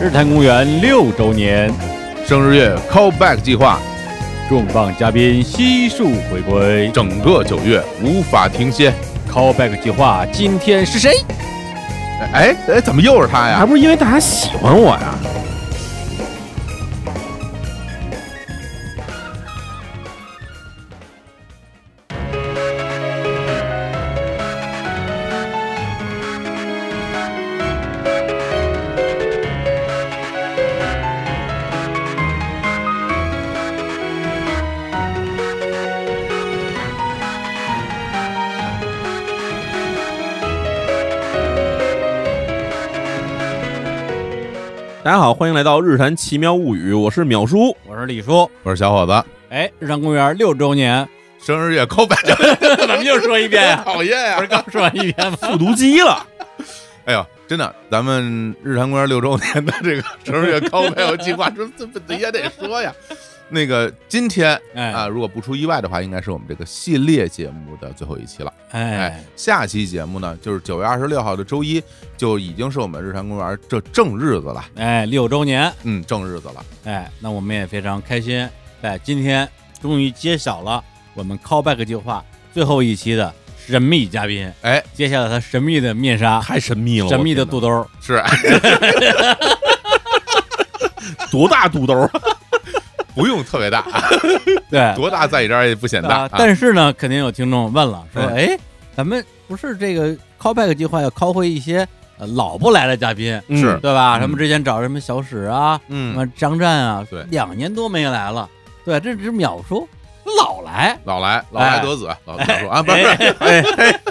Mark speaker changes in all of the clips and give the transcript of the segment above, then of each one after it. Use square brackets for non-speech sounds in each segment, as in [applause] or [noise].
Speaker 1: 日坛公园六周年，
Speaker 2: 生日月 Callback 计划
Speaker 1: 重磅嘉宾悉数回归
Speaker 2: 整个九月无法停歇。
Speaker 1: ，Callback 计划今天是谁？
Speaker 2: 哎哎，怎么又是他
Speaker 3: 还
Speaker 2: 呀？
Speaker 3: 不是因为大家喜欢我呀？大家好，欢迎来到《日谈奇妙物语》，我是淼叔。
Speaker 1: 我是李叔。
Speaker 2: 我说小伙子，
Speaker 1: 哎，日坛公园六周年，
Speaker 2: 生日月 Callback，
Speaker 1: [laughs] 咱们又说一遍
Speaker 3: [laughs]
Speaker 1: 呀、
Speaker 2: 讨厌呀！
Speaker 1: 刚说完一遍吗？
Speaker 3: 复读机了，
Speaker 2: 哎呦，真的，咱们日坛公园六周年的这个 [laughs] 生日月 Callback 计划，这这这也得说呀。 [laughs] 那个今天
Speaker 1: 哎
Speaker 2: 啊，如果不出意外的话，应该是我们这个系列节目的最后一期了。哎
Speaker 1: 哎，，
Speaker 2: 下期节目呢，就是九月二十六号的周一，就已经是我们日坛公园这正日子了，
Speaker 1: 哎，六周年，
Speaker 2: 嗯，正日子了。
Speaker 1: 哎，那我们也非常开心，在今天终于揭晓了我们 Callback 计划最后一期的神秘嘉宾，
Speaker 2: 哎，
Speaker 1: 揭晓了他神秘的面纱，
Speaker 3: 太神秘了，
Speaker 1: 神秘的
Speaker 3: 我天
Speaker 1: 肚兜儿，
Speaker 2: 是， [laughs]
Speaker 3: 哪多大肚兜啊？
Speaker 2: 不用特别大，
Speaker 1: 对，
Speaker 2: 多大在你这儿也不显大。
Speaker 1: 啊
Speaker 2: 啊
Speaker 1: 但是呢，肯定有听众问了，说，
Speaker 2: 哎
Speaker 1: 哎，咱们不是这个 Callback 计划要 call 回一些呃老不来的嘉宾，
Speaker 2: 是
Speaker 1: 对吧？
Speaker 2: 嗯
Speaker 1: 什么之前找什么小史啊，什
Speaker 2: 嗯，
Speaker 1: 么张湛啊，
Speaker 2: 对
Speaker 1: 两年多没来了，对，这只秒叔老来，
Speaker 2: 老来老来
Speaker 1: 哎
Speaker 2: 得子，老老说啊，不是，
Speaker 3: 哎嘿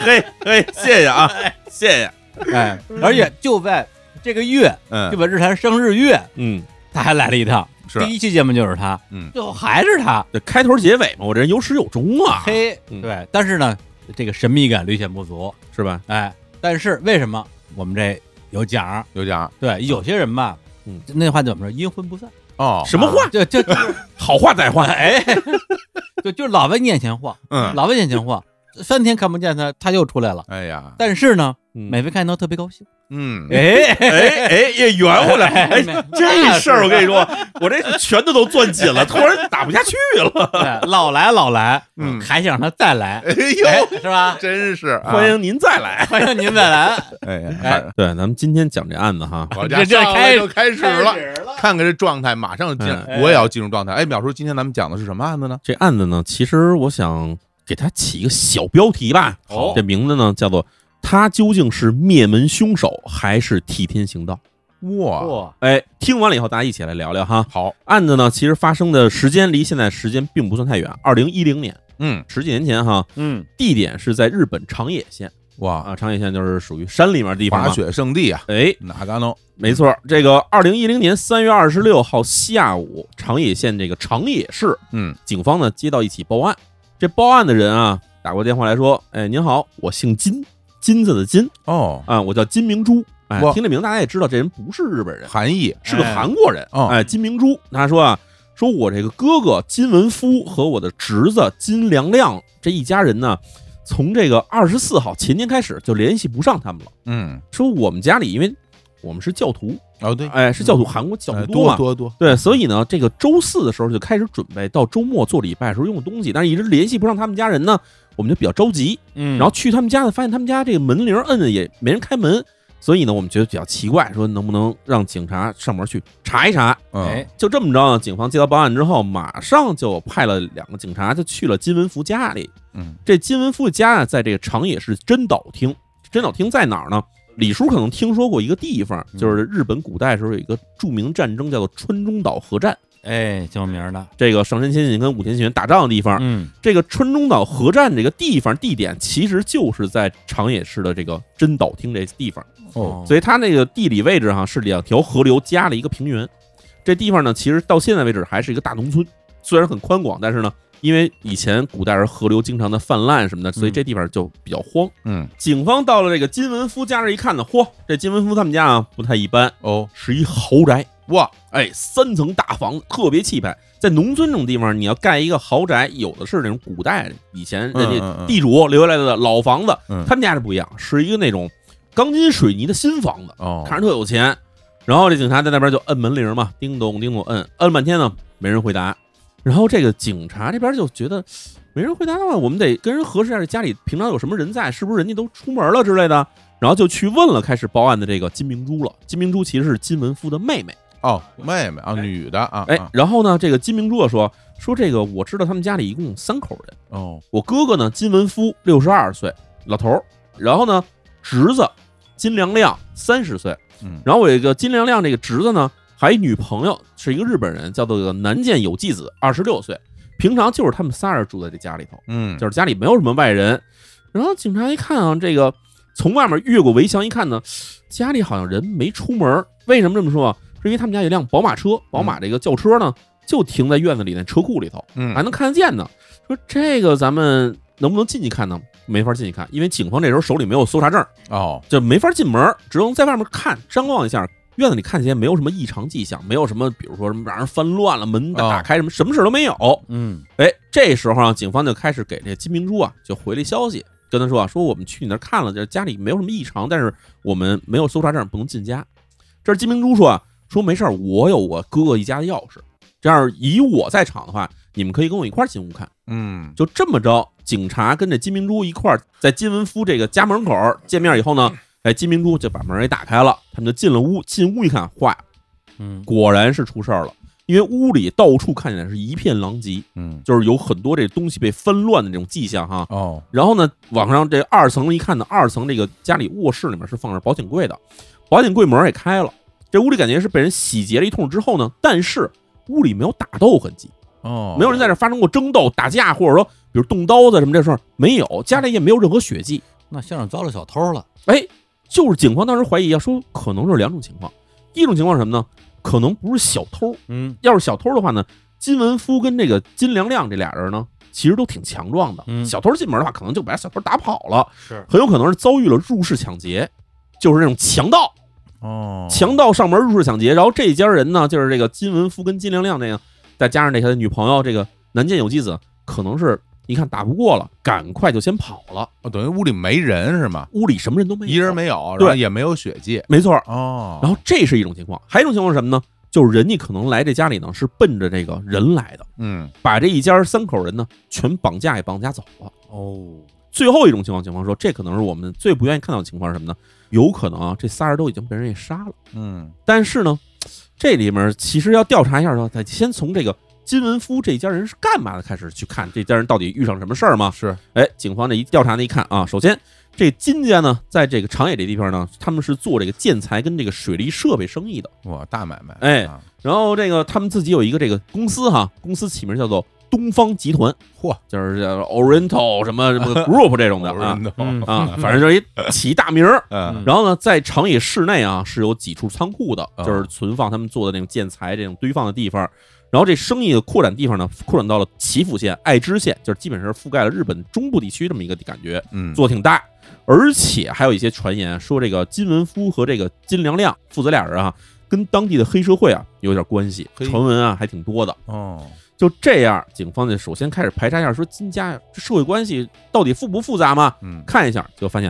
Speaker 3: 嘿嘿，谢谢啊，谢谢。
Speaker 1: 哎，而且就在这个月，就
Speaker 2: 嗯，
Speaker 1: 本日坛生日月，
Speaker 3: 嗯，
Speaker 1: 他还来了一趟，
Speaker 2: 是
Speaker 1: 第一期节目就是他，
Speaker 2: 嗯
Speaker 1: 最后还是他，
Speaker 3: 这开头结尾嘛，我这人有始有终啊，
Speaker 1: 嘿，
Speaker 3: 嗯
Speaker 1: 对，但是呢，这个神秘感略显不足，
Speaker 3: 是吧？
Speaker 1: 哎，但是为什么我们这有奖儿？
Speaker 2: 有奖
Speaker 1: 对，有些人吧，
Speaker 3: 嗯
Speaker 1: 那话怎么说？阴魂不散，啊
Speaker 2: 哦，
Speaker 3: 什么话？
Speaker 1: 就就
Speaker 3: 好话再话，哎，
Speaker 1: 就就老在你眼前
Speaker 3: [laughs]
Speaker 1: 晃，
Speaker 2: 嗯，
Speaker 1: 老在你眼前晃，三天看不见他，他又出来了。
Speaker 2: 哎呀，
Speaker 1: 但是呢，每
Speaker 3: 没
Speaker 1: 回看见都特别高兴，
Speaker 2: 嗯，
Speaker 1: 哎，
Speaker 3: 嗯 [laughs] 哎哎，也圆 [laughs] 回来。哎
Speaker 1: 没，
Speaker 3: 这事儿我跟你说，我这拳头都攥紧 [laughs] 了，突然打不下去了。
Speaker 1: 对哎老来老来，
Speaker 2: 嗯
Speaker 1: 还想让他再来，
Speaker 2: [laughs] 哎
Speaker 1: 哎
Speaker 2: 呦，
Speaker 1: 是吧？
Speaker 2: 真是啊
Speaker 3: 欢，迎您再来。
Speaker 1: 欢迎您再来，
Speaker 2: 哎呀，
Speaker 1: 哎
Speaker 2: 反
Speaker 3: 对，咱们今天讲这案子哈，
Speaker 2: 我
Speaker 1: 这
Speaker 2: 家
Speaker 1: 这
Speaker 2: 上
Speaker 1: 开
Speaker 2: 来就开始了，
Speaker 1: 了，
Speaker 2: 看看这状态，马上进
Speaker 1: 哎
Speaker 2: 来，我也要进入状态。哎，淼叔，今天咱们讲的是什么案子呢？
Speaker 3: 这案子呢，其实我想给它起一个小标题吧。
Speaker 2: 好
Speaker 3: 这名字呢叫做“他究竟是灭门凶手还是替天行道
Speaker 2: 哇，
Speaker 1: 哇”。，
Speaker 3: 哎，听完了以后，大家一起来聊聊哈。
Speaker 2: 好，
Speaker 3: 案子呢，其实发生的时间离现在时间并不算太远，二零一零年，
Speaker 2: 嗯，
Speaker 3: 十几年前哈。
Speaker 1: 嗯，
Speaker 3: 地点是在日本长野县
Speaker 2: 哇，
Speaker 3: 啊，长野县就是属于山里面的地方
Speaker 2: 滑
Speaker 3: 嘛。
Speaker 2: 雪圣地啊，
Speaker 3: 哎，
Speaker 2: 哪嘎弄？
Speaker 3: 没错，这个二零一零年三月二十六号下午，长野县这个长野市
Speaker 2: 嗯，
Speaker 3: 警方呢接到一起报案，这报案的人啊打过电话来说，哎，您好，我姓金，金子的金
Speaker 2: 哦，
Speaker 3: 啊，我叫金明珠。哎
Speaker 2: 哇，
Speaker 3: 听这名大家也知道，这人不是日本人，
Speaker 2: 含义，
Speaker 3: 是个
Speaker 1: 哎
Speaker 3: 韩国人。
Speaker 2: 哦
Speaker 3: 哎，金明珠，他说啊，说我这个哥哥金文夫和我的侄子金良亮这一家人呢，从这个二十四号前天开始就联系不上他们了。
Speaker 2: 嗯，
Speaker 3: 说我们家里因为我们是教徒，
Speaker 2: 哦对，
Speaker 3: 哎，是教徒，韩国教
Speaker 2: 哎
Speaker 3: 徒
Speaker 2: 多
Speaker 3: 嘛，
Speaker 2: 多多，
Speaker 3: 对，所以呢，这个周四的时候就开始准备，到周末做礼拜的时候用的东西，但是一直联系不上他们家人呢，我们就比较着急。
Speaker 1: 嗯，
Speaker 3: 然后去他们家呢，发现他们家这个门铃摁摁也没人开门，所以呢，我们觉得比较奇怪，说能不能让警察上门去查一查？
Speaker 2: 嗯
Speaker 1: 哎，，
Speaker 3: 就这么着呢，警方接到报案之后，马上就派了两个警察就去了金文福家里。
Speaker 2: 嗯，
Speaker 3: 这金文夫的家啊，在这个长野市真岛町。真岛町在哪儿呢？李叔可能听说过一个地方，就是日本古代时候有一个著名战争叫做川中岛核战，
Speaker 1: 哎，挺有名儿的，
Speaker 3: 这个上杉谦信跟武田信玄打仗的地方。
Speaker 1: 嗯，
Speaker 3: 这个川中岛核战这个地方地点，其实就是在长野市的这个真岛町这地方，
Speaker 2: 哦
Speaker 3: 所以它那个地理位置哈、是两条河流加了一个平原。这地方呢，其实到现在为止还是一个大农村，虽然很宽广，但是呢，因为以前古代人河流经常的泛滥什么的，所
Speaker 1: 嗯
Speaker 3: 以这地方就比较荒。
Speaker 2: 嗯，
Speaker 3: 警方到了这个金文夫家这一看呢，嚯，这金文夫他们家啊不太一般，
Speaker 2: 哦，
Speaker 3: 是一豪宅，
Speaker 2: 哇，
Speaker 3: 哎，三层大房子，特别气派。在农村这种地方，你要盖一个豪宅，有的是那种古代以前人
Speaker 2: 嗯嗯
Speaker 3: 家
Speaker 2: 嗯
Speaker 3: 地主留下来的老房子，
Speaker 2: 嗯
Speaker 3: 他们家是不一样，是一个那种钢筋水泥的新房子，
Speaker 2: 哦，
Speaker 3: 看着特有钱。然后这警察在那边就摁门铃嘛，叮咚叮咚摁，摁半天呢没人回答。然后这个警察这边就觉得没人回答的话，我们得跟人核实一下这家里平常有什么人在，是不是人家都出门了之类的。然后就去问了开始报案的这个金明珠了。金明珠其实是金文夫的妹妹。
Speaker 2: 哦，妹妹啊，女的啊，
Speaker 3: 哎
Speaker 2: 啊，
Speaker 3: 然后呢，这个金明珠啊说说这个我知道他们家里一共三口人，
Speaker 2: 哦，
Speaker 3: 我哥哥呢金文夫六十二岁，老头儿，然后呢侄子金良亮三十岁，
Speaker 2: 嗯，
Speaker 3: 然后我有一个金良亮这个侄子呢，还有一女朋友是一个日本人，叫做南见有纪子，二十六岁，平常就是他们仨人住在这家里头，
Speaker 2: 嗯，
Speaker 3: 就是家里没有什么外人。然后警察一看啊，这个从外面越过围墙一看呢，家里好像人没出门儿。为什么这么说啊？是因为他们家有一辆宝马车，宝马这个轿车呢就停在院子里那车库里头，
Speaker 2: 嗯
Speaker 3: 还能看得见呢。说这个咱们能不能进去看呢？没法进去看，因为警方这时候手里没有搜查证，
Speaker 2: 哦，
Speaker 3: 就没法进门儿，只能在外面看，张望一下。院子里看起来没有什么异常迹象，没有什么，比如说什么让人翻乱了，门打
Speaker 2: 哦
Speaker 3: 打开什么，什么事儿都没有。
Speaker 1: 嗯
Speaker 3: 哎，这时候啊，警方就开始给这金明珠啊就回了一消息，跟他说啊，说我们去你那儿看了，这家里没有什么异常，但是我们没有搜查证，不能进家。这是金明珠说啊，说没事儿，我有我哥哥一家的钥匙，这样以我在场的话，你们可以跟我一块儿进屋看。
Speaker 2: 嗯，
Speaker 3: 就这么着，警察跟着金明珠一块儿在金文夫这个家门口儿见面以后呢，哎，金明珠就把门给打开了，他们就进了屋。进屋一看，坏，
Speaker 1: 嗯
Speaker 3: 果然是出事儿了，因为屋里到处看起来是一片狼藉。
Speaker 2: 嗯，
Speaker 3: 就是有很多这东西被纷乱的这种迹象哈。
Speaker 2: 哦，
Speaker 3: 然后呢，往上这二层一看呢，二层这个家里卧室里面是放着保险柜的，保险柜门也开了，这屋里感觉是被人洗劫了一通之后呢，但是屋里没有打斗痕迹，
Speaker 2: 哦，
Speaker 3: 没有人在这发生过争斗、打架，或者说比如动刀子什么这事儿没有，家里也没有任何血迹。
Speaker 1: 那先生遭了小偷了，
Speaker 3: 哎，就是警方当时怀疑啊，说可能是两种情况，一种情况是什么呢？可能不是小偷，
Speaker 1: 嗯
Speaker 3: 要是小偷的话呢，金文夫跟这个金良亮这俩人呢，其实都挺强壮的。
Speaker 1: 嗯
Speaker 3: 小偷进门的话，可能就把小偷打跑了，
Speaker 1: 是
Speaker 3: 很有可能是遭遇了入室抢劫，就是这种强盗，
Speaker 2: 哦，
Speaker 3: 强盗上门入室抢劫。然后这家人呢，就是这个金文夫跟金良亮这个，再加上这他的女朋友这个南见有纪子，可能是一看打不过了，赶快就先跑了，
Speaker 2: 哦，等于屋里没人是吗？
Speaker 3: 屋里什么人都没有，
Speaker 2: 一人，没有，
Speaker 3: 对
Speaker 2: 然后也没有血迹，
Speaker 3: 没错。
Speaker 2: 哦，
Speaker 3: 然后这是一种情况，还有一种情况是什么呢？就是人家可能来这家里呢，是奔着这个人来的。
Speaker 2: 嗯，
Speaker 3: 把这一家三口人呢全绑架也绑架走了。
Speaker 1: 哦，
Speaker 3: 最后一种情况，警方说，这可能是我们最不愿意看到的情况是什么呢？有可能啊，这仨人都已经被人给杀了。
Speaker 2: 嗯，
Speaker 3: 但是呢，这里面其实要调查一下的话，得先从这个金文夫这家人是干嘛的开始去看这家人到底遇上什么事儿嘛。
Speaker 2: 是，
Speaker 3: 哎，警方这一调查呢，一看啊，首先这金家呢，在这个长野这地方呢，他们是做这个建材跟这个水利设备生意的。
Speaker 2: 哇，大买卖，
Speaker 3: 哎
Speaker 2: 啊，
Speaker 3: 然后这个他们自己有一个这个公司哈，公司起名叫做东方集团，
Speaker 2: 嚯，
Speaker 3: 就是叫 Oriental 什么什么 Group 这种的
Speaker 2: [laughs]
Speaker 3: 啊
Speaker 2: 人都，
Speaker 1: 嗯
Speaker 3: 啊，反正就是一起一大名儿。
Speaker 2: 嗯，
Speaker 3: 然后呢，在长野市内啊是有几处仓库的，
Speaker 2: 哦
Speaker 3: 就是存放他们做的那种建材这种堆放的地方。然后这生意的扩展地方呢，扩展到了岐阜县、爱知县，就是基本上是覆盖了日本中部地区这么一个感觉。
Speaker 2: 嗯，
Speaker 3: 做挺大，而且还有一些传言说这个金文夫和这个金良亮父子俩人啊，跟当地的黑社会啊有点关系，
Speaker 2: 嘿
Speaker 3: 传闻啊还挺多的。
Speaker 2: 哦，
Speaker 3: 就这样，警方就首先开始排查一下，说金家这社会关系到底复不复杂嘛？
Speaker 2: 嗯，
Speaker 3: 看一下就发现，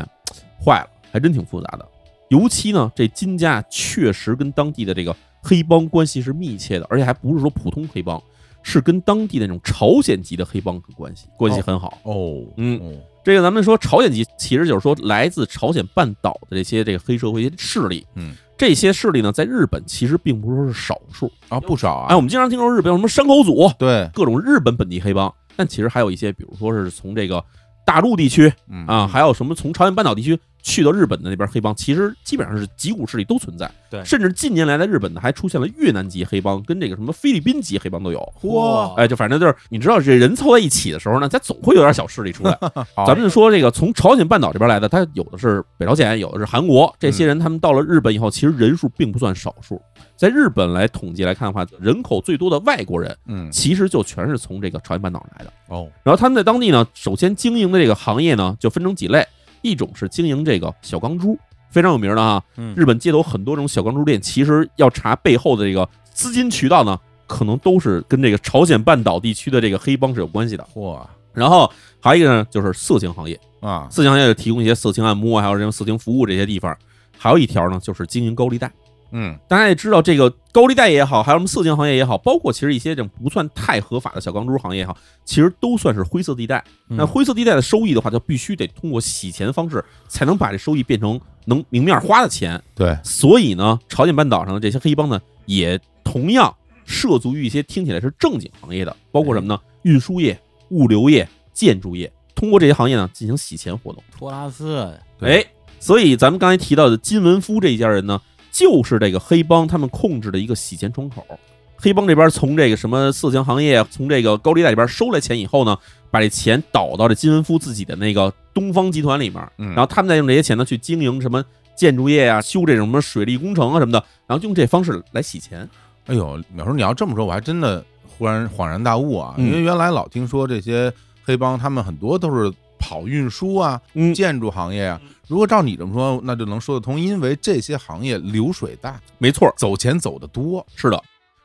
Speaker 3: 坏了，还真挺复杂的。尤其呢，这金家确实跟当地的这个黑帮关系是密切的，而且还不是说普通黑帮，是跟当地那种朝鲜籍的黑帮关系关系很好。
Speaker 2: 哦，
Speaker 3: 嗯
Speaker 2: 哦，
Speaker 3: 这个咱们说朝鲜籍，其实就是说来自朝鲜半岛的这些这个黑社会势力。
Speaker 2: 嗯，
Speaker 3: 这些势力呢，在日本其实并不是说是少数。
Speaker 2: 啊，不少
Speaker 3: 哎，
Speaker 2: 啊，
Speaker 3: 我们经常听说日本有什么山口组，
Speaker 2: 对，
Speaker 3: 各种日本本地黑帮，但其实还有一些，比如说是从这个大陆地区
Speaker 2: 嗯
Speaker 3: 啊，，还有什么从朝鲜半岛地区去到日本的那边黑帮，其实基本上是几股势力都存在。
Speaker 1: 对
Speaker 3: 甚至近年来在日本呢，还出现了越南籍黑帮跟这个什么菲律宾籍黑帮都有。
Speaker 1: 嚯
Speaker 3: 哎，就反正就是你知道，这人凑在一起的时候呢，他总会有点小势力出来。
Speaker 2: 好
Speaker 3: [laughs] 咱们就说这个从朝鲜半岛这边来的，他有的是北朝鲜，有的是韩国，这
Speaker 2: 嗯
Speaker 3: 些人他们到了日本以后，其实人数并不算少数。在日本来统计来看的话，人口最多的外国人
Speaker 2: 嗯，
Speaker 3: 其实就全是从这个朝鲜半岛来的。
Speaker 2: 哦，
Speaker 3: 然后他们在当地呢，首先经营的这个行业呢，就分成几类，一种是经营这个小钢珠，非常有名的哈。
Speaker 1: 嗯
Speaker 3: 日本街头很多这种小钢珠店，其实要查背后的这个资金渠道呢，可能都是跟这个朝鲜半岛地区的这个黑帮是有关系的。
Speaker 2: 嚯
Speaker 3: 然后还有一个呢，就是色情行业。
Speaker 2: 啊，
Speaker 3: 啊色情行业就提供一些色情按摩，还有这种色情服务这些地方。还有一条呢，就是经营高利贷，
Speaker 2: 嗯
Speaker 3: 大家也知道，这个高利贷也好，还有什么色情行业也好，包括其实一些这种不算太合法的小钢珠行业也好，其实都算是灰色地带。
Speaker 1: 嗯
Speaker 3: 那灰色地带的收益的话，就必须得通过洗钱方式，才能把这收益变成能明面花的钱。
Speaker 2: 对，
Speaker 3: 所以呢，朝鲜半岛上的这些黑帮呢，也同样涉足于一些听起来是正经行业的，包括什么呢？运输业、物流业、建筑业，通过这些行业呢进行洗钱活动。
Speaker 1: 托拉斯，
Speaker 2: 对
Speaker 3: 哎，所以咱们刚才提到的金文夫这一家人呢，就是这个黑帮他们控制的一个洗钱窗口。黑帮这边从这个什么色情行业，从这个高利贷里边收来钱以后呢，把这钱倒到这金文夫自己的那个东方集团里面，
Speaker 2: 嗯，
Speaker 3: 然后他们再用这些钱呢去经营什么建筑业啊，修这种什么水利工程啊什么的，然后用这方式来洗钱。
Speaker 2: 哎呦，淼叔，你要这么说，我还真的忽然恍然大悟啊！
Speaker 3: 嗯
Speaker 2: 因为原来老听说这些黑帮，他们很多都是跑运输啊、
Speaker 3: 嗯
Speaker 2: 建筑行业啊。如果照你这么说，那就能说得通，因为这些行业流水大，
Speaker 3: 没错，
Speaker 2: 走钱走的多。
Speaker 3: 是的。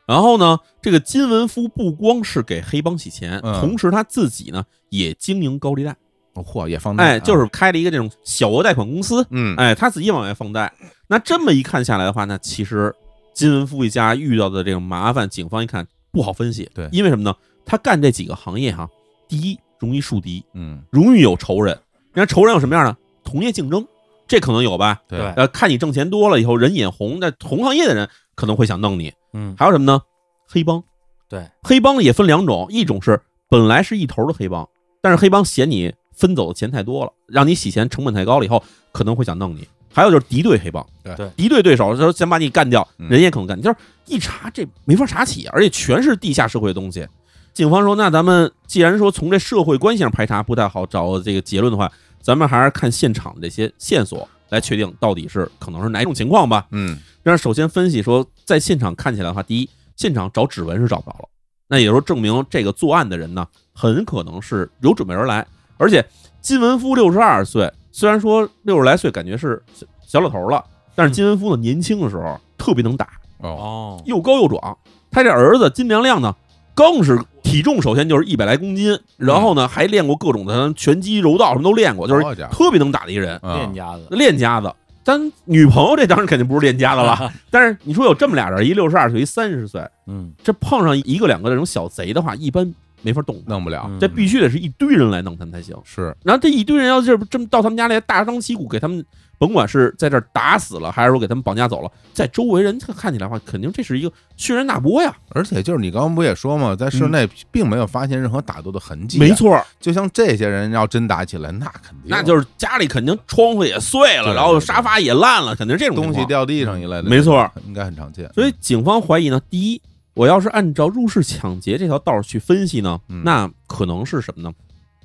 Speaker 3: 然后呢，这个金文夫不光是给黑帮洗钱，
Speaker 2: 嗯
Speaker 3: 同时他自己呢也经营高利贷。
Speaker 2: 哦嚯、也放贷、
Speaker 3: 哎，就是，开了一个这种小额贷款公司，
Speaker 2: 嗯，
Speaker 3: 哎，他自己往外放贷。那这么一看下来的话，那其实金文夫一家遇到的这个麻烦，警方一看不好分析，
Speaker 2: 对
Speaker 3: 因为什么呢？他干这几个行业哈，第一容易树敌，
Speaker 2: 嗯，
Speaker 3: 容易有仇人。人家仇人有什么样呢？同业竞争，这可能有吧？
Speaker 2: 对，
Speaker 1: 对
Speaker 3: 呃，看你挣钱多了以后人眼红，那同行业的人可能会想弄你。
Speaker 1: 嗯，
Speaker 3: 还有什么呢？黑帮。
Speaker 1: 对，
Speaker 3: 黑帮也分两种，一种是本来是一头的黑帮，但是黑帮嫌你分走的钱太多了，让你洗钱成本太高了，以后可能会想弄你。还有就是敌对黑帮，
Speaker 2: 对
Speaker 1: 对
Speaker 3: 敌对对手就是想把你干掉，
Speaker 2: 嗯
Speaker 3: 人也可能干你。就是一查这没法查起，而且全是地下社会的东西。警方说，那咱们既然说从这社会关系上排查不太好找这个结论的话，咱们还是看现场的这些线索来确定到底是可能是哪种情况吧。
Speaker 2: 嗯，
Speaker 3: 但是首先分析说，在现场看起来的话，第一，现场找指纹是找不着了，那也就是说证明这个作案的人呢，很可能是有准备而来。而且金文夫六十二岁，虽然说六十来岁感觉是小小老头了，但是金文夫呢年轻的时候特别能打，
Speaker 2: 哦，
Speaker 1: 哦，
Speaker 3: 又高又壮。他这儿子金良亮呢，更是体重首先就是一百来公斤，然后呢还练过各种的拳击、柔道什么都练过，就是
Speaker 2: 好家伙，
Speaker 3: 特别能打的一人。
Speaker 2: 嗯
Speaker 1: 练家子，
Speaker 3: 练家子。但女朋友这当然肯定不是练家子
Speaker 2: 啊
Speaker 3: 了，但是你说有这么俩人，一六十二岁，一三十岁，
Speaker 1: 嗯，
Speaker 3: 这碰上一个两个这种小贼的话，一般没法动他，
Speaker 2: 弄不了，
Speaker 1: 嗯
Speaker 3: 这必须得是一堆人来弄他们才行。
Speaker 2: 是，
Speaker 3: 然后这一堆人要就是这么到他们家来大张旗鼓给他们，甭管是在这儿打死了，还是说给他们绑架走了，在周围人看看起来的话，肯定这是一个轩然大波呀。
Speaker 2: 而且就是你刚刚不也说嘛，在室内并没有发现任何打斗的痕迹、啊
Speaker 3: 嗯没，错，
Speaker 2: 就像这些人要真打起来，那肯定
Speaker 3: 那就是家里肯定窗户也碎了，
Speaker 2: 对
Speaker 3: 然后沙发也烂了，肯定是这种
Speaker 2: 东
Speaker 3: 情
Speaker 2: 西
Speaker 3: 况
Speaker 2: 掉地上一类的，
Speaker 3: 没错，
Speaker 2: 应该很常见。
Speaker 3: 所以警方怀疑呢，第一，我要是按照入室抢劫这条道儿去分析呢，
Speaker 2: 嗯
Speaker 3: 那可能是什么呢？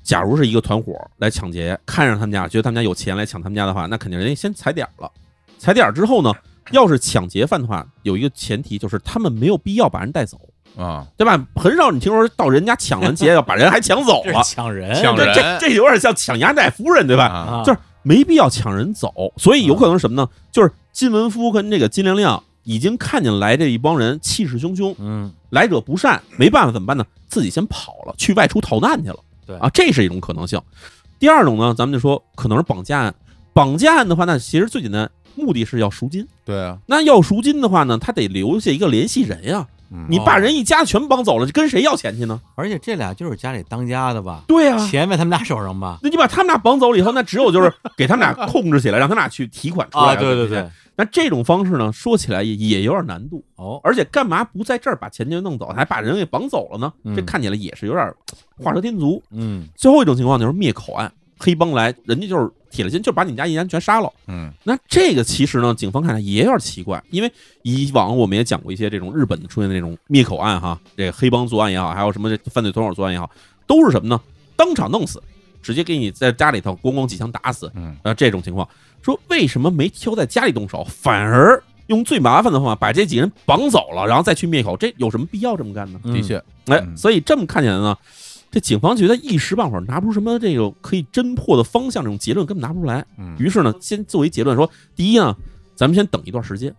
Speaker 3: 假如是一个团伙来抢劫，看上他们家，觉得他们家有钱来抢他们家的话，那肯定人家先踩点儿了。踩点儿之
Speaker 2: [laughs]
Speaker 3: 后呢，要是抢劫犯的话，有一个前提就是他们没有必要把人带走，
Speaker 2: 啊，
Speaker 3: 对吧？很少你听说到人家抢
Speaker 2: [laughs]
Speaker 3: 完劫要把人还抢走
Speaker 1: 这
Speaker 3: 了，
Speaker 1: 是抢人，
Speaker 2: 抢
Speaker 3: 这
Speaker 2: 人
Speaker 3: 这这有点像抢牙带夫人，对吧？
Speaker 2: 啊，
Speaker 1: 啊，
Speaker 3: 就是没必要抢人走，所以有可能是什么呢？
Speaker 1: 嗯
Speaker 3: 就是金文夫跟这个金良亮已经看见来这一帮人气势汹汹，
Speaker 1: 嗯，
Speaker 3: 来者不善，没办法怎么办呢？自己先跑了，去外出逃难去了。
Speaker 1: 对
Speaker 3: 啊，这是一种可能性。第二种呢，咱们就说可能是绑架案。绑架案的话，那其实最简单，目的是要赎金。
Speaker 2: 对啊，
Speaker 3: 那要赎金的话呢，他得留下一个联系人呀。
Speaker 2: 嗯
Speaker 3: 你把人一家全绑走了，跟谁要钱去呢？
Speaker 1: 而且这俩就是家里当家的吧，
Speaker 3: 对呀、
Speaker 1: 钱在他们俩手上吧，
Speaker 3: 那你把他们俩绑走了以后，那只有就是给他们俩控制起来，让他们俩去提款出来。
Speaker 1: 啊，对对对，
Speaker 3: 那这种方式呢，说起来也也有点难度，
Speaker 1: 哦，
Speaker 3: 而且干嘛不在这儿把钱就弄走，还把人给绑走了呢？
Speaker 1: 嗯
Speaker 3: 这看起来也是有点呃画蛇添足。
Speaker 1: 嗯，
Speaker 3: 最后一种情况就是灭口案，黑帮来，人家就是铁了心就把你们家一家人全杀了。
Speaker 2: 嗯
Speaker 3: 那这个其实呢，警方看来也有点奇怪，因为以往我们也讲过一些这种日本的出现的这种灭口案哈，这个黑帮作案也好，还有什么这犯罪团伙作案也好，都是什么呢？当场弄死，直接给你在家里头咣咣几枪打死，
Speaker 2: 嗯
Speaker 3: 啊，这种情况，说为什么没挑在家里动手，反而用最麻烦的方法把这几人绑走了，然后再去灭口，这有什么必要这么干呢？
Speaker 2: 的确，
Speaker 3: 哎，
Speaker 2: 嗯
Speaker 3: 所以这么看起来呢，这警方觉得一时半会儿拿不出什么这种可以侦破的方向，这种结论根本拿不出来。
Speaker 2: 嗯，
Speaker 3: 于是呢，先作为结论说，第一呢，咱们先等一段时间，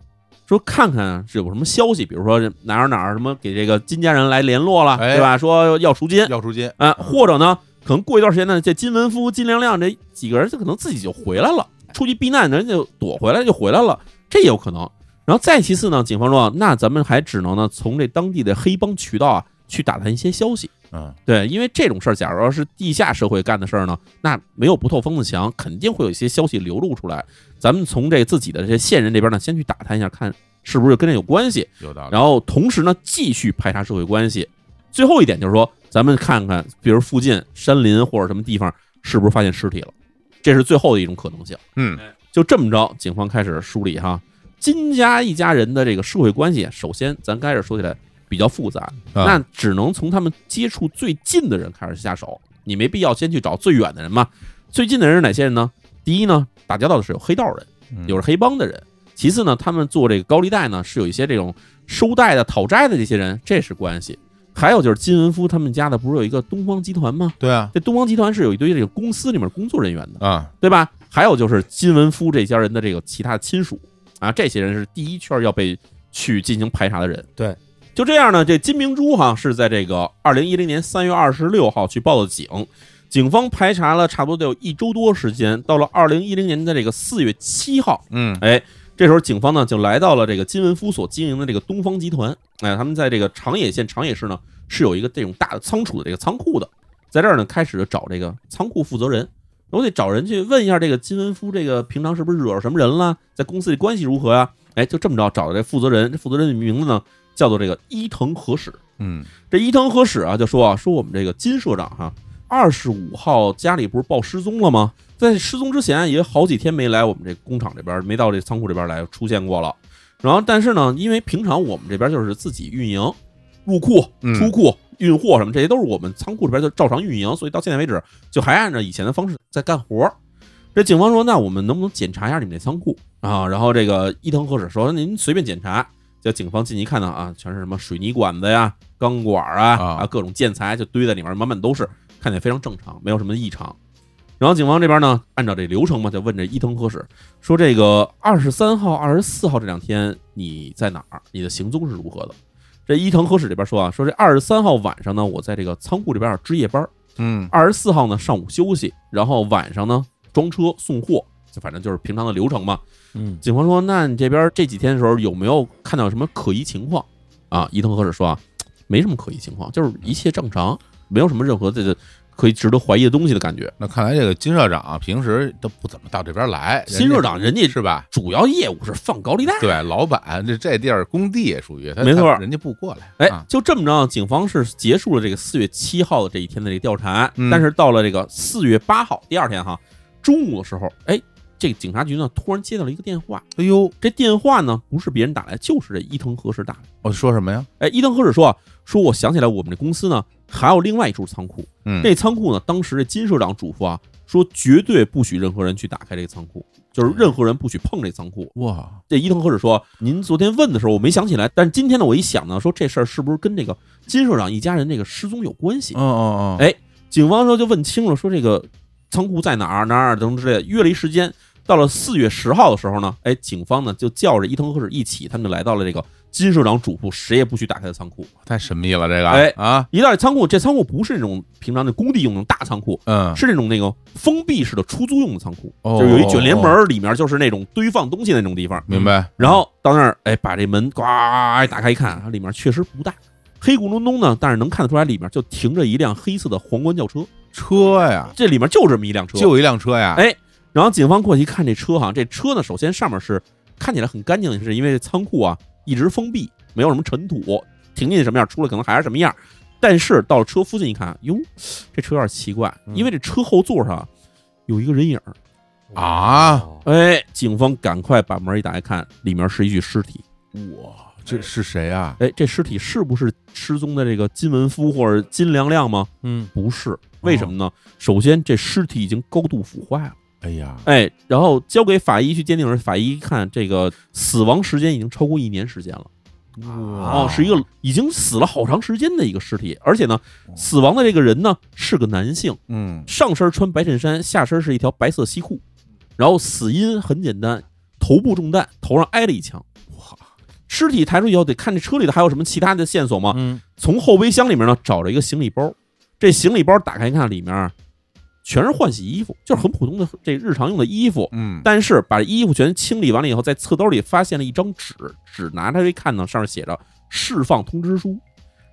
Speaker 3: 说看看是有什么消息，比如说哪儿哪儿什么给这个金家人来联络了，
Speaker 2: 哎
Speaker 3: 对吧？说要赎金，
Speaker 2: 要赎金，
Speaker 3: 啊，或者呢，可能过一段时间呢，这金文夫、金良亮这几个人，就可能自己就回来了，出去避难，人家就躲回来就回来了，这也有可能。然后再其次呢，警方说，那咱们还只能呢从这当地的黑帮渠道啊去打探一些消息。
Speaker 2: 嗯
Speaker 3: 对，因为这种事儿，假如要是地下社会干的事儿呢，那没有不透风的墙，肯定会有一些消息流露出来。咱们从这自己的这些线人这边呢，先去打探一下，看是不是跟这有关系。
Speaker 2: 有道理。
Speaker 3: 然后同时呢，继续排查社会关系。最后一点就是说，咱们看看，比如附近山林或者什么地方，是不是发现尸体了？这是最后的一种可能性。
Speaker 2: 嗯
Speaker 3: 就这么着，警方开始梳理哈金家一家人的这个社会关系。首先，咱开始说起来比较复杂，
Speaker 2: 啊
Speaker 3: 那只能从他们接触最近的人开始下手。你没必要先去找最远的人嘛。最近的人是哪些人呢？第一呢，打交道的是有黑道人，
Speaker 2: 嗯
Speaker 3: 有着黑帮的人。其次呢，他们做这个高利贷呢，是有一些这种收贷的、讨债的这些人，这是关系。还有就是金文夫他们家的，不是有一个东方集团吗？
Speaker 2: 对啊
Speaker 3: 这东方集团是有一堆这个公司里面工作人员的。
Speaker 2: 啊
Speaker 3: 对吧？还有就是金文夫这家人的这个其他亲属啊，这些人是第一圈要被去进行排查的人。
Speaker 1: 对，
Speaker 3: 就这样呢，这金明珠哈是在这个二零一零年三月二十六号去报的警，警方排查了差不多得有一周多时间，到了二零一零年的这个四月七号，
Speaker 2: 嗯
Speaker 3: 哎，这时候警方呢就来到了这个金文夫所经营的这个东方集团，哎，他们在这个长野县长野市呢是有一个这种大的仓储的这个仓库的，在这儿呢开始找这个仓库负责人，我得找人去问一下这个金文夫这个平常是不是惹什么人了，在公司里关系如何呀？哎，就这么着找到这负责人，这负责人的名字呢叫做这个伊藤和史，
Speaker 2: 嗯
Speaker 3: 这伊藤和史啊，就说啊，说我们这个金社长哈、二十五号家里不是报失踪了吗？在失踪之前也好几天没来我们这工厂这边，没到这仓库这边来出现过了。然后，但是呢，因为平常我们这边就是自己运营，入库
Speaker 2: 嗯、
Speaker 3: 出库、运货什么，这些都是我们仓库这边就照常运营，所以到现在为止就还按照以前的方式在干活儿。这警方说：“那我们能不能检查一下你们这仓库啊？”然后这个伊藤和史说：“您随便检查。”叫警方进去一看呢，啊，全是什么水泥管子呀、钢管啊
Speaker 2: 啊
Speaker 3: 啊，各种建材就堆在里面，满满都是，看起来非常正常，没有什么异常。然后警方这边呢，按照这流程嘛，就问这伊藤和史说：“这个二十三号、二十四号这两天你在哪儿？你的行踪是如何的？”这伊藤和史这边说啊，说这二十三号晚上呢，我在这个仓库这边啊值夜班，
Speaker 2: 嗯
Speaker 3: 二十四号呢上午休息，然后晚上呢装车送货，就反正就是平常的流程嘛。
Speaker 1: 嗯，
Speaker 3: 警方说，那你这边这几天的时候有没有看到什么可疑情况啊？伊藤和史说啊，没什么可疑情况，就是一切正常，没有什么任何这个可以值得怀疑的东西的感觉。
Speaker 2: 那看来这个金社长啊平时都不怎么到这边来，人家
Speaker 3: 新社长人家
Speaker 2: 是吧？
Speaker 3: 主要业务是放高利贷。
Speaker 2: 对，老板这这地儿工地也属于他，
Speaker 3: 没错
Speaker 2: 他人家不过来，
Speaker 3: 哎
Speaker 2: 啊，
Speaker 3: 就这么着，警方是结束了这个四月七号的这一天的这个调查，
Speaker 2: 嗯
Speaker 3: 但是到了这个四月八号第二天哈，中午的时候，哎，这个警察局呢突然接到了一个电话，
Speaker 2: 哎呦，
Speaker 3: 这电话呢不是别人打来，就是这伊藤和史打来。
Speaker 2: 我哦说什么呀？
Speaker 3: 哎，伊藤和史说啊，说我想起来我们这公司呢还有另外一处仓库，
Speaker 2: 嗯，
Speaker 3: 这仓库呢当时这金社长嘱咐啊，说绝对不许任何人去打开这个仓库，就是任何人不许碰这仓库。
Speaker 2: 哇，
Speaker 3: 这伊藤和史说：“您昨天问的时候我没想起来，但是今天呢，我一想呢，说这事儿是不是跟这个金社长一家人这个失踪有关系
Speaker 2: 嗯？”嗯嗯，
Speaker 3: 哎警方说就问清了，说这个仓库在哪儿哪儿等之类的，约了一时间。到了四月十号的时候呢，哎，警方呢就叫着伊藤和史一起，他们就来到了这个金社长嘱咐谁也不许打开的仓库。
Speaker 2: 太神秘了，这个，
Speaker 3: 哎
Speaker 2: 啊，
Speaker 3: 一到这仓库，这仓库不是那种平常的工地用的大仓库，
Speaker 2: 嗯，
Speaker 3: 是那种那个封闭式的出租用的仓库，
Speaker 2: 哦
Speaker 3: 就是有一卷帘门，儿，里面就是那种堆放东西的那种地方。
Speaker 2: 明白？
Speaker 3: 然后到那儿，哎，把这门呱一打开一看，啊里面确实不大，黑咕隆咚呢，但是能看得出来里面就停着一辆黑色的皇冠轿车，
Speaker 2: 车呀，
Speaker 3: 这里面就这么一辆车。
Speaker 2: 就一辆车呀，
Speaker 3: 哎然后警方过去一看这车哈，这车呢，首先上面是看起来很干净，是因为这仓库啊一直封闭，没有什么尘土，停进去什么样，出来可能还是什么样。但是到了车附近一看，哟，这车有点奇怪，因为这车后座上有一个人影儿。
Speaker 2: 啊
Speaker 1: 哦，
Speaker 3: 哎，警方赶快把门一打开看，里面是一具尸体。
Speaker 2: 哇，这是谁啊？
Speaker 3: 哎，这尸体是不是失踪的这个金文夫或者金良亮吗？
Speaker 1: 嗯，
Speaker 3: 不是，为什么呢？首先，这尸体已经高度腐坏了，
Speaker 2: 哎呀，
Speaker 3: 哎，然后交给法医去鉴定时，法医一看这个死亡时间已经超过一年时间了，
Speaker 2: 哇啊
Speaker 3: 哦，是一个已经死了好长时间的一个尸体，而且呢，死亡的这个人呢是个男性，
Speaker 2: 嗯，
Speaker 3: 上身穿白衬衫，下身是一条白色西裤，然后死因很简单，头部中弹，头上挨了一枪。
Speaker 2: 哇，
Speaker 3: 尸体抬出以后，得看这车里头还有什么其他的线索吗？
Speaker 1: 嗯，
Speaker 3: 从后备箱里面呢找着一个行李包，这行李包打开一看，里面全是换洗衣服，就是很普通的这日常用的衣服。
Speaker 2: 嗯，
Speaker 3: 但是把衣服全清理完了以后，在侧兜里发现了一张纸，纸拿出来一看呢，上面写着“释放通知书”。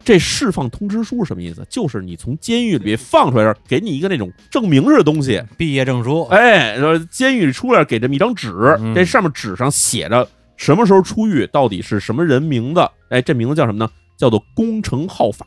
Speaker 3: 这释放通知书是什么意思？就是你从监狱里面放出来的时候，给你一个那种证明似的东
Speaker 2: 嗯
Speaker 3: 西，
Speaker 1: 毕业证书，
Speaker 3: 哎，说监狱里出来给这么一张纸，
Speaker 1: 嗯
Speaker 3: 这上面纸上写着什么时候出狱，到底是什么人名字，哎，这名字叫什么呢？叫做工程浩法。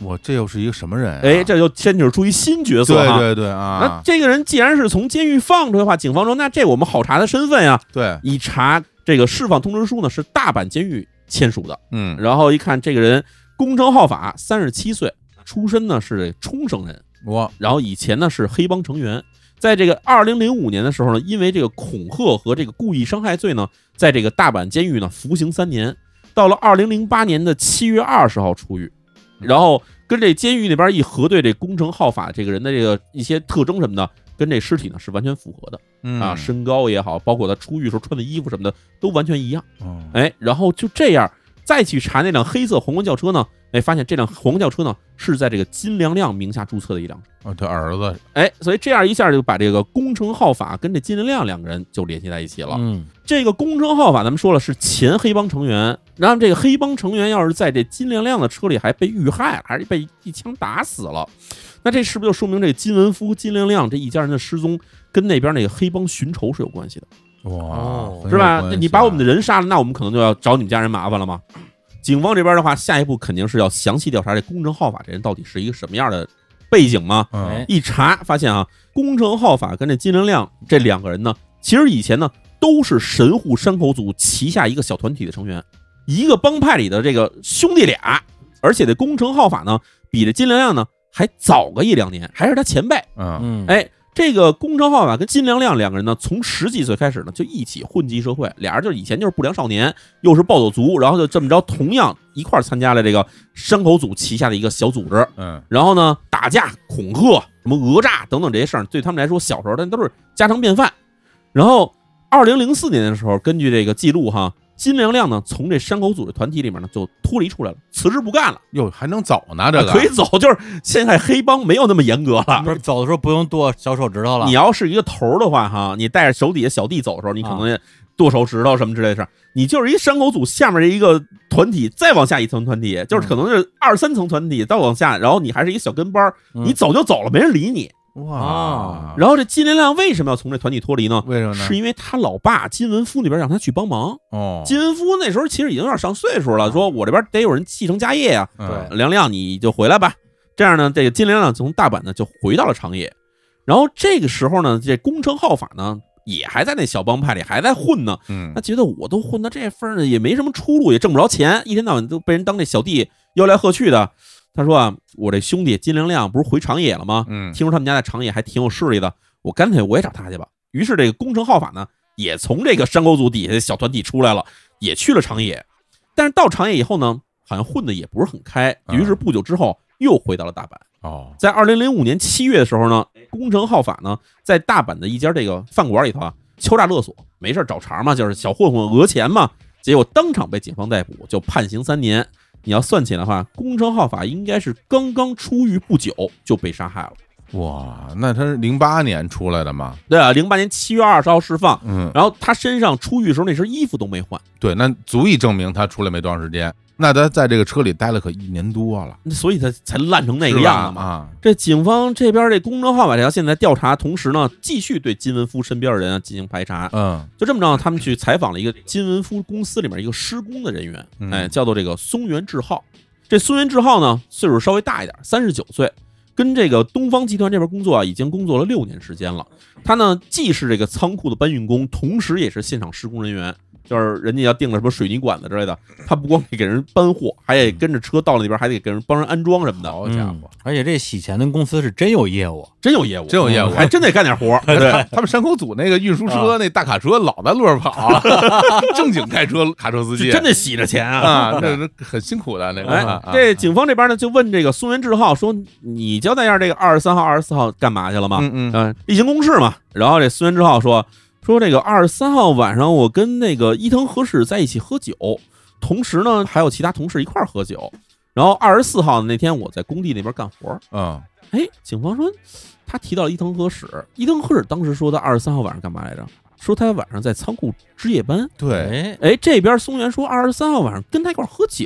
Speaker 2: 我这又是一个什么人、啊？
Speaker 3: 哎，这就牵扯出一新角色
Speaker 2: 对
Speaker 3: 哈。
Speaker 2: 对对
Speaker 3: 那
Speaker 2: 啊，
Speaker 3: 这个人既然是从监狱放出来的话，警方说那这我们好查他身份呀。
Speaker 2: 对，
Speaker 3: 一查这个释放通知书呢是大阪监狱签署的，
Speaker 2: 嗯，
Speaker 3: 然后一看这个人工程浩法，三十七岁，出身呢是冲绳人，
Speaker 2: 我
Speaker 3: 然后以前呢是黑帮成员，在这个二零零五年的时候呢，因为这个恐吓和这个故意伤害罪呢，在这个大阪监狱呢服刑三年，到了二零零八年的七月二十号出狱，然后跟这监狱那边一核对，这工程浩法这个人的这个一些特征什么的，跟这尸体呢是完全符合的
Speaker 2: 嗯
Speaker 3: 啊，身高也好，包括他出狱时候穿的衣服什么的都完全一样。
Speaker 2: 哦
Speaker 3: 哎，然后就这样再去查那辆黑色皇冠轿车呢，哎，发现这辆皇冠轿车呢是在这个金良亮名下注册的一辆车。
Speaker 2: 哦，他儿子
Speaker 3: 哎，所以这样一下就把这个工程浩法跟这金良亮两个人就联系在一起了。
Speaker 1: 嗯，
Speaker 3: 这个工程浩法咱们说了是前黑帮成员，然后这个黑帮成员要是在这金良亮的车里还被遇害了，还是被一枪打死了，那这是不是就说明这个金文夫、金良亮这一家人的失踪跟那边那个黑帮寻仇是有关系的？
Speaker 1: 哦
Speaker 2: 哇，
Speaker 3: 是吧？那你把我们的
Speaker 2: 的
Speaker 3: 人杀了，那我们可能就要找你们家人麻烦了吗？警方这边的话，下一步肯定是要详细调查这工程浩法这人到底是一个什么样的背景嘛？
Speaker 1: 哎
Speaker 2: 嗯
Speaker 3: 一查发现啊，工程浩法跟这金能亮这两个人呢，其实以前呢都是神户山口组旗下一个小团体的成员，一个帮派里的这个兄弟俩，而且这工程浩法呢比这金能亮呢还早个一两年，还是他前辈。
Speaker 2: 嗯
Speaker 1: 嗯，
Speaker 3: 哎，这个工程浩法啊跟金良亮两个人呢，从十几岁开始呢就一起混迹社会，俩人就是以前就是不良少年，又是暴走族，然后就这么着，同样一块儿参加了这个山口组旗下的一个小组织，
Speaker 2: 嗯
Speaker 3: 然后呢打架、恐吓、什么讹诈等等这些事儿，对他们来说小时候但都是家常便饭。然后，二零零四年的时候，根据这个记录哈，金良亮呢从这山口组的团体里面呢就脱离出来了，辞职不干了，
Speaker 2: 哟，还能走呢，这个
Speaker 3: 啊可以走，就是现在黑帮没有那么严格了
Speaker 1: 不。是走的时候不用剁小手指头了，
Speaker 3: 你要是一个头儿的话，哈，你带着手底下小弟走的时候，你可能也剁手指头什么之类的事儿。你就是一山口组下面的一个团体，再往下一层团体，
Speaker 1: 嗯
Speaker 3: 就是可能是二三层团体，再往下，然后你还是一个小跟班儿，
Speaker 1: 嗯
Speaker 3: 你走就走了，没人理你。
Speaker 2: 哇
Speaker 1: 啊，
Speaker 3: 然后这金连亮为什么要从这团体脱离呢？
Speaker 2: 为
Speaker 1: 嗯
Speaker 2: 什么呢
Speaker 3: 是？因为他老爸金文夫那边让他去帮忙。
Speaker 2: 哦，
Speaker 3: 金文夫那时候其实已经有点上岁数了，
Speaker 1: 哦
Speaker 3: 说我这边得有人继承家业呀、
Speaker 2: 嗯
Speaker 1: 对
Speaker 3: 啊梁亮你就回来吧。这样呢，这个金良亮从大阪呢就回到了长野，然后这个时候呢，这工程浩法呢也还在那小帮派里还在混呢，
Speaker 2: 嗯
Speaker 3: 他觉得我都混到这份儿呢，也没什么出路，也挣不着钱，一天到晚都被人当这小弟吆来喝去的。他说啊，我这兄弟金良亮不是回长野了吗？
Speaker 2: 嗯
Speaker 3: 听说他们家在长野还挺有势力的，我干脆我也找他去吧。于是这个工程浩法呢，也从这个山沟组底下的小团体出来了，也去了长野。但是到长野以后呢，好像混的也不是很开，
Speaker 2: 嗯
Speaker 3: 于是不久之后又回到了大阪。
Speaker 2: 哦，
Speaker 3: 在二零零五年七月的时候呢，工程浩法呢在大阪的一家这个饭馆里头啊敲诈勒索，没事儿找茬嘛，就是小混混讹钱嘛，结果当场被警方逮捕，就判刑三年。你要算起来的话，工程浩法应该是刚刚出狱不久就被杀害了。
Speaker 2: 哇，那他是零八年出来的嘛？
Speaker 3: 对啊，零八年七月二十号释放。
Speaker 2: 嗯，
Speaker 3: 然后他身上出狱的时候那身衣服都没换，
Speaker 2: 对，那足以证明他出来没多长时间。那他在这个车里待了可一年多了，
Speaker 3: 所以他才烂成那个
Speaker 2: 是吧
Speaker 3: 样子嘛。
Speaker 2: 啊，
Speaker 3: 这警方这边这公证号码条现在调查，同时呢继续对金文夫身边的人啊进行排查。
Speaker 2: 嗯
Speaker 3: 就这么着，他们去采访了一个金文夫公司里面一个施工的人员，
Speaker 2: 嗯
Speaker 3: 哎，叫做这个松原智浩。这松原智浩呢，岁数稍微大一点，三十九岁，跟这个东方集团这边工作啊，已经工作了六年时间了。他呢，既是这个仓库的搬运工，同时也是现场施工人员。就是人家要订了什么水泥管子之类的，他不光得给人搬货，还得跟着车到那边，还得给人帮人安装什么的。
Speaker 2: 好
Speaker 1: 嗯
Speaker 2: 家伙，，
Speaker 1: 而且这洗钱的公司是真有业务，
Speaker 3: 真有业务，
Speaker 2: 真有业务
Speaker 3: 还真得干点活
Speaker 2: [laughs]
Speaker 3: 儿。对， [laughs]
Speaker 2: 他们山口组那个运输车
Speaker 1: 啊
Speaker 2: 那大卡车老在路上跑，
Speaker 3: [laughs]
Speaker 2: 正经开车卡车司机
Speaker 3: 就真得洗着钱啊！
Speaker 2: 啊，这这很辛苦的那个
Speaker 3: 哎
Speaker 2: 啊，，
Speaker 3: 这警方这边呢就问这个松原智浩说：“你交代一下这个二十三号、二十四号干嘛去了吗？”
Speaker 2: 嗯嗯
Speaker 3: 嗯，例行公事嘛。然后这孙元之浩说说这个二十三号晚上我跟那个伊藤和史在一起喝酒，同时呢还有其他同事一块儿喝酒。然后二十四号那天我在工地那边干活，
Speaker 2: 嗯
Speaker 3: 哎，警方说他提到了伊藤和史，伊藤和史当时说他二十三号晚上干嘛来着？说他晚上在仓库值夜班。
Speaker 2: 对，
Speaker 1: 哎，
Speaker 3: 哎，这边松原说二十三号晚上跟他一块儿喝酒，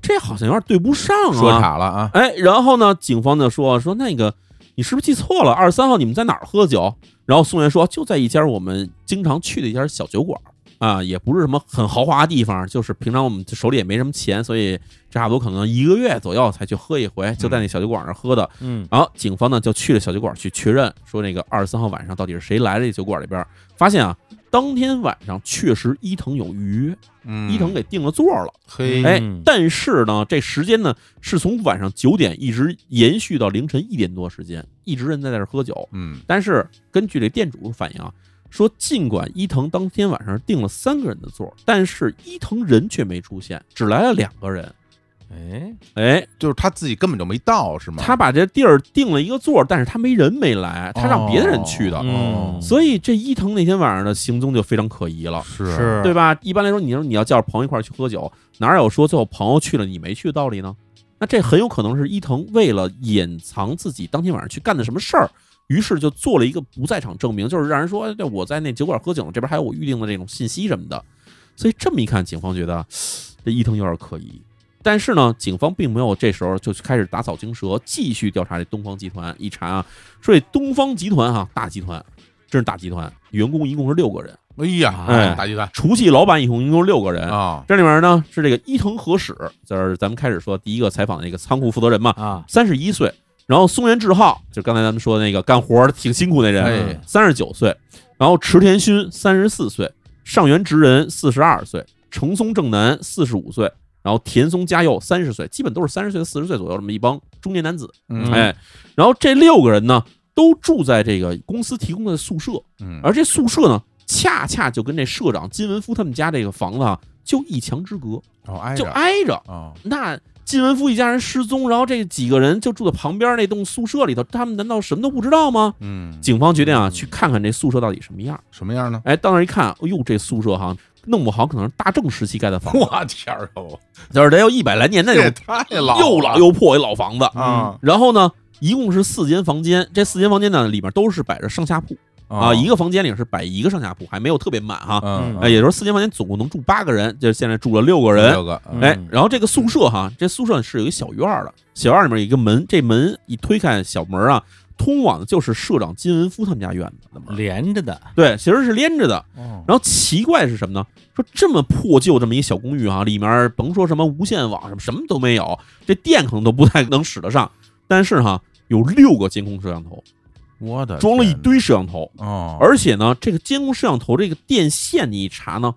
Speaker 3: 这好像有点对不上啊。
Speaker 2: 说岔了啊，
Speaker 3: 哎，然后呢，警方就说说那个你是不是记错了？二十三号你们在哪儿喝酒？然后宋元说就在一家我们经常去的一家小酒馆啊，也不是什么很豪华的地方，就是平常我们手里也没什么钱，所以差不多可能一个月左右才去喝一回，就在那小酒馆那儿喝的。
Speaker 1: 嗯，
Speaker 3: 然后警方呢就去了小酒馆去确认，说那个二十三号晚上到底是谁来这酒馆里边儿，发现啊。当天晚上确实伊藤有预约，
Speaker 2: 嗯，
Speaker 3: 伊藤给定了座了，
Speaker 2: 嘿，
Speaker 3: 哎
Speaker 1: 嗯，
Speaker 3: 但是呢，这时间呢是从晚上九点一直延续到凌晨一点多时间，一直人在那儿喝酒。
Speaker 2: 嗯
Speaker 3: 但是根据这店主反映啊，说尽管伊藤当天晚上订了三个人的座，但是伊藤人却没出现，只来了两个人。
Speaker 1: 哎，
Speaker 3: 哎，
Speaker 2: 就是他自己根本就没到是吗？
Speaker 3: 他把这地儿定了一个座，但是他没人没来，他让别的人去的。
Speaker 1: 哦嗯
Speaker 3: 所以这伊藤那天晚上的行踪就非常可疑了。
Speaker 2: 是
Speaker 1: 是，
Speaker 3: 对吧？一般来说，你说你要叫朋友一块儿去喝酒，哪有说最后朋友去了你没去的道理呢？那这很有可能是伊藤为了隐藏自己当天晚上去干的什么事儿，于是就做了一个不在场证明，就是让人说哎对我在那酒馆喝酒，这边还有我预定的这种信息什么的。所以这么一看，警方觉得嗯这伊藤有点可疑。但是呢，警方并没有这时候就开始打草惊蛇，继续调查这东方集团。一查啊，说这东方集团哈、啊大集团，真是大集团，员工一共是六个人，
Speaker 2: 哎呀，
Speaker 3: 哎
Speaker 2: 大集团
Speaker 3: 厨气老板一共一共六个人。
Speaker 2: 啊，
Speaker 3: 这里面呢是这个伊藤和史，就是咱们开始说第一个采访的那个仓库负责人嘛，
Speaker 1: 啊，
Speaker 3: 三十一岁。然后松原智浩，就是刚才咱们说的那个干活儿挺辛苦那
Speaker 2: 哎
Speaker 3: 人，啊三十九岁。然后池田勋三十四岁，上原直人四十二岁，成松正男四十五岁，然后田松嘉佑三十岁，基本都是三十岁到四十岁左右这么一帮中年男子。
Speaker 2: 嗯
Speaker 3: 哎，然后这六个人呢，都住在这个公司提供的宿舍。
Speaker 2: 嗯，
Speaker 3: 而这宿舍呢，恰恰就跟这社长金文夫他们家这个房子啊，就一墙之隔，
Speaker 2: 哦挨
Speaker 3: 就
Speaker 2: 着
Speaker 3: 挨着。
Speaker 2: 啊，
Speaker 3: 那金文夫一家人失踪，然后这几个人就住在旁边那栋宿舍里头，他们难道什么都不知道吗？
Speaker 2: 嗯，
Speaker 3: 警方决定啊，
Speaker 2: 嗯
Speaker 3: 去看看这宿舍到底什么样。
Speaker 2: 什么样呢？
Speaker 3: 哎，到那儿一看，哎呦，这宿舍哈，弄不好可能是大正时期盖的房，
Speaker 2: 我天儿哦，
Speaker 3: 就是得有一百来年那
Speaker 2: 这也
Speaker 3: 种，
Speaker 2: 太老了
Speaker 3: 哎又老又破一老房子。
Speaker 2: 啊
Speaker 3: 然后呢，一共是四间房间，这四间房间呢，里面都是摆着上下铺啊，一
Speaker 2: 个
Speaker 3: 个房间里是摆一个上下铺，还没有特别满哈。
Speaker 2: 哦嗯
Speaker 1: 嗯
Speaker 3: 哎，也就是四间房间总共能住八个人，就是现在住了六个人。
Speaker 2: 六个
Speaker 1: 嗯
Speaker 3: 哎，然后这个宿舍哈，这宿舍是有一个小院儿的，小院儿里面有一个门，这门一推开，小门啊，通往的就是社长金文夫他们家院子的门。
Speaker 1: 连着的，
Speaker 3: 对，其实是连着的。
Speaker 2: 哦
Speaker 3: 然后奇怪是什么呢？说这么破旧这么一小公寓啊，里面甭说什么无线网什么什么都没有，这电可能都不太能使得上。但是哈，有六个监控摄像头，
Speaker 2: 我的
Speaker 3: 装了一
Speaker 2: 天
Speaker 3: 堆摄像头，
Speaker 2: 哪哦，
Speaker 3: 而且呢，这个监控摄像头这个电线你一查呢，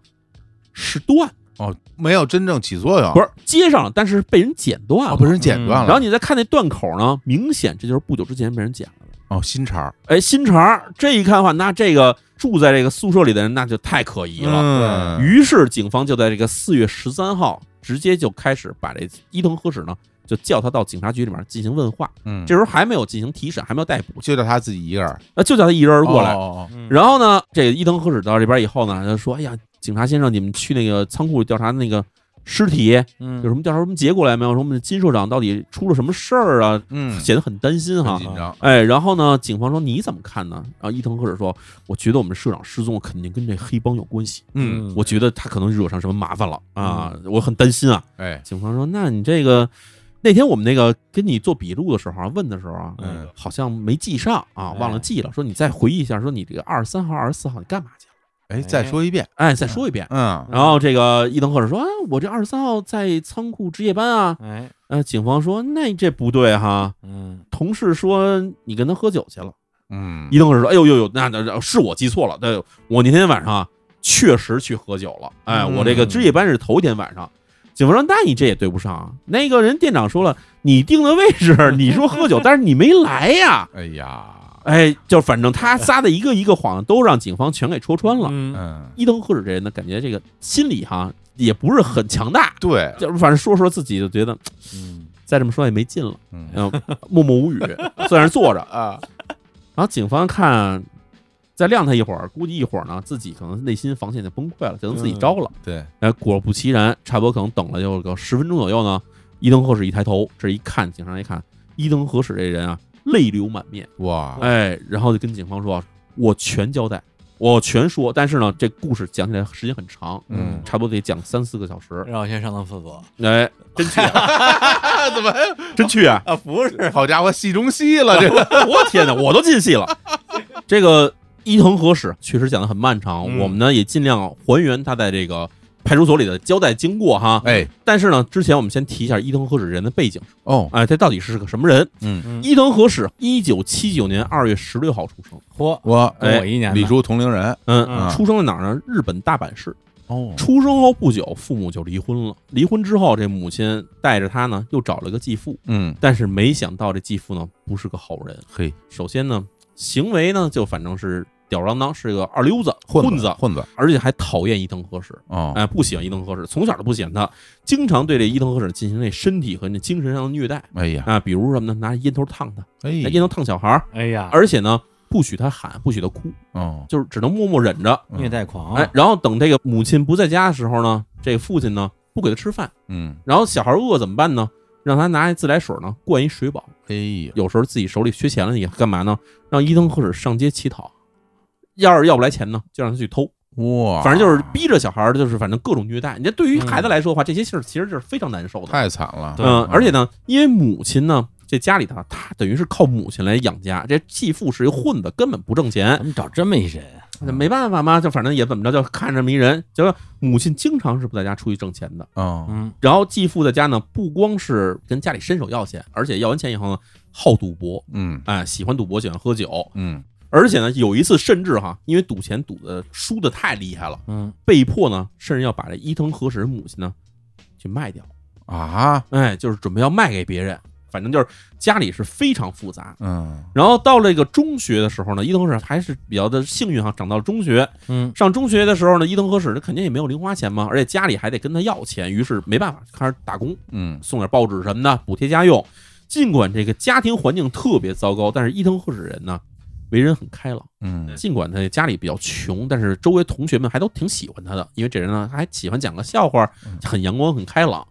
Speaker 3: 是断，
Speaker 2: 哦没有真正起作用，
Speaker 3: 不是接上了，但是被人剪断了。
Speaker 2: 哦被人剪断
Speaker 1: 嗯
Speaker 2: 了，
Speaker 3: 然后你再看那断口呢，明显这就是不久之前被人剪了的。
Speaker 2: 哦新茬儿
Speaker 3: 哎，新茬儿这一看的话，那这个住在这个宿舍里的人那就太可疑了。
Speaker 2: 嗯
Speaker 3: 于是警方就在这个四月十三号直接就开始把这伊藤和史呢，就叫他到警察局里面进行问话。
Speaker 2: 嗯，
Speaker 3: 这时候还没有进行提审，还没有逮捕，
Speaker 2: 就叫他自己一个人
Speaker 3: 那就叫他一人儿过来。
Speaker 2: 哦哦
Speaker 3: 然后呢，这个伊藤和史到这边以后呢，他就说：“哎呀，警察先生，你们去那个仓库调查那个尸体，
Speaker 1: 嗯
Speaker 3: 有什么调查什么结果来没有？说我们的金社长到底出了什么事儿啊？
Speaker 2: 嗯，
Speaker 3: 显得很担心
Speaker 2: 很
Speaker 3: 哈。
Speaker 2: 紧张，
Speaker 3: 哎，然后呢，警方说你怎么看呢？然后伊藤和史说，我觉得我们社长失踪肯定跟这黑帮有关系，
Speaker 2: 嗯，
Speaker 3: 我觉得他可能惹上什么麻烦了啊，我很担心啊。
Speaker 2: 哎，
Speaker 3: 警方说，那你这个那天我们那个跟你做笔录的时候啊，问的时候啊，
Speaker 2: 嗯哎
Speaker 3: 好像没记上啊，忘了记了。说你再回忆一下，说你这个二十三号、二十四号你干嘛去了？
Speaker 2: 哎，再说一遍，
Speaker 3: 哎，再说一遍。
Speaker 2: 嗯，
Speaker 3: 然后这个伊藤和史说，哎，我这二十三号在仓库值夜班啊。
Speaker 1: 哎，
Speaker 3: 呃，警方说，那这不对哈。
Speaker 1: 嗯，
Speaker 3: 同事说你跟他喝酒去了。
Speaker 2: 嗯，
Speaker 3: 一等会儿说：“哎呦呦呦，那那那是我记错了，对，我那天晚上啊确实去喝酒了。哎，
Speaker 2: 嗯
Speaker 3: 我这个值夜班是头一天晚上。”警方说：“那你这也对不上啊。那个人店长说了，你定的位置，你说喝酒，但是你没来呀。
Speaker 2: 哎呀，
Speaker 3: 哎，就反正他撒的一个一个谎，都让警方全给戳穿了。
Speaker 1: 嗯
Speaker 2: 嗯，
Speaker 3: 伊藤和史这人呢，感觉这个心理哈也不是很强大，
Speaker 2: 对，
Speaker 3: 就是反正说说自己就觉得
Speaker 1: 嗯，
Speaker 3: 再这么说也没劲了，
Speaker 2: 嗯
Speaker 3: 然后呃默
Speaker 2: [laughs]
Speaker 3: 默无语，在那儿坐着。
Speaker 2: 啊，
Speaker 3: 然后警方看，再晾他一会儿，估计一会儿呢，自己可能内心防线就崩溃了，就能自己
Speaker 2: 嗯
Speaker 3: 招了。
Speaker 2: 对，
Speaker 3: 哎，果不其然，差不多可能等了有个十分钟左右呢，伊藤和史一抬头，这一看，警察一看，伊藤和史这人啊，泪流满面，
Speaker 2: 哇，
Speaker 3: 哎，然后就跟警方说，我全交代，我全说，但是呢，这故事讲起来时间很长，
Speaker 2: 嗯
Speaker 3: 差不多得讲三四个小时，
Speaker 1: 让我先上趟厕所
Speaker 3: 哎，真去、啊，
Speaker 2: [laughs] 怎么
Speaker 3: 真去啊！
Speaker 1: 啊，不是，
Speaker 2: 嗯好家伙，戏中戏了，这 [laughs] 个
Speaker 3: [laughs] 我天哪，我都进戏了。这个伊藤和史确实讲的很漫长，
Speaker 2: 嗯
Speaker 3: 我们呢也尽量还原他在这个派出所里的交代经过哈。
Speaker 2: 哎
Speaker 3: 但是呢，之前我们先提一下伊藤和史人的背景，
Speaker 2: 哦，
Speaker 3: 哎，他到底是个什么人？
Speaker 2: [laughs] 嗯，
Speaker 3: 伊藤和史，一九七九年二月十六号出生，
Speaker 1: 嚯，哎
Speaker 2: 我
Speaker 3: 哎
Speaker 1: 跟我一年的
Speaker 2: 李叔同龄人
Speaker 3: 嗯，
Speaker 2: 嗯
Speaker 3: 出生在哪儿呢？日本大阪市。
Speaker 2: 哦
Speaker 3: 出生后不久，父母就离婚了。离婚之后，这母亲带着他呢，又找了个继父，
Speaker 2: 嗯
Speaker 3: 但是没想到这继父呢，不是个好人。
Speaker 2: 嘿，
Speaker 3: 首先呢，行为呢就反正是吊儿郎当，是个二流子、
Speaker 2: 混
Speaker 3: 子，
Speaker 2: 混子
Speaker 3: 而且还讨厌伊藤和史，
Speaker 2: 哦
Speaker 3: 哎，不喜欢伊藤和史，从小就不喜欢他，经常对这伊藤和史进行那身体和那精神上的虐待
Speaker 2: 哎呀
Speaker 3: 啊，比如什么呢，拿烟头烫他，
Speaker 2: 哎
Speaker 3: 拿烟头烫小孩儿，
Speaker 1: 哎呀，
Speaker 3: 而且呢不许他喊，不许他哭，
Speaker 2: 哦
Speaker 3: 就是只能默默忍着。
Speaker 1: 虐待狂，
Speaker 3: 哎，，然后等这个母亲不在家的时候呢，这个父亲呢不给他吃饭，
Speaker 2: 嗯
Speaker 3: 然后小孩饿怎么办呢？让他拿一自来水呢灌一水饱，
Speaker 2: 哎呀
Speaker 3: 有时候自己手里缺钱了也干嘛呢？让伊藤和史上街乞讨，要是要不来钱呢，就让他去偷，
Speaker 2: 哇，
Speaker 3: 反正就是逼着小孩儿，就是反正各种虐待。你这对于孩子来说的话，这些事儿其实是非常难受的。
Speaker 2: 太惨了，
Speaker 3: 嗯，而且呢，因为母亲呢，这家里头啊他等于是靠母亲来养家，这继父是一混子，根本不挣钱
Speaker 1: 怎，么找这么一人？啊
Speaker 3: 那没办法嘛，就反正也怎么着，就看着迷人。结果母亲经常是不在家出去挣钱的，
Speaker 2: 嗯
Speaker 1: 嗯，
Speaker 3: 然后继父在家呢，不光是跟家里伸手要钱，而且要完钱以后呢，好赌博，
Speaker 2: 嗯
Speaker 3: 哎，喜欢赌博，喜欢喝酒，
Speaker 2: 嗯
Speaker 3: 而且呢，有一次甚至哈，因为赌钱赌的输的太厉害了，
Speaker 1: 嗯，
Speaker 3: 被迫呢，甚至要把这伊藤和史母亲呢去卖掉，
Speaker 2: 啊
Speaker 3: 哎，就是准备要卖给别人，反正就是家里是非常复杂。
Speaker 2: 嗯
Speaker 3: 然后到了这个中学的时候呢，伊藤和史还是比较的幸运哈，长到了中学。
Speaker 1: 嗯，
Speaker 3: 上中学的时候呢，伊藤和史肯定也没有零花钱嘛，而且家里还得跟他要钱，于是没办法，开始打工，
Speaker 2: 嗯
Speaker 3: 送点报纸什么的，补贴家用。尽管这个家庭环境特别糟糕，但是伊藤和史人呢，为人很开朗。
Speaker 2: 嗯
Speaker 3: 尽管他家里比较穷，但是周围同学们还都挺喜欢他的，因为这人呢还喜欢讲个笑话，很阳光，很开朗。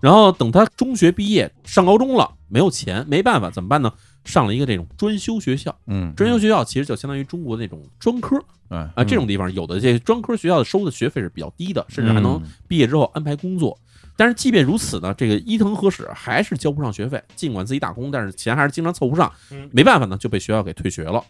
Speaker 3: 然后等他中学毕业，上高中了，没有钱，没办法，怎么办呢？上了一个这种专修学校，
Speaker 2: 嗯
Speaker 3: 专修学校其实就相当于中国那种专科
Speaker 2: 哎
Speaker 3: 啊，这种地方有的这专科学校收的学费是比较低的，甚至还
Speaker 2: 嗯
Speaker 3: 能毕业之后安排工作。但是即便如此呢，这个伊藤和史还是交不上学费，尽管自己打工，但是钱还是经常凑不上
Speaker 1: 嗯，
Speaker 3: 没办法呢，就被学校给退学了。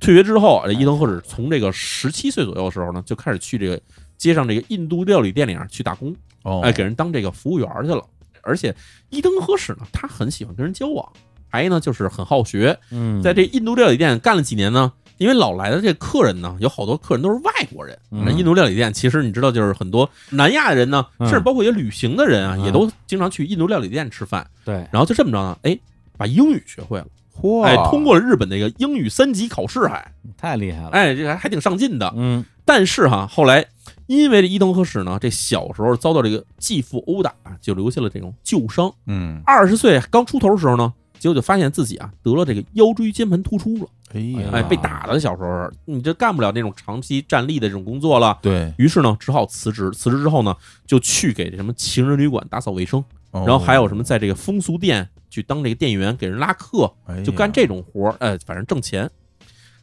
Speaker 3: 退学之后，这伊藤和史从这个十七岁左右的时候呢，就开始去这个街上这个印度料理店里面去打工，
Speaker 2: 哦
Speaker 3: 哎，给人当这个服务员去了。而且伊藤和史呢，他很喜欢跟人交往，还呢就是很好学，
Speaker 1: 嗯，
Speaker 3: 在这印度料理店干了几年呢，因为老来的这客人呢，有好多客人都是外国人。
Speaker 1: 嗯
Speaker 3: 那印度料理店其实你知道，就是很多南亚人呢，
Speaker 1: 嗯
Speaker 3: 甚至包括一些旅行的人啊，
Speaker 1: 嗯
Speaker 3: 也都经常去印度料理店吃饭。
Speaker 1: 对，
Speaker 3: 然后就这么着呢，哎，把英语学会了，
Speaker 2: 嚯
Speaker 3: 哎，通过了日本的一个英语三级考试，还
Speaker 1: 太厉害了，
Speaker 3: 哎，这个还挺上进的。
Speaker 1: 嗯，
Speaker 3: 但是哈，后来因为这伊藤和史呢，这小时候遭到这个继父殴打，就留下了这种旧伤。
Speaker 2: 嗯
Speaker 3: 二十岁刚出头的时候呢，结果就发现自己啊得了这个腰椎间盘突出了。
Speaker 2: 哎呀
Speaker 3: 哎，
Speaker 1: 啊
Speaker 3: 被打了。小时候，你这干不了那种长期站立的这种工作了。
Speaker 2: 对，
Speaker 3: 于是呢，只好辞职。辞职之后呢，就去给什么情人旅馆打扫卫生，
Speaker 2: 然
Speaker 3: 然后还有什么在这个风俗店去当这个店员，给人拉客，
Speaker 2: 哎
Speaker 3: 就干这种活儿。哎，反正挣钱。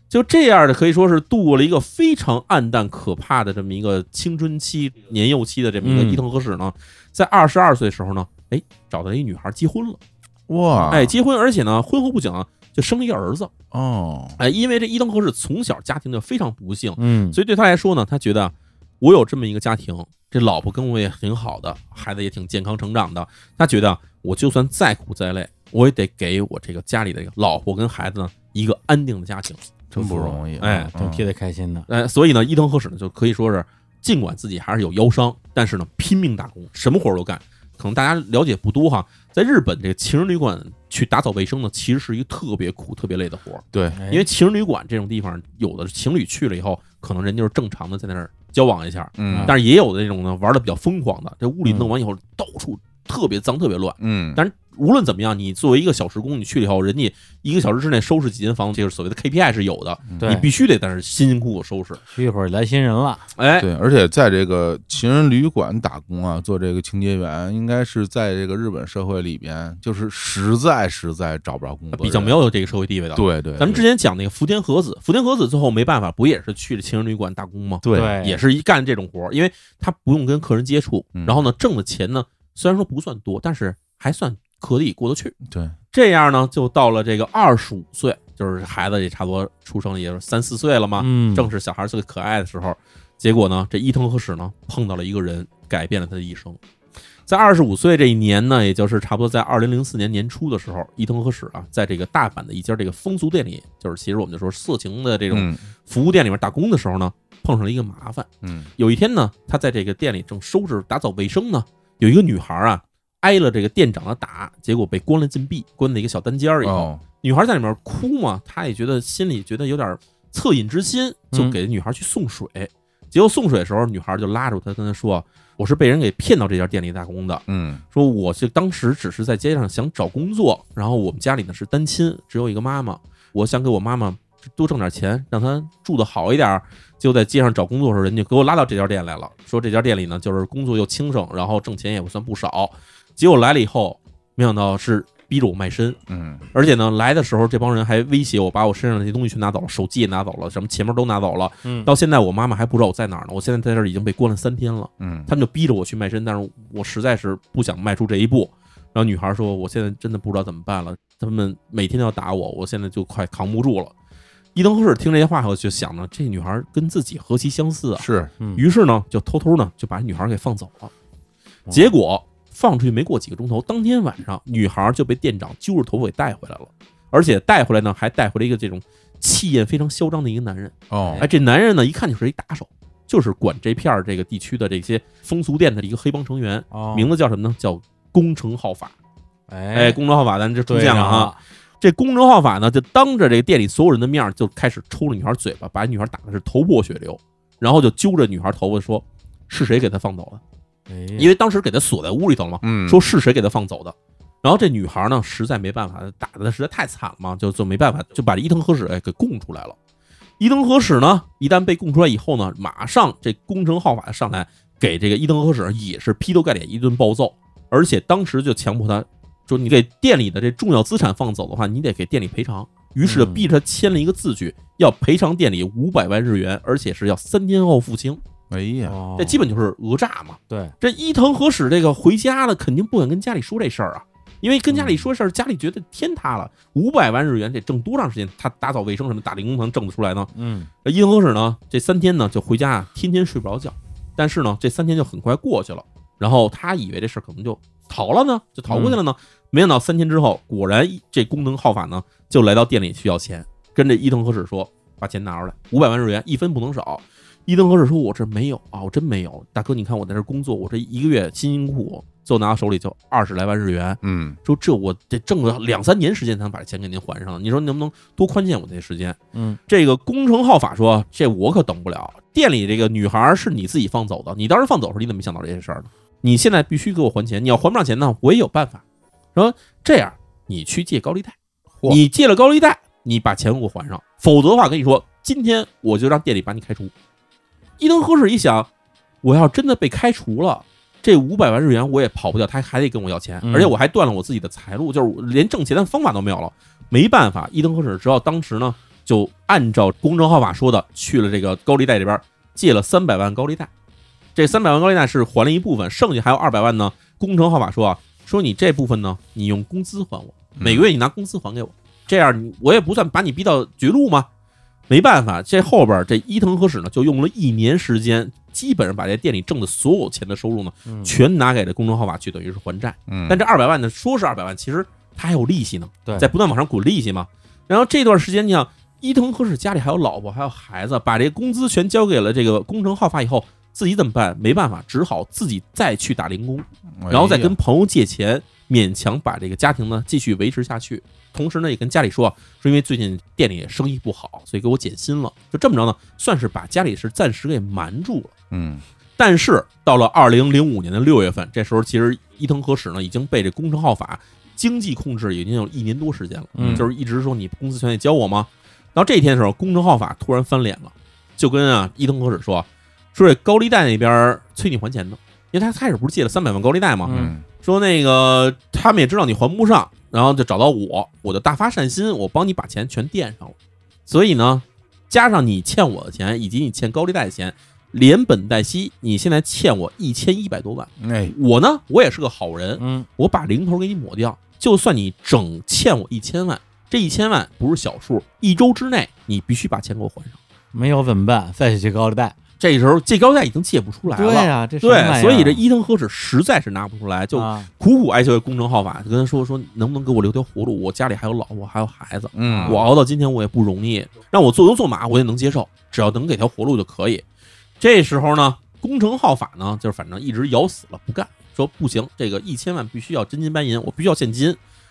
Speaker 3: 就这样的，可以说是度过了一个非常暗淡可怕的这么一个青春期、年幼期的这么一个
Speaker 1: 嗯
Speaker 3: 伊藤和史呢，在二十二岁的时候呢，哎，找到一女孩结婚了，
Speaker 2: 哇，
Speaker 3: 哎，结婚，而且呢，婚后不久呢，就生了一个儿子，
Speaker 2: 哦，
Speaker 3: 哎，因为这伊藤和是从小家庭就非常不幸，
Speaker 1: 嗯，
Speaker 3: 所以对他来说呢，他觉得啊我有这么一个家庭，这老婆跟我也挺好的，孩子也挺健康成长的，他觉得啊我就算再苦再累，我也得给我这个家里的老婆跟孩子呢一个安定的家庭。
Speaker 2: 真不容易，
Speaker 3: 哎
Speaker 2: 嗯
Speaker 1: 挺替他开心的，
Speaker 3: 哎，所以呢，伊藤和史呢就可以说是，尽管自己还是有腰伤，但是呢拼命打工，什么活儿都干。可能大家了解不多哈，在日本这个情人旅馆去打扫卫生呢，其实是一个特别苦、特别累的活儿。
Speaker 2: 对，
Speaker 1: 哎
Speaker 3: 嗯因为情人旅馆这种地方，有的情侣去了以后，可能人就是正常的在那儿交往一下，
Speaker 2: 嗯，
Speaker 3: 但是也有的那种呢玩的比较疯狂的，这屋里弄完以后到处特别脏、特别乱。
Speaker 2: 嗯，
Speaker 3: 但是无论怎么样，你作为一个小时工，你去了以后，人家一个小时之内收拾几间房，这个所谓的 KPI 是有的，
Speaker 1: 对
Speaker 3: 你必须得在那儿辛辛苦苦收拾。
Speaker 1: 去一会儿来新人了，
Speaker 3: 哎，
Speaker 2: 对，而且在这个情人旅馆打工啊，做这个清洁员，应该是在这个日本社会里边，就是实在实在找不着工作人，
Speaker 3: 比较没有这个社会地位的。，
Speaker 2: 对对，
Speaker 3: 咱们之
Speaker 2: 前
Speaker 3: 前讲那个福田和子，福田和子最后没办法，不也是去了情人旅馆打工吗？
Speaker 2: 对
Speaker 3: 也是一干这种活儿，因为他不用跟客人接触
Speaker 2: 嗯，
Speaker 3: 然后呢，挣的钱呢虽然说不算多，但是还算可以过得去。
Speaker 2: 对
Speaker 3: 这样呢，就到了这个二十五岁，就是孩子也差不多出生，也就是三四岁了嘛，
Speaker 1: 嗯，
Speaker 3: 啊正是小孩最可爱的时候。结果呢，这伊藤和史呢碰到了一个人，改变了他的一生。在二十五岁这一年呢，也就是差不多在二零零四年年初的时候，伊藤和史啊，在这个大阪的一家这个风俗店里，就是其实我们就说色情的
Speaker 2: 这
Speaker 3: 这种
Speaker 2: 嗯
Speaker 3: 服务店里面打工的时候呢，碰上了一个麻烦。
Speaker 2: 嗯
Speaker 3: 有一天呢，他在这个店里正收拾打扫卫生呢，有一个女孩啊挨了这个店长的打，结果被关了禁闭，关在一个小单间儿里头。
Speaker 2: 哦
Speaker 3: 女孩在里面哭嘛，他也觉得心里觉得有点恻隐之心，就给女孩去送水。结果送水的时候，女孩就拉住他，跟他说：“我是被人给骗到这家店里打工的，
Speaker 2: 嗯
Speaker 3: 说我是当时只是在街上想找工作，然后我们家里呢是单亲，只有一个妈妈，我想给我妈妈多挣点钱，让她住的好一点儿。就在街上找工作的时候，人家给我拉到这家店来了，说这家店里呢就是工作又轻省，然后挣钱也不算不少。结果来了以后，没想到是逼着我卖身，
Speaker 2: 嗯
Speaker 3: 而且呢来的时候这帮人还威胁我，把我身上的这些东西全拿走了，手机也拿走了，什么钱包都拿走了。
Speaker 1: 嗯
Speaker 3: 到现在我妈妈还不知道我在哪儿呢，我现在在这儿已经被关了三天了。
Speaker 2: 嗯，
Speaker 3: 他们就逼着我去卖身，但是我实在是不想迈出这一步。然后女孩说：“我现在真的不知道怎么办了，他们每天都要打我，我现在就快扛不住了。”伊藤和世听这些话后就想呢，这女孩跟自己何其相似啊！
Speaker 2: 是
Speaker 1: 嗯
Speaker 3: 于是呢，就偷偷呢就把女孩给放走了。
Speaker 1: 哇
Speaker 3: 结果放出去没过几个钟头，当天晚上女孩就被店长揪着头发给带回来了，而且带回来呢还带回来一个这种气焰非常嚣张的一个男人。
Speaker 2: 哦
Speaker 3: 哎，，这男人呢，一看就是一打手，就是管这片儿这个地区的这些风俗店的一个黑帮成员，
Speaker 1: 哦
Speaker 3: 名字叫什么呢？叫工程号法。哎，
Speaker 1: 哎
Speaker 3: 工程号法，咱这出
Speaker 1: 对
Speaker 3: 现了
Speaker 1: 上
Speaker 3: 啊。
Speaker 1: 了
Speaker 3: 这工程号法呢，就当着这个店里所有人的面儿，就开始抽了女孩嘴巴，把女孩打的是头破血流，然后就揪着女孩头发说：“是谁给她放走的？”
Speaker 1: 哎
Speaker 3: 因为当时给她锁在屋里头了嘛，
Speaker 2: 嗯
Speaker 3: 说是谁给她放走的。然后这女孩呢，实在没办法，打的实在太惨了嘛，就就没办法，就把这伊藤和史哎给供出来了。伊藤和史呢，一旦被供出来以后呢，马上这工程号法上来给这个伊藤和史也是劈头盖脸一顿暴揍，而且当时就强迫他，说你给店里的这重要资产放走的话，你得给店里赔偿。于是就
Speaker 1: 嗯
Speaker 3: 逼着他签了一个字据，要赔偿店里五百万日元，而且是要三天后付清。
Speaker 2: 哎呀，
Speaker 1: 哦
Speaker 3: 这基本就是讹诈嘛。
Speaker 1: 对
Speaker 3: 这伊藤和史这个回家了，肯定不敢跟家里说这事儿啊，因为跟家里说事儿，家里觉得天塌了。五百万日元得挣多长时间？他打扫卫生什么打零工能挣得出来呢？
Speaker 1: 嗯
Speaker 3: 这伊藤和史呢，这三天呢就回家啊，天天睡不着觉。但是呢，这三天就很快过去了。然后他以为这事儿可能就逃了呢，就逃过去了呢。没想到三天之后，果然这功能号法呢就来到店里去要钱，跟这伊藤和史说把钱拿出来，五百万日元一分不能少。伊藤和史说：“我这没有啊，我真没有。大哥，你看我在这工作，我这一个月辛辛苦苦，最后拿到手里就二十来万日元。
Speaker 2: 嗯
Speaker 3: 说这我得挣个两三年时间才能把这钱给您还上。你说能不能多宽限我这时间？
Speaker 1: 嗯，
Speaker 3: 这个工程号法说这我可等不了。店里这个女孩是你自己放走的，你当时放走的时候你怎么没想到这些事儿呢？你现在必须给我还钱，你要还不上钱呢，我也有办法。说这样，你去借高利贷，
Speaker 2: 嚯
Speaker 3: 你借了高利贷，你把钱给我还上，否则的话，跟你说，今天我就让店里把你开除。伊藤和史一想，我要真的被开除了，这五百万日元我也跑不掉，他还得跟我要钱，
Speaker 1: 嗯
Speaker 3: 而且我还断了我自己的财路，就是我连挣钱的方法都没有了。没办法，伊藤和史只好当时呢，就按照公证号法说的，去了这个高利贷这边借了三百万高利贷。这三百万高利贷是还了一部分，剩下还有二百万呢。工程号法说啊，说你这部分呢，你用工资还我，
Speaker 2: 嗯
Speaker 3: 每个月你拿工资还给我，这样你我也不算把你逼到绝路嘛。没办法，这后边这伊藤和史呢，就用了一年时间，基本上把这店里挣的所有钱的收入呢，
Speaker 1: 嗯
Speaker 3: 全拿给这公证号法去，等于是还债。
Speaker 2: 嗯，
Speaker 3: 但这二百万呢，说是二百万，其实它还有利息呢，
Speaker 1: 对
Speaker 3: 在不断往上滚利息嘛。然后这段时间，你想伊藤和史家里还有老婆，还有孩子，把这工资全交给了这个工程号发以后，自己怎么办？没办法，只好自己再去打零工，
Speaker 2: 哎
Speaker 3: 然后再
Speaker 2: 呀
Speaker 3: 跟朋友借钱，勉强把这个家庭呢继续维持下去。同时呢，也跟家里说，说因为最近店里生意不好，所以给我减薪了。就这么着呢，算是把家里是暂时给瞒住了。
Speaker 2: 嗯
Speaker 3: 但是到了二零零五年的六月份，这时候其实伊藤和史呢已经被这工程号法经济控制已经有一年多时间了，
Speaker 1: 嗯
Speaker 3: 就是一直说你公司全得交我吗？到这一天的时候，工程号法突然翻脸了，就跟啊伊藤和史说，说这高利贷那边催你还钱呢，因为他开始不是借了三百万高利贷吗？
Speaker 1: 嗯
Speaker 3: 说那个他们也知道你还不上，然后就找到我，我就大发善心，我帮你把钱全垫上了。所以呢，加上你欠我的钱以及你欠高利贷的钱，连本带息，你现在欠我一千一百多万。
Speaker 2: 哎，
Speaker 3: 我呢，我也是个好人，
Speaker 1: 嗯
Speaker 3: 我把零头给你抹掉，就算你整欠我一千万，这一千万不是小数，一周之内你必须把钱给我还上。
Speaker 1: 没有怎么办？再去借高利贷。
Speaker 3: 这时候借高利贷已经借不出来了，
Speaker 1: 对呀，这什么玩意
Speaker 3: 对，
Speaker 1: 儿
Speaker 3: 所以这伊藤和史实在是拿不出来，就
Speaker 1: 啊
Speaker 3: 苦苦哀求公正号法，就跟他说说能不能给我留条活路？我家里还有老婆，还有孩子，
Speaker 2: 嗯，
Speaker 3: 我熬到今天我也不容易，让我做牛做马我也能接受，只要能给条活路就可以。这时候呢，工程号法呢，就是反正一直咬死了不干，说不行，这个一千万必须要真金白银，我必须要现金。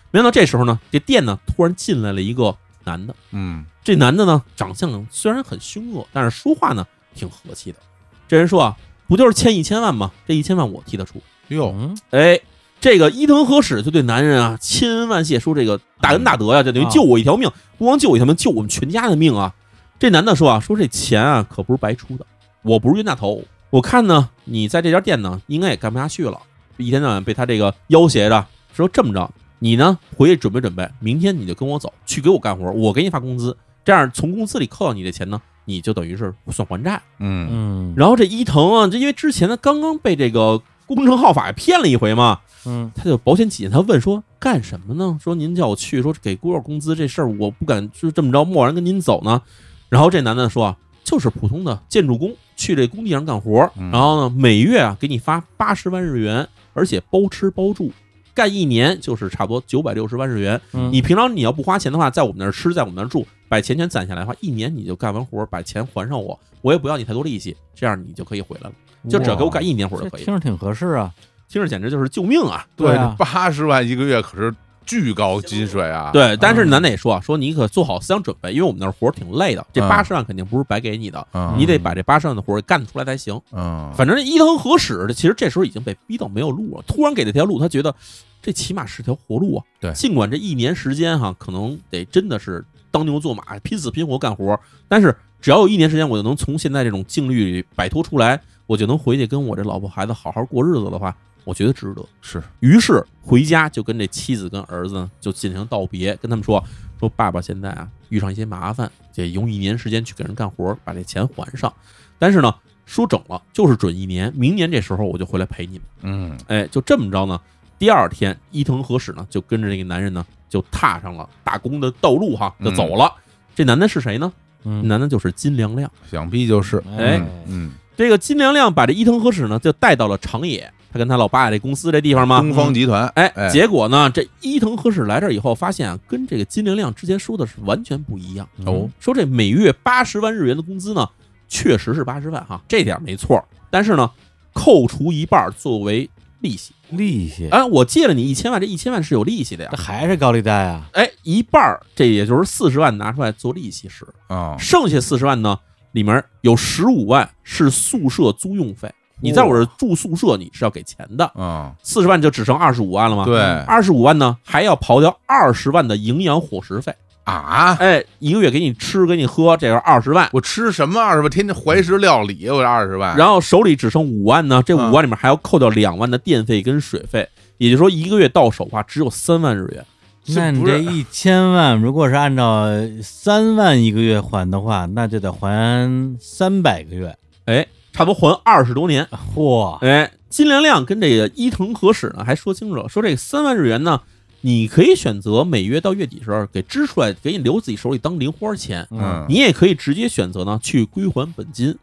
Speaker 3: 没想到这时候呢，这店呢突然进来了一个男的，
Speaker 2: 嗯
Speaker 3: 这男的呢长相虽然很凶恶，但是说话呢挺和气的。这人说啊，不就是欠一千万吗？这一千万我替他出。
Speaker 2: 哟，
Speaker 1: 嗯
Speaker 3: 哎，这个伊藤和史就对男人啊千恩万谢，说这个大恩大德呀、这等于
Speaker 1: 啊
Speaker 3: 救我一条命，不光救我一条命，救我们全家的命啊！这男的说啊，说这钱啊可不是白出的，我不是冤大头，我看呢你在这家店呢应该也干不下去了，一天到晚被他这个要挟着，说这么着，你呢回去准备准备，明天你就跟我走，去给我干活，我给你发工资，这样从工资里扣掉你的钱呢，你就等于是算还债。
Speaker 2: 嗯
Speaker 1: 嗯，
Speaker 3: 然后这伊藤啊，这因为之前他刚刚被这个公证号法骗了一回嘛，
Speaker 1: 嗯
Speaker 3: 他就保险起见，他问说干什么呢？说您叫我去，说给多少工资这事儿，我不敢就这么着贸然跟您走呢。然后这男的说啊，就是普通的建筑工，去这工地上干活儿，
Speaker 2: 嗯
Speaker 3: 然后呢每月啊给你发八十万日元，而且包吃包住，干一年就是差不多九百六十万日元。
Speaker 1: 嗯
Speaker 3: 你平常你要不花钱的话，在我们那儿吃，在我们那儿住，把钱全攒下来的话，一年你就干完活儿，把钱还上我，我也不要你太多利息，这样你就可以回来了，就只要给我干一年活儿
Speaker 1: 嗯这
Speaker 3: 就可以。
Speaker 1: 听着挺合适啊。
Speaker 3: 听着简直就是救命啊！
Speaker 1: 对
Speaker 2: 对
Speaker 1: 啊，
Speaker 2: 八十万一个月可是巨高薪水啊，，
Speaker 3: 对，但是
Speaker 1: 嗯
Speaker 3: 男的也说啊，说你可做好思想准备，因为我们那儿活儿挺累的，这
Speaker 2: 嗯
Speaker 3: 八十万肯定不是白给你的，
Speaker 2: 嗯
Speaker 3: 你得把这八十万的活儿干得出来才行。
Speaker 2: 嗯，
Speaker 3: 反正伊藤和史其实这时候已经被逼到没有路了，突然给了条路，他觉得这起码是条活路啊。
Speaker 2: 对
Speaker 3: 尽管这一年时间哈、可能得真的是当牛做马，拼死拼活干活儿，但是只要有一年时间，我就能从现在这种境遇里摆脱出来，我就能回去跟我这老婆孩子好好过日子的话，我觉得值得。
Speaker 2: 是，
Speaker 3: 于是回家就跟这妻子跟儿子呢就进行道别，跟他们说说爸爸现在啊遇上一些麻烦，得用一年时间去给人干活，把这钱还上。但是呢，说整了就是准一年，明年这时候我就回来陪你们。
Speaker 2: 嗯
Speaker 3: 哎，就这么着呢。第二天，伊藤和史呢就跟着这个男人呢就踏上了打工的道路哈，就走了。这男的是谁呢？
Speaker 1: 嗯，
Speaker 3: 男的就是金良亮。
Speaker 2: 想必就是，
Speaker 1: 哎
Speaker 2: 嗯，
Speaker 3: 这个金良亮把这伊藤和史呢就带到了长野，他跟他老爸这公司这地方嘛，
Speaker 2: 东方集团，
Speaker 3: 哎，结果呢，这伊藤和史来这儿以后，发现啊，跟这个金玲亮之前说的是完全不一样。嗯
Speaker 2: 哦，
Speaker 3: 说这每月八十万日元的工资呢，确实是八十万哈，这点儿没错儿。但是呢，扣除一半儿作为利息。
Speaker 1: 利
Speaker 2: 啊
Speaker 1: 息，
Speaker 3: 哎，我借了你一千万，这一千万是有利息的呀
Speaker 1: 这。还是高利贷啊？
Speaker 3: 哎，一半儿，这也就是四十万拿出来做利息使，
Speaker 2: 啊，
Speaker 3: 剩下四十万呢，里面有十五万是宿舍租用费。你在我这儿住宿舍，你是要给钱的。
Speaker 2: 啊，
Speaker 3: 四十万就只剩二十五万了吗？
Speaker 2: 对
Speaker 3: 二十五万呢，还要刨掉二十万的营养伙食费。
Speaker 2: 啊，
Speaker 3: 哎，一个月给你吃给你喝，这是二十万。
Speaker 2: 我吃什么二十万？天天怀石料理，啊我这二十万，
Speaker 3: 然后手里只剩五万呢，这
Speaker 2: 嗯
Speaker 3: 五万里面还要扣掉两万的电费跟水费，也就是说一个月到手啊只有三万日元。
Speaker 1: 那你
Speaker 2: 不
Speaker 1: 这
Speaker 2: 是啊
Speaker 1: 一千万，如果是按照三万一个月还的话，那就得还三百个月。
Speaker 3: 哎，差不多还二十多年。
Speaker 2: 啊
Speaker 1: 嚯，
Speaker 3: 哎，金良亮跟这个伊藤和史呢还说清楚了，说这三万日元呢，你可以选择每月到月底时候给支出来，给你留自己手里当零花钱。
Speaker 2: 嗯，
Speaker 3: 你也可以直接选择呢去归还本金。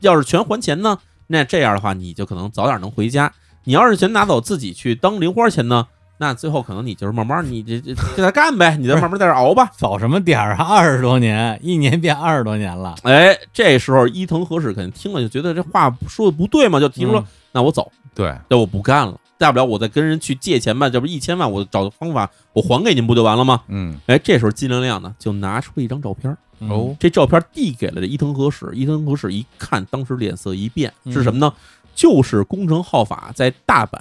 Speaker 3: 要是全还钱呢，那这样的话你就可能早点能回家。你要是全拿走自己去当零花钱呢，那最后可能你就是慢慢你这这给他干呗，你就慢慢在这熬吧。
Speaker 1: 早什么点儿啊？二十多年，一年变二十多年了。
Speaker 3: 哎，这时候伊藤和史肯定听了就觉得这话说的不对嘛，就提出了、
Speaker 1: 嗯
Speaker 3: 那我走，
Speaker 2: 对，
Speaker 3: 那我不干了，大不了我再跟人去借钱吧，这不一千万我找方法我还给您不就完了吗？
Speaker 2: 嗯，
Speaker 3: 哎，这时候金良亮呢就拿出了一张照片，
Speaker 1: 嗯
Speaker 2: 哦，
Speaker 3: 这照片递给了这伊藤和史，伊藤和史一看，当时脸色一变，
Speaker 1: 嗯
Speaker 3: 是什么呢？就是宫城浩法在大阪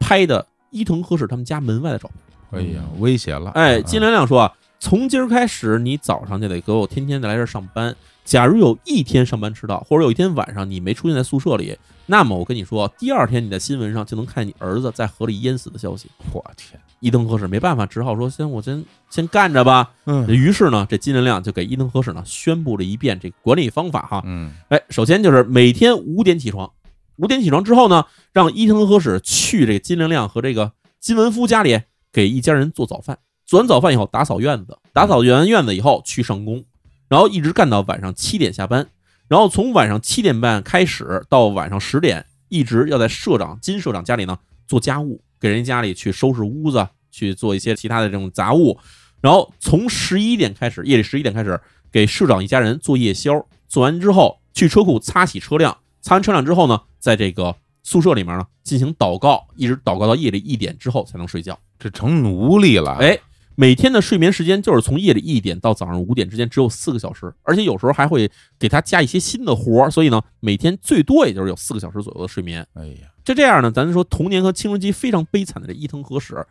Speaker 3: 拍的伊藤和史他们家门外的照片。
Speaker 2: 哎呀，威胁了，
Speaker 3: 哎，
Speaker 2: 嗯
Speaker 3: 金良亮说啊，从今儿开始，你早上就得给我天天来这儿上班。假如有一天上班迟到，或者有一天晚上你没出现在宿舍里，那么我跟你说，第二天你在新闻上就能看见你儿子在河里淹死的消息。
Speaker 2: 我天，
Speaker 3: 伊藤和史没办法，只好说先我先先干着吧。
Speaker 2: 嗯
Speaker 3: 于是呢，这金良亮就给伊藤和史呢宣布了一遍这管理方法哈。
Speaker 2: 嗯，
Speaker 3: 哎，首先就是每天五点起床，五点起床之后呢，让伊藤和史去这个金良亮和这个金文夫家里给一家人做早饭。做完早饭以后，打扫院子，打扫完院子以后去上工，然后一直干到晚上七点下班，然后从晚上七点半开始到晚上十点，一直要在社长金社长家里呢做家务，给人家里去收拾屋子，去做一些其他的这种杂物。然后从十一点开始，夜里十一点开始，给社长一家人做夜宵，做完之后去车库擦洗车辆，擦完车辆之后呢，在这个宿舍里面呢进行祷告，一直祷告到夜里一点之后才能睡觉。
Speaker 2: 这成奴隶了，
Speaker 3: 哎，每天的睡眠时间就是从夜里一点到早上五点之间，只有四个小时，而且有时候还会给他加一些新的活儿，所以呢，每天最多也就是有四个小时左右的睡眠。
Speaker 2: 哎呀，
Speaker 3: 就这样呢，咱说童年和青春期非常悲惨的这伊藤和史，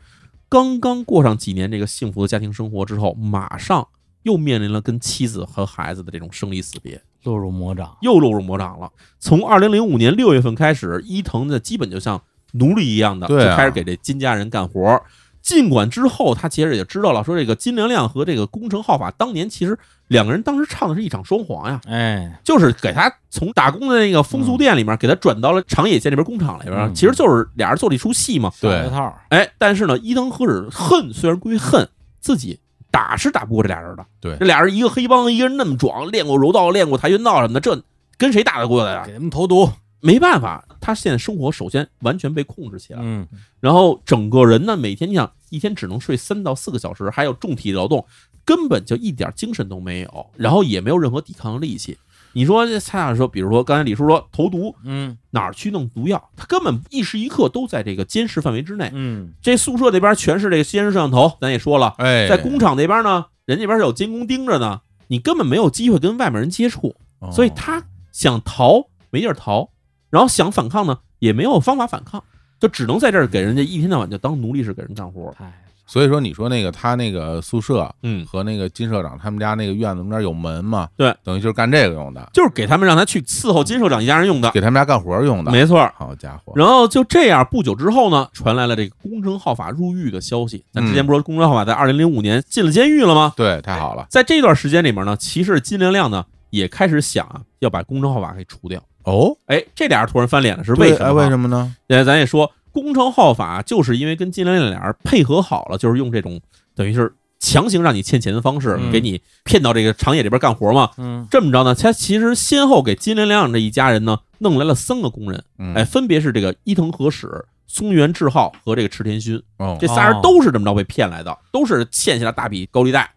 Speaker 3: 刚刚过上几年这个幸福的家庭生活之后，马上又面临了跟妻子和孩子的这种生离死别，
Speaker 1: 落入魔掌，
Speaker 3: 又落入魔掌了。从二零零五年六月份开始，伊藤呢基本就像奴隶一样的，
Speaker 2: 对啊
Speaker 3: 就开始给这金家人干活儿。尽管之后他其实也知道了，说这个金良亮和这个宫城浩法当年其实两个人当时唱的是一场双簧呀，
Speaker 1: 哎，
Speaker 3: 就是给他从打工的那个风俗店里面给他转到了长野县那边工厂里边儿，
Speaker 1: 嗯
Speaker 3: 其实就是俩人做了一出戏嘛。
Speaker 1: 小
Speaker 2: 对啊
Speaker 1: 外套儿，
Speaker 3: 哎，但是呢，伊藤和史恨虽然归恨，自己打是打不过这俩人的。
Speaker 2: 对
Speaker 3: 这俩人一个黑帮，一个人那么壮，练过柔道，练过跆拳道什么的，这跟谁打得过来啊
Speaker 1: 给？他们投毒，
Speaker 3: 没办法，他现在生活首先完全被控制起来，
Speaker 1: 嗯，
Speaker 3: 然后整个人呢，每天你想一天只能睡三到四个小时，还有重体力劳动，根本就一点精神都没有，然后也没有任何抵抗力气。你说这蔡老师说，比如说刚才李叔说投毒，
Speaker 1: 嗯
Speaker 3: 哪儿去弄毒药？他根本一时一刻都在这个监视范围之内。
Speaker 1: 嗯，
Speaker 3: 这宿舍那边全是这个监视摄像头，咱也说了，
Speaker 2: 哎，
Speaker 3: 在工厂那边呢，人家那边有监工盯着呢，你根本没有机会跟外面人接触，
Speaker 2: 哦，
Speaker 3: 所以他想逃没地儿逃，然后想反抗呢也没有方法反抗，就只能在这儿给人家一天到晚就当奴隶似给人干活。
Speaker 1: 哎，
Speaker 2: 所以说你说那个他那个宿舍
Speaker 3: 嗯，
Speaker 2: 和那个金社长他们家那个院子中间有门嘛，
Speaker 3: 对，
Speaker 2: 等于就是干这个用的，
Speaker 3: 就是给他们让他去伺候金社长一家人用的，
Speaker 2: 给他们家干活用的，
Speaker 3: 没错儿。
Speaker 2: 好家伙，
Speaker 3: 然后就这样，不久之后呢，传来了这个宫城浩法入狱的消息。咱之前不是说宫城浩法在二零零五年进了监狱了吗？
Speaker 2: 对，太好了，
Speaker 3: 在这段时间里面呢，骑士金良亮呢也开始想啊，要把宫城浩法给除掉。
Speaker 2: 哦，
Speaker 3: 哎，这俩人突然翻脸了，是
Speaker 2: 对
Speaker 3: 为什么？
Speaker 2: 哎为
Speaker 3: 么？
Speaker 2: 什么呢？
Speaker 3: 哎，咱也说，宫城浩法就是因为跟金良亮俩人配合好了，就是用这种等于是强行让你欠钱的方式，
Speaker 1: 嗯
Speaker 3: 给你骗到这个长野这边干活嘛。
Speaker 1: 嗯
Speaker 3: 这么着呢，他其实先后给金良亮这一家人呢弄来了三个工人，
Speaker 2: 嗯，
Speaker 3: 哎，，分别是这个伊藤和史、松原智浩和这个池田勋。
Speaker 2: 哦，
Speaker 3: 这仨人都是这么着被骗来的，都是欠下了大笔高利贷。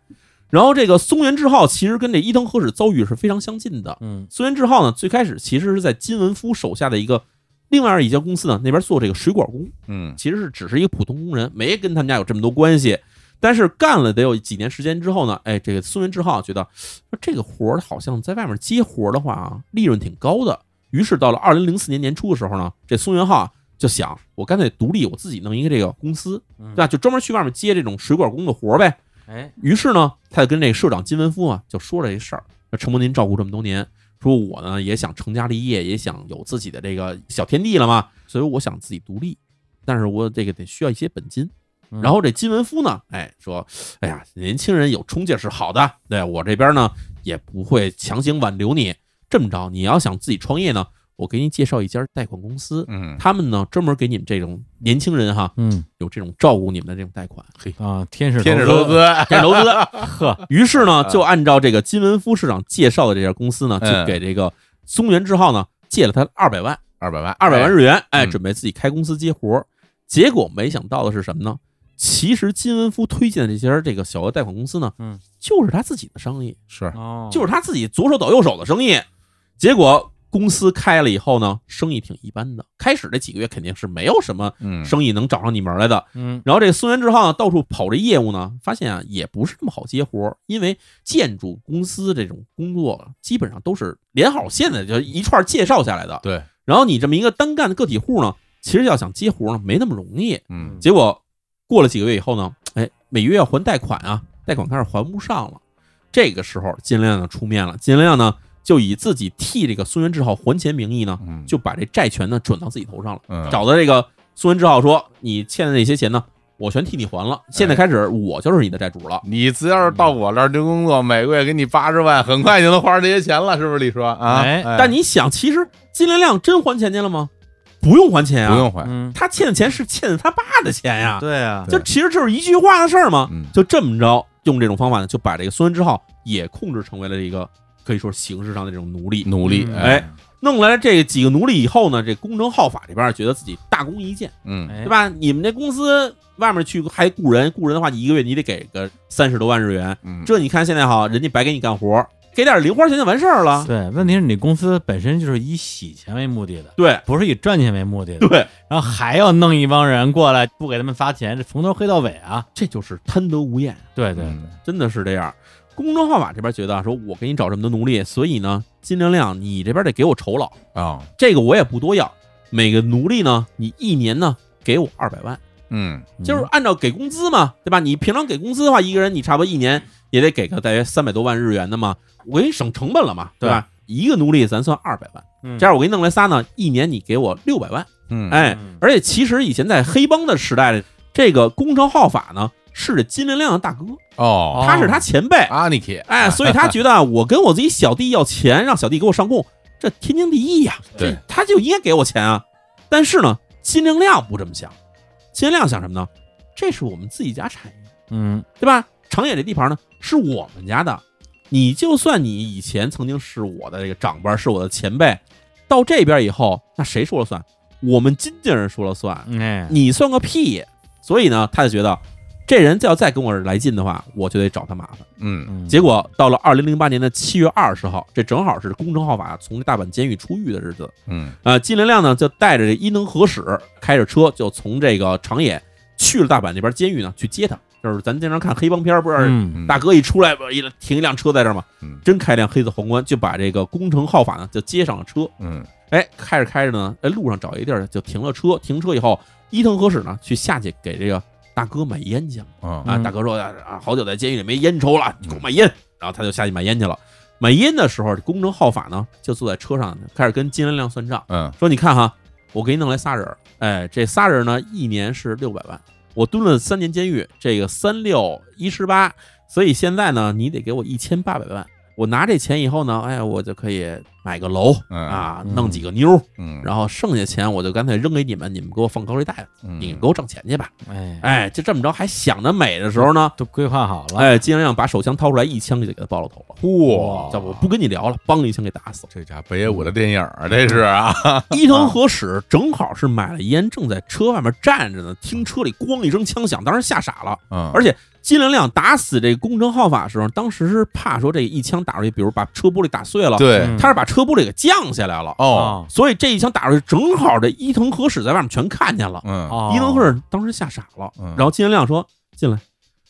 Speaker 3: 然后这个松原智浩其实跟这伊藤和史遭遇是非常相近的。
Speaker 1: 嗯
Speaker 3: 松原智浩呢，最开始其实是在金文夫手下的一个另外一家公司呢，那边做这个水管工，
Speaker 2: 嗯，
Speaker 3: 其实是只是一个普通工人，没跟他们家有这么多关系。但是干了得有几年时间之后呢，哎，这个松原智浩觉得说这个活儿好像在外面接活儿的话啊，利润挺高的。于是到了二零零四年年初的时候呢，这松原浩啊就想，我干脆独立，我自己弄一个这个公司，
Speaker 1: 嗯
Speaker 3: 对吧？就专门去外面接这种水管工的活儿呗。
Speaker 1: 哎，
Speaker 3: 于是呢，他就跟这个社长金文夫啊就说了这事儿，说承蒙您照顾这么多年，说我呢也想成家立业，也想有自己的这个小天地了嘛，所以我想自己独立，但是我这个得需要一些本金。
Speaker 1: 嗯
Speaker 3: 然后这金文夫呢，哎说，哎呀，年轻人有冲劲是好的，对我这边呢也不会强行挽留你。这么着，你要想自己创业呢，我给你介绍一家贷款公司，
Speaker 2: 嗯，
Speaker 3: 他们呢专门给你们这种年轻人哈，
Speaker 1: 嗯
Speaker 3: 有这种照顾你们的这种贷款。
Speaker 1: 啊，天使
Speaker 2: 天使投资，
Speaker 3: [laughs] 这是投资，
Speaker 1: 呵，
Speaker 3: 于是呢，就按照这个金文夫市长介绍的这家公司呢，
Speaker 2: 嗯
Speaker 3: 就给这个松原智浩呢借了他二百万，
Speaker 2: 二百万，
Speaker 3: 二百万日元，哎，
Speaker 2: 嗯
Speaker 3: 准备自己开公司接活儿。结果没想到的是什么呢？其实金文夫推荐的这家这个小额贷款公司呢，
Speaker 1: 嗯，
Speaker 3: 就是他自己的生意，
Speaker 2: 是，
Speaker 1: 哦，
Speaker 3: 就是他自己左手倒右手的生意。结果公司开了以后呢，生意挺一般的，开始这几个月肯定是没有什么
Speaker 2: 嗯，
Speaker 3: 生意能找上你门来的。
Speaker 1: 嗯
Speaker 3: 然后这个松原智浩呢，到处跑这业务呢，发现啊也不是那么好接活儿，因为建筑公司这种工作啊基本上都是连好线的，就一串介绍下来的。
Speaker 2: 对，
Speaker 3: 然后你这么一个单干的个体户呢，其实要想接活儿呢，没那么容易。
Speaker 2: 嗯
Speaker 3: 结果过了几个月以后呢，哎每月要还贷款啊，贷款开始还不上了。这个时候，金亮呢出面了，金亮呢就以自己替这个松原志浩还钱名义呢，
Speaker 2: 嗯
Speaker 3: 就把这债权呢转到自己头上了。
Speaker 1: 啊
Speaker 2: 嗯
Speaker 3: 找到这个松原志浩说：“你欠的那些钱呢，我全替你还了。
Speaker 1: 哎
Speaker 3: 现在开始，我就是你的债主了。
Speaker 2: 你只要是到我这儿丢工作，每个月给你八十万，很快就能花上这些钱了，是不是李叔啊？
Speaker 1: 哎
Speaker 3: 但你想，其实金良亮真还钱去了吗？不用还钱
Speaker 2: 不
Speaker 3: 啊，
Speaker 2: 用还，
Speaker 1: 嗯，
Speaker 3: 他欠的钱是欠他爸的钱呀、
Speaker 1: 对啊，
Speaker 3: 就其实就是一句话的事儿嘛。
Speaker 2: 嗯
Speaker 3: 就这么着，用这种方法呢，就把这个孙文之浩也控制成为了这个可以说是形式上的这种奴隶。
Speaker 2: 努力，
Speaker 1: 嗯
Speaker 2: 哎，
Speaker 3: 弄来了这几个奴隶以后呢，这公正号法这边觉得自己大功一件，
Speaker 2: 嗯
Speaker 1: 哎
Speaker 3: 对？吧？你们这公司外面去还雇人，雇人的话，你一个月你得给个三十多万日元，
Speaker 2: 嗯，
Speaker 3: 这你看现在哈，人家白给你干活，给点零花钱就完事儿了。
Speaker 1: 对，问题是你公司本身就是以洗钱为目的的，
Speaker 3: 对
Speaker 1: 不是以赚钱为目的的， [laughs]
Speaker 3: 对，
Speaker 1: 然后还要弄一帮人过来不给他们发钱，这从头黑到尾啊！
Speaker 3: 这就是贪得无厌，
Speaker 1: 对对，
Speaker 2: 嗯
Speaker 3: 真的是这样。公众号法这边觉得啊，说我给你找这么多奴隶，所以呢，金良亮你这边得给我酬劳，
Speaker 2: 啊，
Speaker 3: 这个我也不多要。每个奴隶呢，你一年呢给我二百万，
Speaker 2: 嗯
Speaker 3: 就是按照给工资嘛，对吧？你平常给工资的话，一个人你差不多一年也得给个大约三百多万日元的嘛，我给你省成本了嘛，对
Speaker 2: 嗯
Speaker 3: 吧？一个奴隶咱算二百万，
Speaker 1: 嗯
Speaker 3: 这样我给你弄来仨呢，一年你给我六百万。
Speaker 2: 嗯，
Speaker 3: 哎
Speaker 1: 嗯，
Speaker 3: 而且其实以前在黑帮的时代，这个工程号法呢是这金连亮的大哥，
Speaker 2: 哦，
Speaker 3: 他是他前辈，
Speaker 2: 阿尼克， [laughs]
Speaker 3: 哎，所以他觉得啊，我跟我自己小弟要钱，让小弟给我上供，这天经地义呀、
Speaker 2: 对
Speaker 3: 这他就应该给我钱啊。但是呢，金连亮不这么想，金连亮想什么呢？这是我们自己家产业，
Speaker 1: 嗯
Speaker 3: 对吧？长野这地盘呢是我们家的，你就算你以前曾经是我的这个长辈，是我的前辈，到这边以后，那谁说了算？我们金家人说了算，
Speaker 1: 哎，
Speaker 3: 你算个屁！所以呢，他就觉得这人要再跟我来劲的话，我就得找他麻烦。
Speaker 2: 嗯
Speaker 1: 嗯
Speaker 3: 结果到了二零零八年的七月二十号，这正好是公正号法从大阪监狱出狱的日子。
Speaker 2: 嗯
Speaker 3: 啊，金连亮呢就带着这伊能和史开着车就从这个长野去了大阪那边监狱呢去接他。就是咱经常看黑帮片儿，不是
Speaker 1: 嗯
Speaker 2: 嗯
Speaker 3: 大哥一出来不一停一辆车在这儿吗
Speaker 2: 嗯？
Speaker 3: 真开辆黑色皇冠就把这个工程号法呢就接上了车。
Speaker 2: 嗯
Speaker 3: 哎，开着开着呢，哎，路上找一地儿就停了车。停车以后，伊藤和史呢去下去给这个大哥买烟去了。
Speaker 2: 啊
Speaker 3: 啊，
Speaker 1: 嗯
Speaker 3: 大哥说啊，啊好久在监狱里没烟抽了，给我买烟。然后他就下去买烟去了。买烟的时候，这公正号法呢就坐在车上开始跟金连亮算账，
Speaker 2: 嗯
Speaker 3: 说你看哈，我给你弄来仨人儿，哎，这仨人呢一年是六百万，我蹲了三年监狱，这个三六一十八，所以现在呢你得给我一千八百万。我拿这钱以后呢，哎，我就可以买个楼
Speaker 2: 嗯
Speaker 3: 啊，
Speaker 1: 嗯
Speaker 3: 弄几个妞儿，
Speaker 2: 嗯，
Speaker 3: 然后剩下钱我就干脆扔给你们，你们给我放高利贷，
Speaker 2: 嗯
Speaker 3: 你们给我挣钱去吧。
Speaker 1: 哎，
Speaker 3: 哎，就这么着，还想得美的时候呢，
Speaker 1: 都规划好
Speaker 2: 嗯
Speaker 1: 了，
Speaker 3: 哎，金良亮把手枪掏出来，一枪就给他爆了头了。
Speaker 2: 嚯
Speaker 3: 叫我不跟你聊了，梆一枪给打死了。
Speaker 2: 这家北野武的电影啊，这是啊，
Speaker 3: [laughs] 伊藤和史正好是买了烟，正在车外面站着呢，听车里咣一声枪响，当时吓傻了。
Speaker 2: 嗯，
Speaker 3: 而且金良亮打死这个工程号法的时候，当时是怕说这一枪打出去，比如把车玻璃打碎了，
Speaker 2: 对
Speaker 1: 嗯
Speaker 3: 他是把车玻璃给降下来了。
Speaker 2: 哦，
Speaker 1: 哦
Speaker 3: 所以这一枪打出去，正好这伊藤和史在外面全看见了。
Speaker 2: 嗯
Speaker 1: 哦，
Speaker 3: 伊藤和史当时吓傻了，
Speaker 2: 嗯
Speaker 3: 然后金良亮说：“进来。”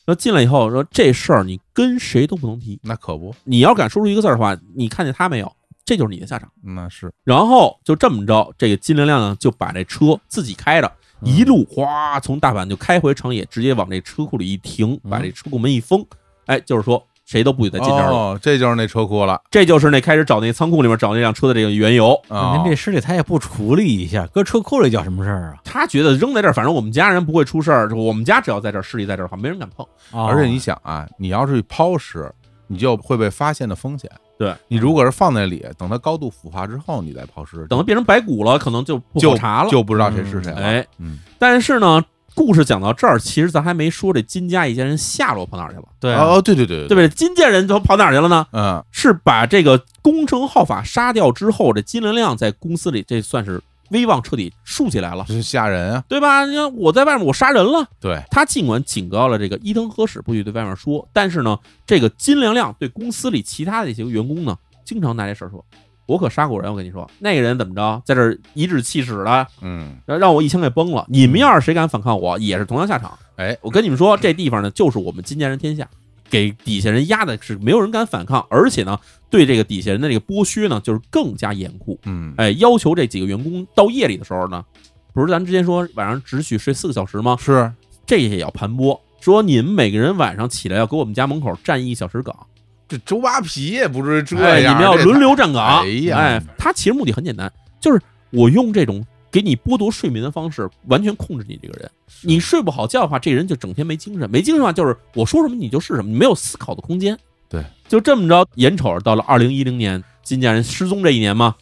Speaker 3: 然后进来以后说：“这事儿你跟谁都不能提。”
Speaker 2: 那可不，
Speaker 3: 你要敢说出一个字儿的话，你看见他没有，这就是你的下场。
Speaker 2: 那是
Speaker 3: 然后就这么着，这个金连亮呢就把这车自己开着，一路哗从大阪就开回长野，直接往这车库里一停，
Speaker 1: 嗯
Speaker 3: 把这车库门一封，哎，就是说谁都不许再进这儿了。
Speaker 2: 哦，这就是那车库了
Speaker 3: 这就是那开始找那仓库里面找那辆车的这个缘由。
Speaker 1: 那
Speaker 2: 啊，
Speaker 1: 您这尸体他也不处理一下，搁车库里叫什么事儿啊？
Speaker 3: 他觉得扔在这儿，反正我们家人不会出事儿，我们家只要在这儿，势力在这儿的话，没人敢碰。
Speaker 1: 哦
Speaker 2: 而且你想啊，你要是抛尸，你就会被发现的风险。
Speaker 3: 对
Speaker 2: 你如果是放在里，等它高度腐化之后，你再抛尸，
Speaker 3: 等它变成白骨了，可能就不
Speaker 2: 就
Speaker 3: 好查了。
Speaker 2: 就不知道谁是谁了。
Speaker 3: 哎，
Speaker 2: 嗯，
Speaker 3: 但是呢，故事讲到这儿，其实咱还没说这金家一家人下落跑哪儿去了。
Speaker 1: 对啊，
Speaker 2: 哦，对对对
Speaker 3: 对不，对？金家人都跑哪儿去了呢？
Speaker 2: 嗯
Speaker 3: 是把这个工程号法杀掉之后，这金连亮在公司里这算是威望彻底竖起来了，
Speaker 2: 这是吓人啊，
Speaker 3: 对吧？你看我在外面我杀人了，
Speaker 2: 对，
Speaker 3: 他尽管警告了这个伊藤和史不许对外面说，但是呢，这个金连亮对公司里其他的一些员工呢，经常拿这事儿说。我可杀过人，我跟你说，那个人怎么着，在这儿颐指气使的，
Speaker 2: 嗯，
Speaker 3: 然后让我一枪给崩了。你们要是谁敢反抗我，也是同样下场。
Speaker 2: 哎，
Speaker 3: 我跟你们说，这地方呢，就是我们金家人天下，给底下人压的是没有人敢反抗，而且呢，对这个底下人的这个剥削呢，就是更加严酷。
Speaker 2: 嗯，
Speaker 3: 哎，要求这几个员工到夜里的时候呢，不是咱之前说晚上只许睡四个小时吗？
Speaker 2: 是，
Speaker 3: 这也要盘剥。说你们每个人晚上起来要给我们家门口站一小时岗，
Speaker 2: 这周扒皮也不至于这
Speaker 3: 哎，你
Speaker 2: 样，
Speaker 3: 们要
Speaker 2: 这
Speaker 3: 轮流站岗。
Speaker 2: 哎呀
Speaker 3: 他其实目的很简单，就是我用这种给你剥夺睡眠的方式，完全控制你这个人。你睡不好觉的话，这人就整天没精神，没精神的话就是我说什么你就是什么，你没有思考的空间。
Speaker 2: 对，
Speaker 3: 就这么着，眼瞅着到了二零一零年金家人失踪这一年嘛。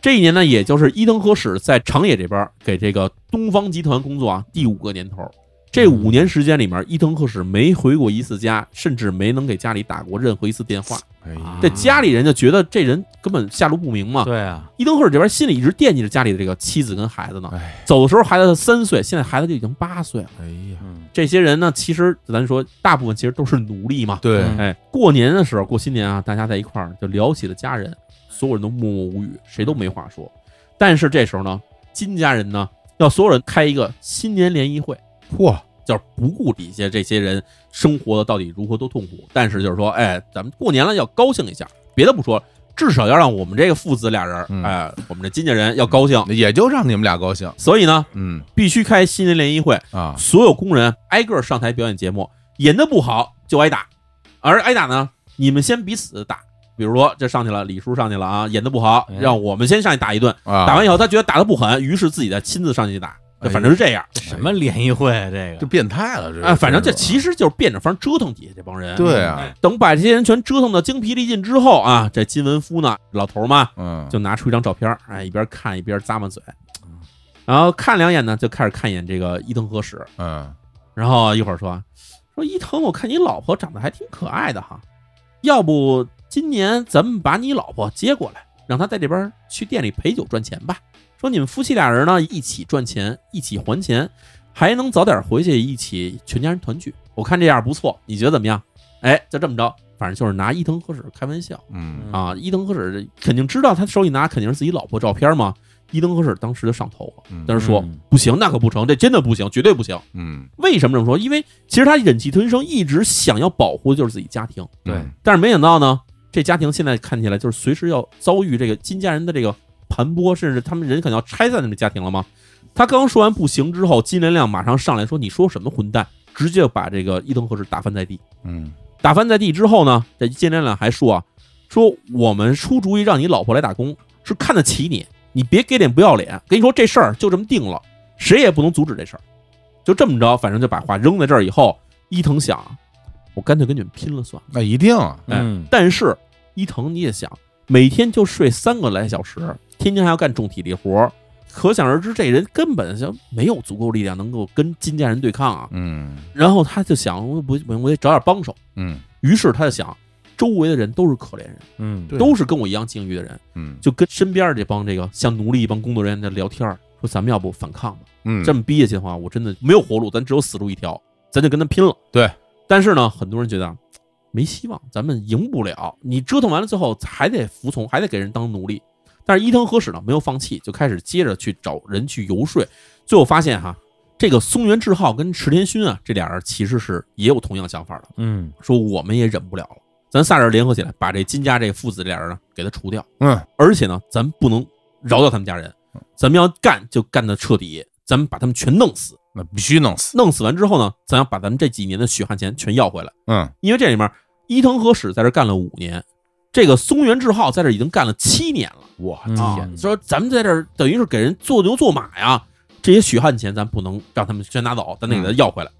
Speaker 3: 这一年呢，也就是伊藤和史在长野这边给这个东方集团工作啊第五个年头。这五年时间里面，伊藤和史没回过一次家，甚至没能给家里打过任何一次电话。
Speaker 2: 哎呀
Speaker 1: 啊
Speaker 3: 这家里人就觉得这人根本下落不明嘛。
Speaker 1: 对啊，
Speaker 3: 伊登赫尔这边心里一直惦记着家里的这个妻子跟孩子呢
Speaker 2: 哎。
Speaker 3: 走的时候孩子三岁，现在孩子就已经八岁了。
Speaker 2: 哎呀，
Speaker 1: 嗯，
Speaker 3: 这些人呢，其实咱说大部分其实都是奴隶嘛。
Speaker 2: 对，
Speaker 1: 嗯
Speaker 3: 哎，过年的时候过新年啊，大家在一块儿就聊起了家人，所有人都默默无语，谁都没话说。但是这时候呢，金家人呢要所有人开一个新年联谊会，
Speaker 2: 嚯，
Speaker 3: 就是不顾底下这些人生活到底如何多痛苦，但是就是说，哎，咱们过年了要高兴一下，别的不说，至少要让我们这个父子俩人，
Speaker 2: 嗯
Speaker 3: 哎，我们这金家人要高兴。
Speaker 2: 也就让你们俩高兴，
Speaker 3: 所以呢，
Speaker 2: 嗯
Speaker 3: 必须开新年联谊会，
Speaker 2: 啊，
Speaker 3: 所有工人挨个上台表演节目，演的不好就挨打，而挨打呢，你们先彼此打。比如说，这上去了，李叔上去了啊，演的不好
Speaker 1: 哎，
Speaker 3: 让我们先上去打一顿。
Speaker 2: 打
Speaker 3: 打完以后，他觉得打的不狠，于是自己再亲自上去打。
Speaker 2: 哎呦
Speaker 3: 反正是这样，
Speaker 1: 什么联谊会啊这
Speaker 2: 就
Speaker 1: 个？
Speaker 2: 变态了，这
Speaker 3: 啊，反正这其
Speaker 2: 实
Speaker 3: 实就是变着法儿折腾底下这帮人。
Speaker 2: 对啊，
Speaker 3: 等把这些人全折腾的精疲力尽之后啊，这金文夫呢，老头儿嘛，
Speaker 2: 嗯，
Speaker 3: 就拿出一张照片儿，哎，一边看一边咂巴嘴，然后看两眼呢，就开始看一眼这个伊藤和史，
Speaker 2: 嗯
Speaker 3: 然后一会儿说说伊藤，我看你老婆长得还挺可爱的哈，要不今年咱们把你老婆接过来，让她在这边儿去店里陪酒赚钱吧。说你们夫妻俩人呢，一起赚钱，一起还钱，还能早点回去，一起全家人团聚。我看这样不错，你觉得怎么样？哎，就这么着，反正就是拿伊藤和史开玩笑
Speaker 2: 嗯，
Speaker 3: 啊。伊藤和史肯定知道他手里拿肯定是自己老婆照片嘛。伊藤和史当时就上头了
Speaker 2: 嗯，
Speaker 3: 但是说、
Speaker 1: 嗯
Speaker 3: 不行，那可不成，这真的不行，绝对不行。
Speaker 2: 嗯，
Speaker 3: 为什么这么说？因为其实他忍气吞声，一直想要保护的就是自己家庭，
Speaker 1: 对
Speaker 2: 嗯
Speaker 3: 但是没想到呢，这家庭现在看起来就是随时要遭遇这个金家人的这个盘剥，甚至他们人可能要拆散他们家庭了吗？他刚说完不行之后，金连亮马上上来说：“你说什么混蛋！”直接把这个伊藤和志打翻在地。
Speaker 2: 嗯，
Speaker 3: 打翻在地之后呢，这金连亮还说啊：“说我们出主意让你老婆来打工，是看得起你，你别给脸不要脸。跟你说这事儿就这么定了，谁也不能阻止这事儿。就这么着，反正就把话扔在这儿以后，伊藤想，我干脆跟你们拼了算。
Speaker 2: 那一定啊，
Speaker 3: 哎
Speaker 1: 嗯，
Speaker 3: 但是伊藤你也想，每天就睡三个来小时，天天还要干重体力活儿，可想而知，这人根本就没有足够力量能够跟金家人对抗啊。
Speaker 2: 嗯
Speaker 3: 然后他就想，我不行，我得找点帮手。
Speaker 2: 嗯
Speaker 3: 于是他就想，周围的人都是可怜人，
Speaker 1: 嗯，
Speaker 2: 对
Speaker 3: 都是跟我一样境遇的人，
Speaker 2: 嗯
Speaker 3: 就跟身边这帮这个像奴隶一帮工作人员在聊天儿，说咱们要不反抗吧？
Speaker 2: 嗯，
Speaker 3: 这么逼下去的话，我真的没有活路，咱只有死路一条，咱就跟他拼了。
Speaker 2: 对，
Speaker 3: 但是呢，很多人觉得没希望，咱们赢不了。你折腾完了之后，还得服从，还得给人当奴隶。但是伊藤和史呢，没有放弃，就开始接着去找人去游说。最后发现哈，这个松原智浩跟池田勋啊，这俩人其实是也有同样想法的，
Speaker 1: 嗯，
Speaker 3: 说我们也忍不了了，咱仨人联合起来，把这金家这父子这俩人呢给他除掉。
Speaker 2: 嗯
Speaker 3: 而且呢，咱不能饶掉他们家人，咱们要干就干得彻底，咱们把他们全弄死。
Speaker 2: 那必须弄死，
Speaker 3: 弄死完之后呢，咱要把咱们这几年的血汗钱全要回来，
Speaker 2: 嗯
Speaker 3: 因为这里面伊藤和史在这干了五年，这个松原智浩在这已经干了七年了。
Speaker 2: 我
Speaker 1: 嗯
Speaker 3: 啊，说咱们在这儿等于是给人做牛做马呀，这些血汗钱咱不能让他们全拿走，咱得给他要回来。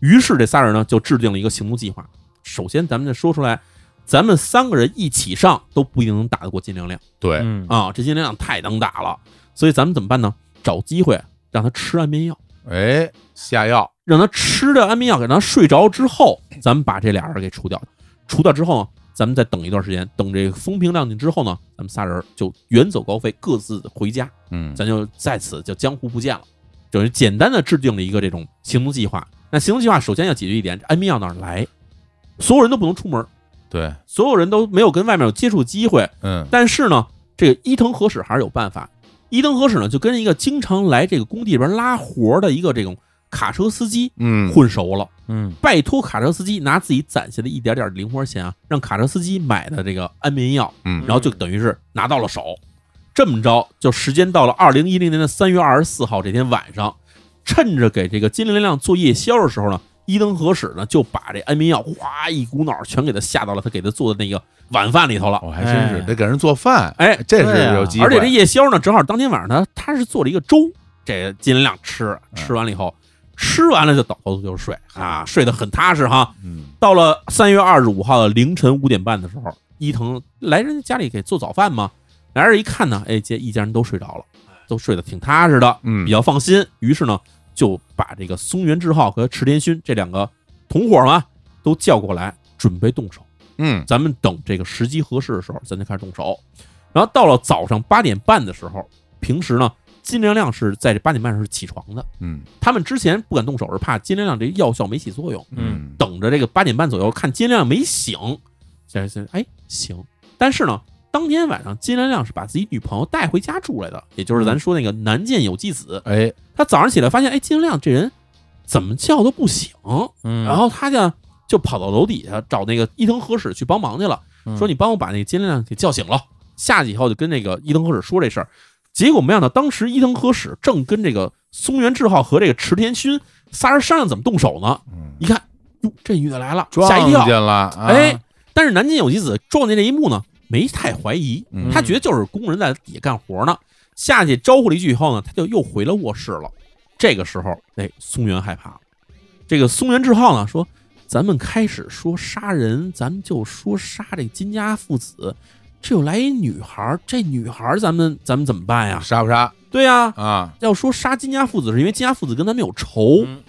Speaker 3: 于是这仨人呢就制定了一个行动计划。首先，咱们就说出来，咱们三个人一起上都不一定能打得过金良亮
Speaker 2: 对，
Speaker 1: 嗯
Speaker 3: 啊，这金良亮太能打了，所以咱们怎么办呢？找机会让他吃安眠药，
Speaker 2: 哎，下药，
Speaker 3: 让他吃着安眠药，给他睡着之后，咱们把这俩人给除掉。除掉之后呢，咱们再等一段时间，等这个风平浪静之后呢，咱们仨人就远走高飞，各自回家。
Speaker 2: 嗯
Speaker 3: 咱就在此就江湖不见了，就是简单的制定了一个这种行动计划。那行动计划首先要解决一点，安眠药哪儿来？所有人都不能出门，
Speaker 2: 对，
Speaker 3: 所有人都没有跟外面有接触机会。
Speaker 2: 嗯
Speaker 3: 但是呢，这个伊藤和史还是有办法。伊藤和史呢，就跟一个经常来这个工地里边拉活儿的一个这种卡车司机
Speaker 2: 嗯，
Speaker 3: 混熟了，
Speaker 1: 嗯
Speaker 3: 拜托卡车司机拿自己攒下的一点点零花钱啊，让卡车司机买的这个安眠药
Speaker 2: 嗯
Speaker 3: 然后就等于是拿到了手。这么着，就时间到了二零一零年的三月二十四号这天晚上，趁着给这个金玲亮做夜宵的时候呢，伊登和史呢就把这安眠药哗一股脑儿全给他下到了他给他做的那个晚饭里头了。
Speaker 2: 我哦还真是
Speaker 1: 哎
Speaker 2: 得给人做饭，
Speaker 3: 哎
Speaker 2: 这
Speaker 1: 对
Speaker 2: 是
Speaker 1: 啊
Speaker 2: 有机会。
Speaker 3: 而且这夜宵呢，正好当天晚上他他是做了一个粥，这尽量吃，吃完了以后，吃完了就倒头就睡啊，睡得很踏实哈。
Speaker 2: 嗯，
Speaker 3: 到了三月二十五号的凌晨五点半的时候，伊藤来人家里给做早饭嘛，来人一看呢，哎，这一家人都睡着了，都睡得挺踏实的，
Speaker 2: 嗯
Speaker 3: 比较放心。于是呢，就把这个松原智浩和池田勋这两个同伙嘛，都叫过来，准备动手。
Speaker 2: 嗯
Speaker 3: 咱们等这个时机合适的时候，咱就开始动手。然后到了早上八点半的时候，平时呢，金亮亮是在这八点半是起床的。
Speaker 2: 嗯
Speaker 3: 他们之前不敢动手，是怕金亮亮这药效没起作用。
Speaker 2: 嗯，
Speaker 3: 等着这个八点半左右，看金亮亮没醒，这这哎行。但是呢，当天晚上金亮亮是把自己女朋友带回家住来的，也就是咱说那个南见有纪子。
Speaker 2: 哎，
Speaker 3: 他早上起来发现，哎，金亮亮这人怎么叫都不醒，
Speaker 1: 嗯，
Speaker 3: 然后他呢就跑到楼底下找那个伊藤和史去帮忙去了，
Speaker 1: 嗯
Speaker 3: 说你帮我把那个金亮给叫醒了。下去以后就跟那个伊藤和史说这事儿，结果没想到当时伊藤和史正跟这个松原智浩和这个池田勋仨人商量怎么动手呢。
Speaker 2: 嗯
Speaker 3: 一看，哟，这女的来了，
Speaker 2: 撞
Speaker 3: 吓一跳
Speaker 2: 见。了，啊
Speaker 3: 哎，，但是南京有纪子撞见这一幕呢，没太怀疑，
Speaker 2: 嗯
Speaker 3: 他觉得就是工人在底下干活呢。下去招呼了一句以后呢，他就又回了卧室了。这个时候，哎，松原害怕了。这个松原智浩呢说：“咱们开始说杀人，咱们就说杀这金家父子。这又来一女孩儿，这女孩儿咱们咱们怎么办呀？
Speaker 2: 杀不杀
Speaker 3: 对呀、
Speaker 2: 啊？
Speaker 3: 要说杀金家父子，是因为金家父子跟咱们有仇。
Speaker 1: 嗯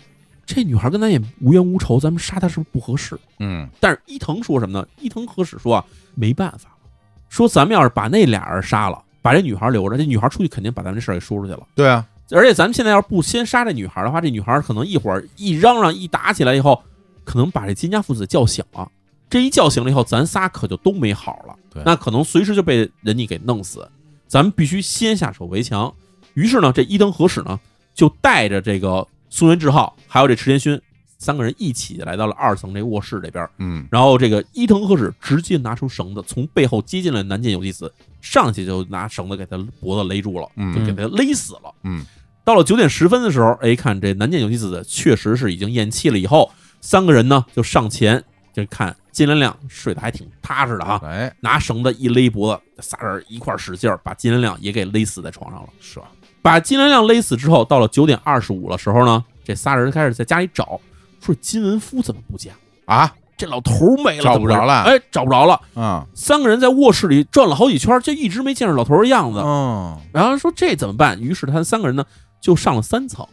Speaker 3: 这女孩跟咱也无冤无仇，咱们杀她是不是不合适？
Speaker 2: 嗯
Speaker 3: 但是伊藤说什么呢？伊藤和史说啊，没办法了，说咱们要是把那俩人杀了，把这女孩留着，这女孩出去肯定把咱们这事儿给说出去了。
Speaker 2: 对啊，
Speaker 3: 而且咱们现在要是不先杀这女孩的话，这女孩可能一会儿一嚷嚷一打起来以后，可能把这金家父子叫醒了。这一叫醒了以后，咱仨可就都没好了，
Speaker 2: 对
Speaker 3: 那可能随时就被人家给弄死。咱们必须先下手为强。于是呢，这伊藤和史呢就带着这个松原智浩还有这池田勋三个人一起来到了二层这卧室这边，
Speaker 2: 嗯
Speaker 3: 然后这个伊藤和史直接拿出绳子，从背后接近了南见有纪子，上去就拿绳子给他脖子勒住了，
Speaker 2: 嗯
Speaker 3: 就给他勒死了。
Speaker 2: 嗯，
Speaker 3: 到了九点十分的时候，哎，看这南见有纪子确实是已经咽气了，以后三个人呢就上前就看金兰亮睡得还挺踏实的啊，
Speaker 2: 哎，
Speaker 3: 拿绳子一勒脖子，仨人一块儿使劲儿把金兰亮也给勒死在床上了。
Speaker 2: 爽，
Speaker 3: 把金文亮勒死之后，到了九点二十五的时候呢，这仨人开始在家里找，说金文夫怎么不见了
Speaker 2: 啊
Speaker 3: 这老头儿没了，
Speaker 2: 找不着了
Speaker 3: 怎么回事哎，找不着了。
Speaker 2: 啊，
Speaker 3: 三个人在卧室里转了好几圈，就一直没见着老头儿的样子。
Speaker 2: 嗯
Speaker 3: 然后说这怎么办？于是他们三个人呢就上了三层，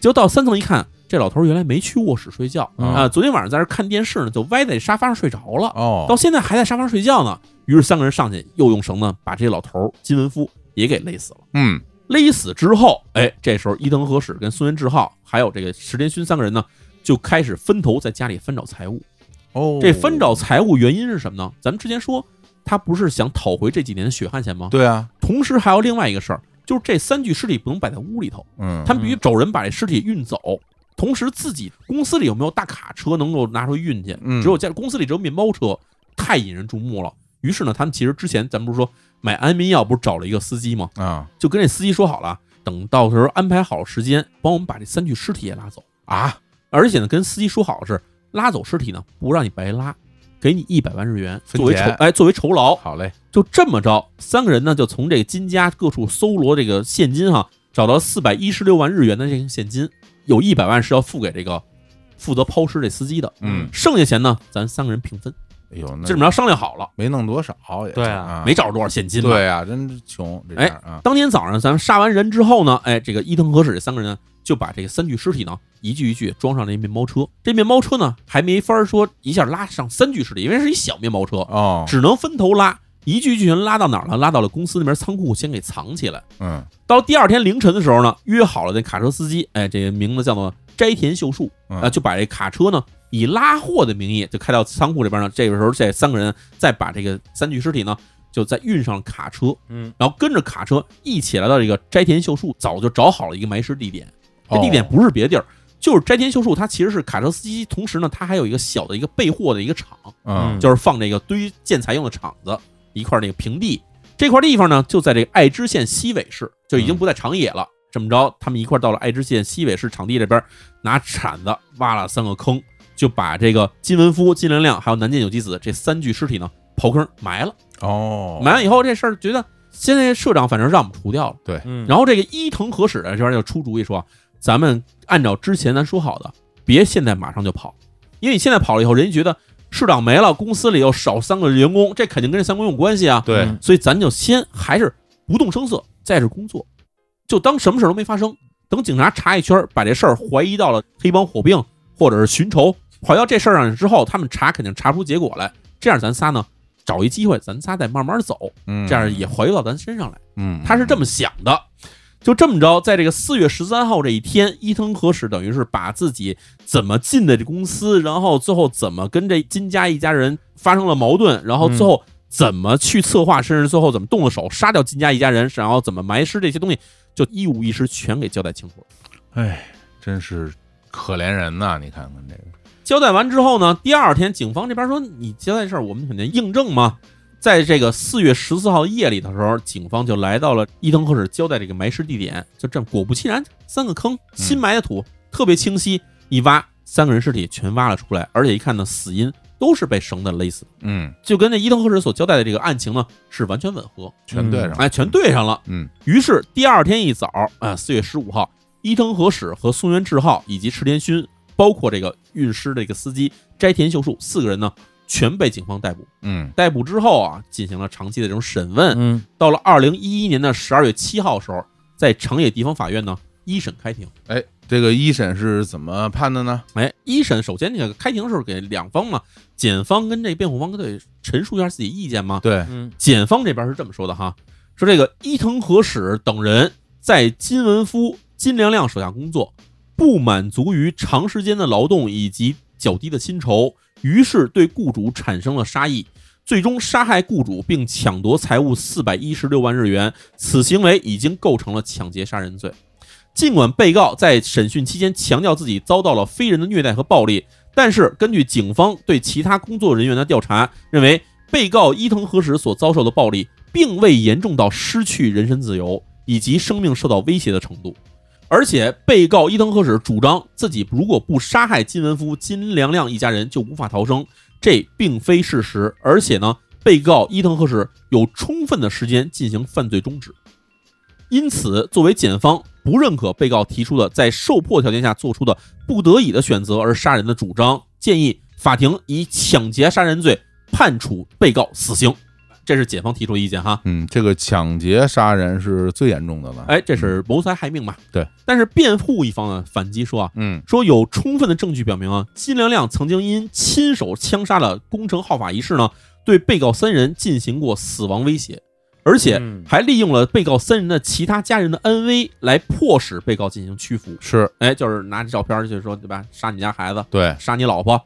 Speaker 3: 结果到三层一看，这老头儿原来没去卧室睡觉啊、
Speaker 2: 嗯
Speaker 3: 昨天晚上在这儿看电视呢，就歪在沙发上睡着了，到
Speaker 2: 哦，
Speaker 3: 现在还在沙发上睡觉呢。于是三个人上去又用绳子把这老头儿金文夫也给勒死了。
Speaker 2: 嗯
Speaker 3: 勒死之后，哎，这时候伊藤和史跟松原智浩还有这个石田勋三个人呢，就开始分头在家里翻找财物。
Speaker 2: 哦，
Speaker 3: 这翻找财物原因是什么呢？咱们之前说，他不是想讨回这几年的血汗钱吗？
Speaker 2: 对啊，
Speaker 3: 同时还有另外一个事儿，就是这三具尸体不能摆在屋里头，
Speaker 2: 嗯，
Speaker 3: 他们必须找人把这尸体运走。同时，自己公司里有没有大卡车能够拿出去运去？
Speaker 2: 嗯
Speaker 3: 只有在公司里只有面包车，太引人注目了。于是呢，他们其实之前咱们不是说买安眠药不是找了一个司机吗？
Speaker 2: 啊
Speaker 3: 就跟这司机说好了，等到时候安排好时间，帮我们把这三具尸体也拉走。
Speaker 2: 啊，
Speaker 3: 而且呢，跟司机说好的是，拉走尸体呢不让你白拉，给你一百万日元
Speaker 2: 分
Speaker 3: 作为酬
Speaker 2: 钱
Speaker 3: 哎作为酬劳。
Speaker 2: 好嘞，
Speaker 3: 就这么着，三个人呢就从这个金家各处搜罗这个现金哈、找到四百一十六万日元的这个现金，有一百万是要付给这个负责抛尸这司机的，
Speaker 2: 嗯
Speaker 3: 剩下钱呢咱三个人平分，
Speaker 2: 哎呦，那
Speaker 3: 这么着商量好了，
Speaker 2: 没弄多少也，
Speaker 1: 对啊
Speaker 2: 啊，
Speaker 3: 没找着多少现金嘛，哎
Speaker 2: 对啊，真是穷这家啊，
Speaker 3: 当天早上，咱们杀完人之后呢，哎，这个伊藤和史这三个人呢，就把这个三具尸体呢，一具一具装上这面包车。这面包车呢，还没法说一下拉上三具尸体，因为是一小面包车，
Speaker 2: 哦，
Speaker 3: 只能分头拉，一具一具全拉到哪儿了？拉到了公司那边仓库，先给藏起来。
Speaker 2: 嗯
Speaker 3: 到第二天凌晨的时候呢，约好了这卡车司机，哎，这个名字叫做斋田秀树，
Speaker 2: 嗯
Speaker 3: 啊，就把这卡车呢以拉货的名义就开到仓库这边呢。这个时候，这三个人再把这个三具尸体呢，就再运上卡车，
Speaker 1: 嗯，
Speaker 3: 然后跟着卡车一起来到这个斋田秀树早就找好了一个埋尸地点，这
Speaker 2: 哦
Speaker 3: 地点不是别地儿，就是斋田秀树他其实是卡车司机，同时呢他还有一个小的一个备货的一个厂，
Speaker 2: 嗯
Speaker 3: 就是放这个堆建材用的厂子一块儿那个平地，这块地方呢就在这个爱知县西尾市，就
Speaker 2: 嗯
Speaker 3: 已经不在长野了。这么着，他们一块儿到了爱知县西尾市场地这边，拿铲子挖了三个坑，就把这个金文夫、金良亮还有南见有纪子这三具尸体呢刨坑埋了。
Speaker 2: 哦，
Speaker 3: 埋完以后，这事儿觉得现在社长反正让我们除掉了。
Speaker 1: 嗯，
Speaker 3: 然后这个伊藤和史这边就出主意说，咱们按照之前咱说好的，别现在马上就跑，因为你现在跑了以后，人家觉得市长没了，公司里又少三个员工，这肯定跟这三个有关系啊。
Speaker 2: 对，
Speaker 1: 嗯
Speaker 3: 所以咱就先还是不动声色，在这工作，就当什么事儿都没发生。等警察查一圈儿，把这事儿怀疑到了黑帮火并或者是寻仇，怀疑到这事儿上之后，他们查肯定查不出结果来。这样咱仨呢，找一机会，咱仨再慢慢走，
Speaker 2: 嗯
Speaker 3: 这样也怀疑到咱身上来。
Speaker 2: 嗯，
Speaker 3: 他是这么想的。就这么着，在这个四月十三号这一天，伊藤和史等于是把自己怎么进的这公司，然后最后怎么跟这金家一家人发生了矛盾，然后最后怎么去策划，甚至最后怎么动了手杀掉金家一家人，然后怎么埋尸这些东西，就一五一十全给交代清楚了。
Speaker 2: 哎，真是可怜人呐！你看看这个，
Speaker 3: 交代完之后呢，第二天警方这边说你交代这事儿，我们肯定印证嘛。在这个四月十四号夜里的时候，警方就来到了伊藤和史交代这个埋尸地点，就这样，果不其然，三个坑，新埋的土、特别清晰，一挖三个人尸体全挖了出来，而且一看呢，死因都是被绳子勒死，
Speaker 2: 嗯，
Speaker 3: 就跟这伊藤和史所交代的这个案情呢是完全吻合，
Speaker 2: 全对上了，
Speaker 3: 哎，全对上了。
Speaker 2: 嗯
Speaker 3: 于是第二天一早啊，四、月十五号，伊藤和史和松原智浩以及池田勋，包括这个运尸的这个司机斋田秀树四个人呢，全被警方逮捕。
Speaker 2: 嗯
Speaker 3: 逮捕之后啊，进行了长期的这种审问。
Speaker 1: 嗯
Speaker 3: 到了二零一一年的十二月七号时候，在长野地方法院呢一审开庭。
Speaker 2: 哎，这个一审是怎么判的呢？
Speaker 3: 哎，一审首先这个开庭的时候给两方嘛，检方跟这辩护方都得陈述一下自己意见嘛。
Speaker 2: 对，
Speaker 1: 嗯
Speaker 3: 检方这边是这么说的哈，说这个伊藤和史等人在金文夫、金良亮手下工作，不满足于长时间的劳动以及较低的薪酬，于是对雇主产生了杀意，最终杀害雇主并抢夺财物四百一十六万日元，此行为已经构成了抢劫杀人罪。尽管被告在审讯期间强调自己遭到了非人的虐待和暴力，但是根据警方对其他工作人员的调查，认为被告伊藤和史所遭受的暴力并未严重到失去人身自由以及生命受到威胁的程度。而且，被告伊藤和史主张自己如果不杀害金文夫、金良亮一家人，就无法逃生，这并非事实。而且呢，被告伊藤和史有充分的时间进行犯罪终止。因此，作为检方不认可被告提出的在受迫条件下做出的不得已的选择而杀人的主张，建议法庭以抢劫杀人罪判处被告死刑。这是检方提出的意见哈。
Speaker 2: 嗯，这个抢劫杀人是最严重的了。
Speaker 3: 哎，这是谋财害命嘛？
Speaker 2: 对。
Speaker 3: 但是辩护一方呢反击说啊，
Speaker 2: 嗯，
Speaker 3: 说有充分的证据表明啊，金良亮曾经因亲手枪杀了宫城浩法一事呢，对被告三人进行过死亡威胁，而且
Speaker 1: 嗯
Speaker 3: 还利用了被告三人的其他家人的安危来迫使被告进行屈服。
Speaker 2: 是
Speaker 3: 哎，就是拿着照片儿就是说对吧，杀你家孩子，
Speaker 2: 对，
Speaker 3: 杀你老婆。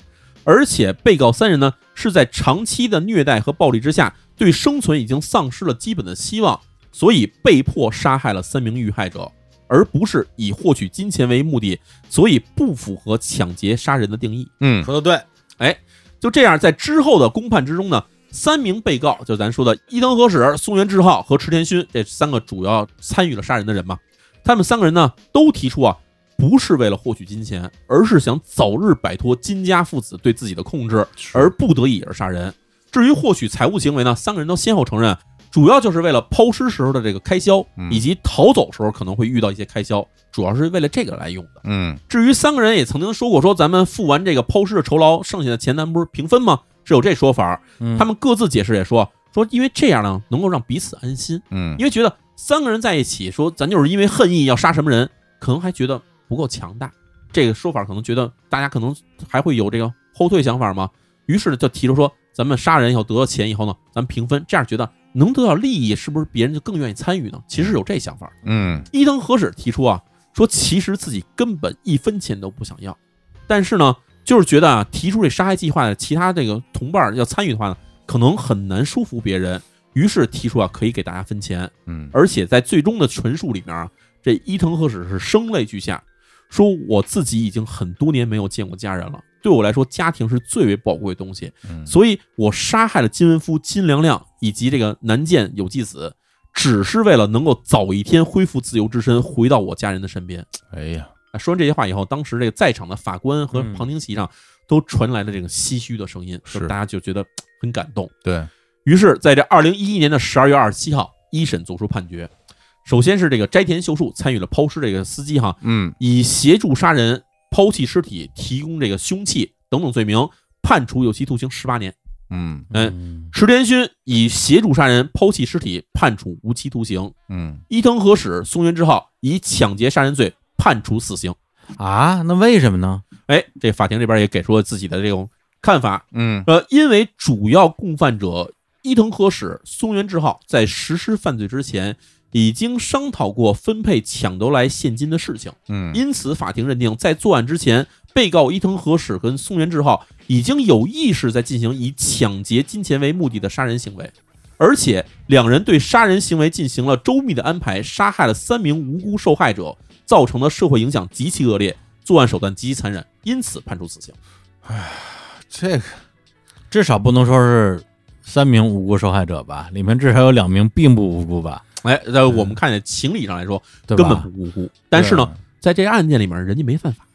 Speaker 3: 而且被告三人呢是在长期的虐待和暴力之下，对生存已经丧失了基本的希望，所以被迫杀害了三名遇害者，而不是以获取金钱为目的，所以不符合抢劫杀人的定义。
Speaker 2: 嗯
Speaker 1: 说的对，
Speaker 3: 哎就这样，在之后的公判之中呢，三名被告，就咱说的伊藤和史、松原智浩和池田勋这三个主要参与了杀人的人嘛，他们三个人呢都提出啊，不是为了获取金钱，而是想早日摆脱金家父子对自己的控制，而不得已而杀人。至于获取财物行为呢，三个人都先后承认，主要就是为了抛尸时候的这个开销，
Speaker 2: 嗯
Speaker 3: 以及逃走时候可能会遇到一些开销，主要是为了这个来用的。
Speaker 2: 嗯
Speaker 3: 至于三个人也曾经说过，说咱们付完这个抛尸的酬劳，剩下的钱咱们不是平分吗？是有这说法儿。
Speaker 1: 嗯
Speaker 3: 他们各自解释也说，说因为这样呢，能够让彼此安心，
Speaker 2: 嗯
Speaker 3: 因为觉得三个人在一起，说咱就是因为恨意要杀什么人，可能还觉得不够强大。这个说法可能觉得大家可能还会有这个后退想法嘛，于是呢就提出说，咱们杀人以后得到钱以后呢，咱们平分，这样觉得能得到利益，是不是别人就更愿意参与呢？其实有这想法。
Speaker 2: 嗯
Speaker 3: 伊藤和史提出啊，说其实自己根本一分钱都不想要，但是呢，就是觉得啊，提出这杀害计划的其他这个同伴儿要参与的话呢，可能很难说服别人，于是提出啊，可以给大家分钱，
Speaker 2: 嗯，
Speaker 3: 而且在最终的陈述里面啊，这伊藤和史是声泪俱下，说我自己已经很多年没有见过家人了，对我来说，家庭是最为宝贵的东西，
Speaker 2: 嗯
Speaker 3: 所以我杀害了金文夫、金良亮以及这个南见有纪子，只是为了能够早一天恢复自由之身，回到我家人的身边。
Speaker 2: 哎呀，
Speaker 3: 啊说完这些话以后，当时这个在场的法官和
Speaker 1: 嗯
Speaker 3: 旁听席上都传来了这个唏嘘的声音，就是大家就觉得嘖很感动。
Speaker 2: 对，
Speaker 3: 于是，在这二零一一年的十二月二十七号，一审作出判决。首先是这个斋田秀树参与了抛尸这个司机哈，
Speaker 2: 嗯，
Speaker 3: 以协助杀人、抛弃尸体、提供这个凶器等等罪名，判处有期徒刑十八年。
Speaker 2: 嗯，
Speaker 1: 嗯，
Speaker 3: 石田勋以协助杀人、抛弃尸体，判处无期徒刑。
Speaker 2: 嗯，
Speaker 3: 伊藤和史、松原之浩以抢劫杀人罪判处死刑。
Speaker 1: 啊，那为什么呢？
Speaker 3: 哎，这法庭这边也给出了自己的这种看法。
Speaker 2: 嗯，
Speaker 3: 呃，因为主要共犯者伊藤和史、松原智浩在实施犯罪之前已经商讨过分配抢夺来现金的事情，
Speaker 2: 嗯，
Speaker 3: 因此法庭认定，在作案之前，被告伊藤和史跟松原智浩已经有意识在进行以抢劫金钱为目的的杀人行为。而且，两人对杀人行为进行了周密的安排，杀害了三名无辜受害者，造成的社会影响极其恶劣，作案手段极其残忍，因此判处死刑。
Speaker 2: 这个
Speaker 1: 至少不能说是三名无辜受害者吧，里面至少有两名并不无辜吧，
Speaker 3: 哎，在我们看见情理上来说，
Speaker 1: 对
Speaker 3: 根本
Speaker 1: 吧
Speaker 3: 不？无辜。但是呢，，在这个案件里面，人家没犯法，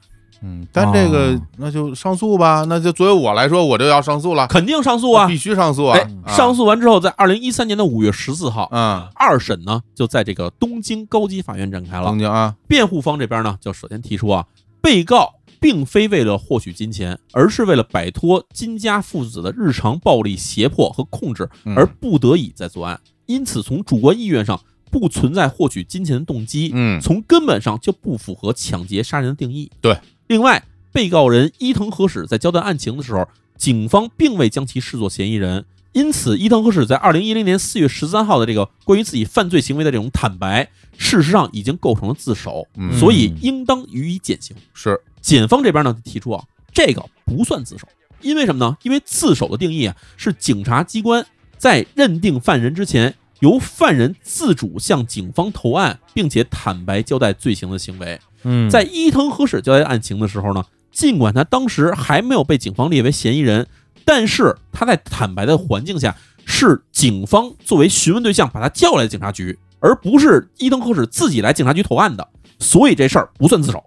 Speaker 2: 嗯，但这个
Speaker 1: 哦
Speaker 2: 那就上诉吧，那就作为我来说，我就要上诉了，
Speaker 3: 肯定上诉啊
Speaker 2: 必！须上诉啊
Speaker 3: 哎，，
Speaker 2: 啊
Speaker 3: 上，诉完之后，在二零一三年的五月十四号，
Speaker 2: 嗯，
Speaker 3: 二审呢就在这个东京高级法院展开了
Speaker 2: 东。京啊，
Speaker 3: 辩护方这边呢，就首先提出啊，被告并非为了获取金钱，而是为了摆脱金家父子的日常暴力胁迫和控制，
Speaker 2: 嗯
Speaker 3: 而不得已在作案。因此，从主观意愿上不存在获取金钱的动机。
Speaker 2: 嗯，
Speaker 3: 从根本上就不符合抢劫杀人的定义。
Speaker 2: 对，
Speaker 3: 另外，被告人伊藤和史在交代案情的时候，警方并未将其视作嫌疑人，因此伊藤和史在二零一零年四月十三号的这个关于自己犯罪行为的这种坦白，事实上已经构成了自首，
Speaker 2: 嗯
Speaker 3: 所以应当予以减刑。
Speaker 2: 是，
Speaker 3: 检方这边呢提出啊，这个不算自首，因为什么呢？因为自首的定义啊是警察机关在认定犯人之前，由犯人自主向警方投案，并且坦白交代罪行的行为。
Speaker 1: 嗯，
Speaker 3: 在伊藤和史交代案情的时候呢，尽管他当时还没有被警方列为嫌疑人，但是他在坦白的环境下，是警方作为询问对象把他叫来警察局，而不是伊藤和史自己来警察局投案的，所以这事儿不算自首。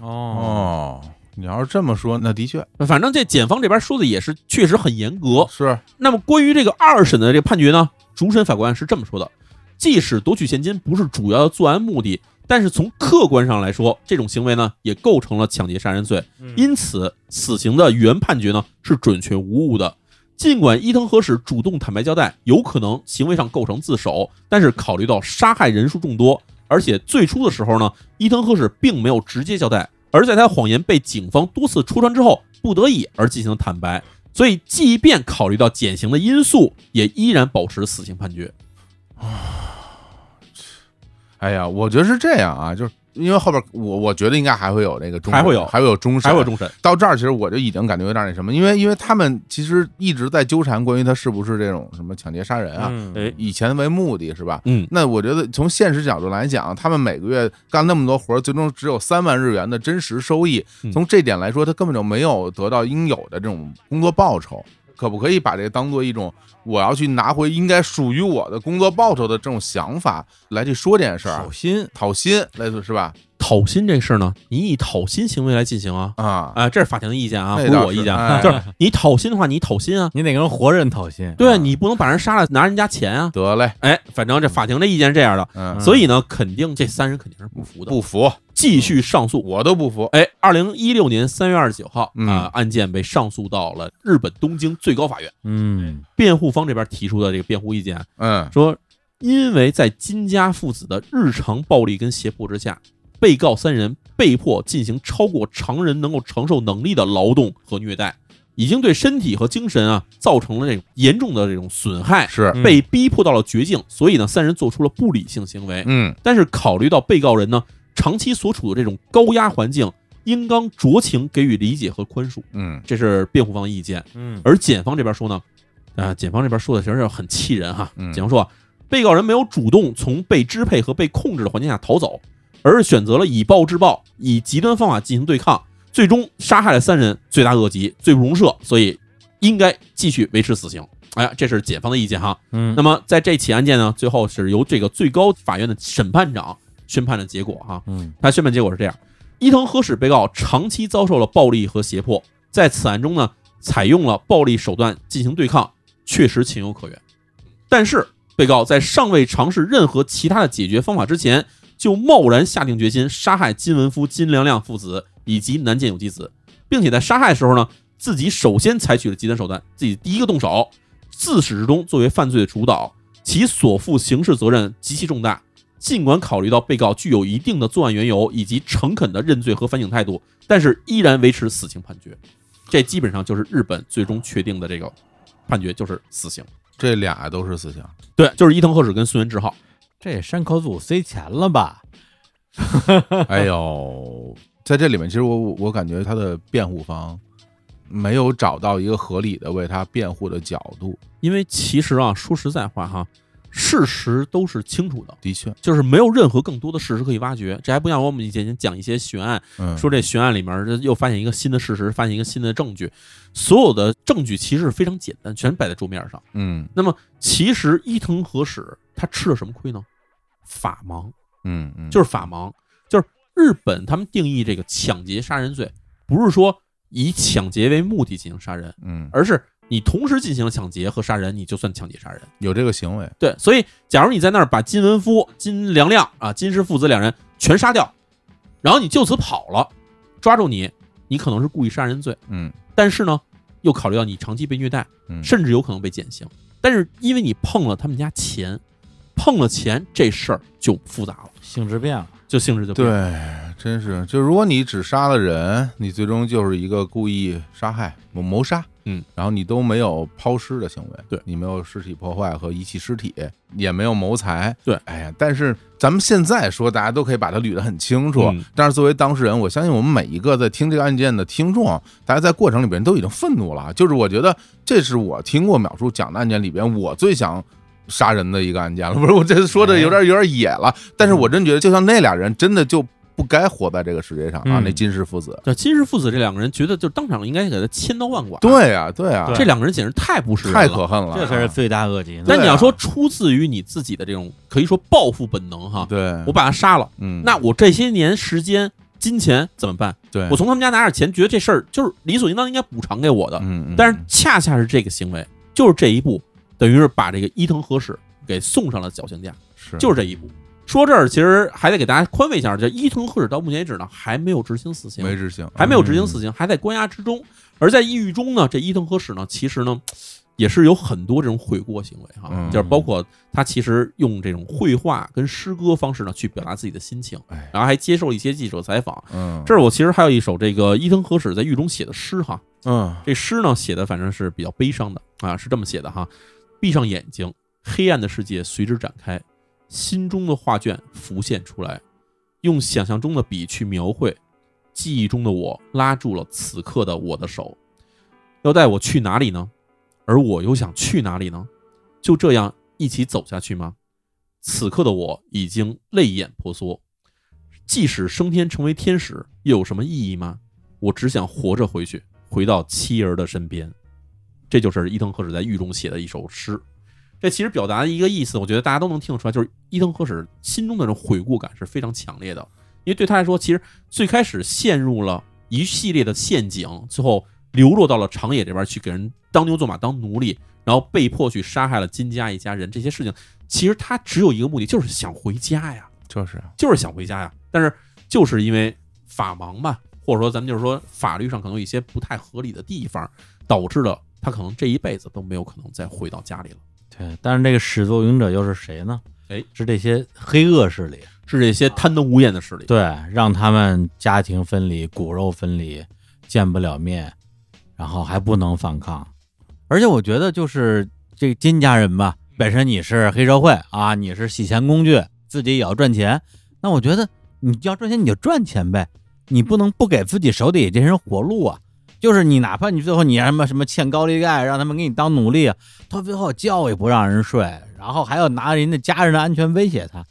Speaker 1: 哦，
Speaker 2: 哦，你要是这么说，那的确
Speaker 3: 反正这检方这边说的也是确实很严格。
Speaker 2: 是，
Speaker 3: 那么关于这个二审的这个判决呢，主审法官是这么说的：即使夺取现金不是主要的作案目的，但是从客观上来说，这种行为呢也构成了抢劫杀人罪，因此死刑的原判决呢是准确无误的。尽管伊藤和史主动坦白交代，有可能行为上构成自首，但是考虑到杀害人数众多，而且最初的时候呢，伊藤和史并没有直接交代，而在他谎言被警方多次戳穿之后，不得已而进行坦白。所以，即便考虑到减刑的因素，也依然保持死刑判决。
Speaker 2: 哎呀，我觉得是这样啊，就是因为后边我我觉得应该还会有那个中审，
Speaker 3: [laughs] 还会有
Speaker 2: 还会有中审，
Speaker 3: 还有终审，
Speaker 2: 到这儿，其实我就已经感觉有点那什么，因为因为他们其实一直在纠缠关于他是不是这种什么抢劫杀人啊，
Speaker 1: 嗯，
Speaker 3: 哎，
Speaker 2: 以钱为目的是吧？
Speaker 3: 嗯，
Speaker 2: 那我觉得从现实角度来讲，他们每个月干那么多活儿，最终只有三万日元的真实收益
Speaker 3: 嗯。
Speaker 2: 从这点来说，他根本就没有得到应有的这种工作报酬。可不可以把这个当做一种我要去拿回应该属于我的工作报酬的这种想法来去说这件事儿啊
Speaker 1: 好？心，
Speaker 2: 讨薪，类似是吧？
Speaker 3: 讨薪这事儿呢，你以讨薪行为来进行啊。
Speaker 2: 啊，
Speaker 3: 啊，这是法庭的意见啊，不
Speaker 2: 那
Speaker 3: 是
Speaker 2: 倒
Speaker 3: 我意见
Speaker 2: 是
Speaker 3: 啊。
Speaker 2: 哎
Speaker 3: 就是你讨薪的话，你讨薪啊，
Speaker 1: 你得跟活人讨心，
Speaker 3: 对啊，你不能把人杀了拿人家钱啊。
Speaker 2: 得嘞，
Speaker 3: 哎，反正这法庭的意见是这样的，
Speaker 2: 嗯，
Speaker 3: 所以呢，肯定这三人肯定是不服的，
Speaker 2: 不服，
Speaker 3: 继续上诉。
Speaker 2: 我都不服。
Speaker 3: 哎，二零一六年三月二十九号
Speaker 2: 嗯
Speaker 3: 啊，案件被上诉到了日本东京最高法院。
Speaker 1: 嗯，
Speaker 3: 辩护方这边提出的这个辩护意见啊
Speaker 2: 嗯
Speaker 3: 说，因为在金家父子的日常暴力跟胁迫之下，被告三人被迫进行超过常人能够承受能力的劳动和虐待，已经对身体和精神啊造成了这种严重的这种损害，
Speaker 2: 是，
Speaker 1: 嗯
Speaker 3: 被逼迫到了绝境。所以呢，三人做出了不理性行为。
Speaker 2: 嗯
Speaker 3: 但是考虑到被告人呢长期所处的这种高压环境，应当酌情给予理解和宽恕。
Speaker 2: 嗯
Speaker 3: 这是辩护方的意见。
Speaker 1: 嗯，
Speaker 3: 而检方这边说呢，啊、检方这边说的其实是很气人哈。
Speaker 2: 嗯
Speaker 3: 检方说啊，被告人没有主动从被支配和被控制的环境下逃走，而是选择了以暴制暴，以极端方法进行对抗，最终杀害了三人，罪大恶极，罪不容赦，所以应该继续维持死刑。哎呀，这是检方的意见哈。
Speaker 1: 嗯
Speaker 3: 那么在这起案件呢，最后是由这个最高法院的审判长宣判的结果哈、
Speaker 1: 嗯
Speaker 3: 他宣判结果是这样：伊藤和史被告长期遭受了暴力和胁迫，在此案中呢，采用了暴力手段进行对抗，确实情有可原。但是，被告在尚未尝试任何其他的解决方法之前，就贸然下定决心杀害金文夫、金良亮父子以及南见有纪子，并且在杀害的时候呢，自己首先采取了极端手段，自己第一个动手，自始至终作为犯罪的主导，其所负刑事责任极其重大。尽管考虑到被告具有一定的作案缘由以及诚恳的认罪和反省态度，但是依然维持死刑判决。这基本上就是日本最终确定的这个判决，就是死刑。
Speaker 2: 这俩都是死
Speaker 3: [laughs]
Speaker 2: 刑，
Speaker 3: 对，就是伊藤鹤史跟孙原志浩。
Speaker 1: 这山口组塞钱了吧？
Speaker 2: 哎呦，在这里面，其实我我我感觉他的辩护方没有找到一个合理的为他辩护的角度，
Speaker 3: 因为其实啊，说实在话哈，事实都是清楚的，
Speaker 2: 的确，
Speaker 3: 就是没有任何更多的事实可以挖掘。这还不像我们以前讲一些悬案，
Speaker 2: 嗯，
Speaker 3: 说这悬案里面这又发现一个新的事实，发现一个新的证据，所有的证据其实非常简单，全摆在桌面上。
Speaker 2: 嗯
Speaker 3: 那么其实伊藤和史他吃了什么亏呢？法盲
Speaker 2: 嗯嗯，
Speaker 3: 就是法盲，就是日本他们定义这个抢劫杀人罪，不是说以抢劫为目的进行杀人，
Speaker 2: 嗯
Speaker 3: 而是你同时进行了抢劫和杀人，你就算抢劫杀人。
Speaker 2: 有这个行为，
Speaker 3: 对，所以假如你在那儿把金文夫、金良亮啊、金氏父子两人全杀掉，然后你就此跑了，抓住你，你可能是故意杀人罪，
Speaker 2: 嗯
Speaker 3: 但是呢，又考虑到你长期被虐待，
Speaker 2: 嗯，
Speaker 3: 甚至有可能被减刑。但是因为你碰了他们家钱，碰了钱这事儿就复杂了，
Speaker 1: 性质变了，
Speaker 3: 就性质就变了
Speaker 2: 对，真是，就如果你只杀了人，你最终就是一个故意杀害、谋谋杀，
Speaker 3: 嗯，
Speaker 2: 然后你都没有抛尸的行为，
Speaker 3: 对
Speaker 2: 你没有尸体破坏和遗弃尸体，也没有谋财，
Speaker 3: 对
Speaker 2: 哎呀，但是咱们现在说，大家都可以把它捋得很清楚，
Speaker 3: 嗯
Speaker 2: 但是作为当事人，我相信我们每一个在听这个案件的听众，啊大家在过程里边都已经愤怒了啊，就是我觉得这是我听过淼叔讲的案件里边我最想。杀人的一个案件了，不是我这说
Speaker 3: 哎
Speaker 2: 的有点有点野了，但是我真觉得，就像那俩人，真的就不该活在这个世界上啊！
Speaker 1: 嗯
Speaker 2: 那金氏父子，
Speaker 3: 对，金氏父子这两个人觉得就当场应该给他千刀万剐。，
Speaker 2: 对呀、对呀、
Speaker 1: 对
Speaker 3: 这两个人简直太不是人
Speaker 2: 太
Speaker 3: 了。
Speaker 2: 可恨了，
Speaker 1: 这才是罪大恶极呢。
Speaker 3: 但你
Speaker 2: 对啊
Speaker 3: 要说出自于你自己的这种可以说报复本能哈，
Speaker 2: 对，
Speaker 3: 我把他杀了，
Speaker 2: 嗯，
Speaker 3: 那我这些年时间、金钱怎么办？
Speaker 2: 对
Speaker 3: 我从他们家拿点钱，觉得这事儿就是理所应当应该补偿给我的。
Speaker 2: 嗯，嗯
Speaker 3: 但是恰恰是这个行为，就是这一步，等于是把这个伊藤和史给送上了绞刑架，
Speaker 2: 是
Speaker 3: 就是这一步。说这儿其实还得给大家宽慰一下，就伊藤和史到目前为止呢还没有执行死刑，
Speaker 2: 没嗯执行，
Speaker 3: 还没有执行死刑，还在关押之中。而在抑郁中呢，这伊藤和史呢，其实呢，也是有很多这种悔过行为哈，
Speaker 2: 嗯
Speaker 3: 就是包括他其实用这种绘画跟诗歌方式呢去表达自己的心情
Speaker 2: 哎，
Speaker 3: 然后还接受了一些记者采访。
Speaker 2: 嗯，嗯，
Speaker 3: 这儿我其实还有一首这个伊藤和史在狱中写的诗哈，
Speaker 2: 嗯，
Speaker 3: 这诗呢写的反正是比较悲伤的啊，是这么写的哈：闭上眼睛，黑暗的世界随之展开，心中的画卷浮现出来，用想象中的笔去描绘，记忆中的我拉住了此刻的我的手，要带我去哪里呢？而我又想去哪里呢？就这样一起走下去吗？此刻的我已经泪眼婆娑，即使升天成为天使，又有什么意义吗？我只想活着回去，回到妻儿的身边。这就是伊藤和史在狱中写的一首诗。这其实表达的一个意思，我觉得大家都能听得出来，就是伊藤和史心中的这种悔过感是非常强烈的。因为对他来说，其实最开始陷入了一系列的陷阱，最后流落到了长野这边去，给人当牛做马、当奴隶，然后被迫去杀害了金家一家人。这些事情，其实他只有一个目的，就是想回家呀。
Speaker 2: 就是
Speaker 3: 就是想回家呀。但是就是因为法盲吧，或者说咱们就是说法律上可能有一些不太合理的地方，导致了他可能这一辈子都没有可能再回到家里了。
Speaker 1: 对，但是这个始作俑者又是谁呢？
Speaker 3: 哎，
Speaker 1: 是这些黑恶势力，
Speaker 3: 是这些贪得无厌的势力，
Speaker 1: 对，让他们家庭分离、骨肉分离，见不了面，然后还不能反抗。而且我觉得，就是这个金家人吧，本身你是黑社会啊，你是洗钱工具，自己也要赚钱。那我觉得你要赚钱你就赚钱呗，你不能不给自己手底下这些人活路啊。就是你哪怕你最后你什么什么欠高利贷，让他们给你当奴隶，啊到最后觉也不让人睡，然后还要拿人家家人的安全威胁他。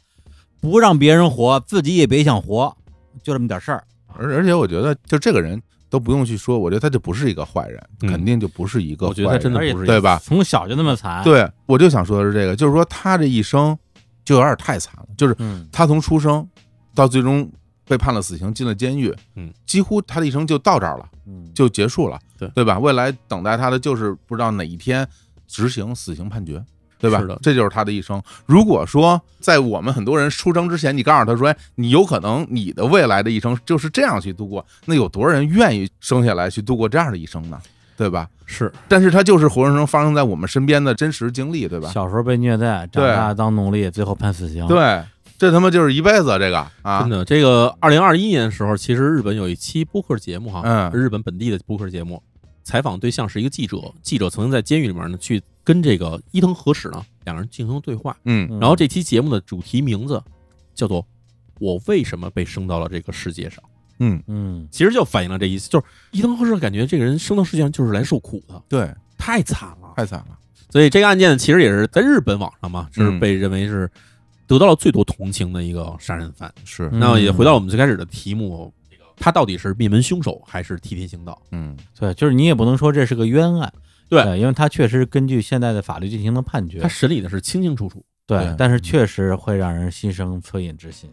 Speaker 1: 不让别人活，自己也别想活，就这么点事儿。
Speaker 2: 而而且我觉得，就这个人都不用去说，我觉得他就不是一个坏人，
Speaker 3: 嗯
Speaker 2: 肯定就不是一个坏人，
Speaker 3: 我觉得他真的
Speaker 1: 而且
Speaker 3: 不是
Speaker 2: 对吧？
Speaker 1: 从小就那么惨，，
Speaker 2: 对，我就想说的是这个，就是说他这一生就有点太惨了，就是
Speaker 1: 嗯，
Speaker 2: 他从出生到最终被判了死刑，进了监狱，
Speaker 3: 嗯，
Speaker 2: 几乎他的一生就到这儿了，
Speaker 1: 嗯，
Speaker 2: 就结束了，
Speaker 3: 对
Speaker 2: 对吧？未来等待他的就是不知道哪一天执行死刑判决。对吧
Speaker 3: 是的？
Speaker 2: 这就是他的一生。如果说在我们很多人出生之前，你告诉他说，哎你有可能你的未来的一生就是这样去度过，那有多少人愿意生下来去度过这样的一生呢？ [laughs] 对吧？
Speaker 3: 是
Speaker 2: 但是它就是活生生发生在我们身边的真实经历，对吧？
Speaker 1: 小时候被虐待，长
Speaker 2: 对
Speaker 1: 大当奴隶，最后判死刑。，
Speaker 2: 对，这他妈就是一辈子这个啊
Speaker 3: 真，的。这个二零二一年的时候，其实日本有一期播客节目哈，
Speaker 2: 嗯
Speaker 3: 日本本地的播客节目，采访对象是一个记者，记者曾经在监狱里面呢去跟这个伊藤和史呢两人进行对话，
Speaker 2: 嗯
Speaker 1: 嗯
Speaker 3: 然后这期节目的主题名字叫做“我为什么被生到了这个世界上
Speaker 2: 嗯，
Speaker 1: 嗯”，
Speaker 3: 其实就反映了这意思，就是伊藤和史感觉这个人生到世界上就是来受苦的，
Speaker 2: 对，
Speaker 3: 太惨了。
Speaker 2: 太惨了，
Speaker 3: 所以这个案件其实也是在日本网上嘛，就是
Speaker 2: 嗯
Speaker 3: 被认为是得到了最多同情的一个杀人犯。
Speaker 2: 是，
Speaker 1: 嗯
Speaker 3: 那也回到我们最开始的题目，他到底是灭门凶手还是替天行道？
Speaker 2: 嗯，
Speaker 1: 对，就是你也不能说这是个冤案，
Speaker 3: 对
Speaker 1: 因为他确实根据现在的法律进行的判决
Speaker 3: 他，审理的是清清楚楚。
Speaker 1: 对
Speaker 2: 对，
Speaker 1: 但是确实会让人心生恻隐之心。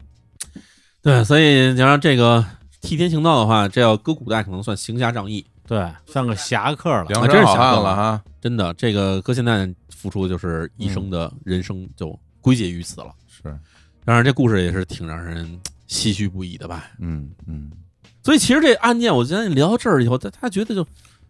Speaker 3: 对，所以你要让这个替天行道的话，这要搁古代可能算行侠仗义，
Speaker 1: 对，算个侠客了。
Speaker 2: 梁
Speaker 3: 真是
Speaker 2: 山好
Speaker 3: 吓
Speaker 2: 汉
Speaker 3: 死我
Speaker 2: 了哈，
Speaker 3: 真的，这个搁现在付出的就是一生的人生就归结于此了。
Speaker 2: 是，
Speaker 3: 当然，这故事也是挺让人唏嘘不已的吧。
Speaker 2: 嗯嗯，
Speaker 3: 所以其实这案件，我觉得聊到这儿以后，大家觉得就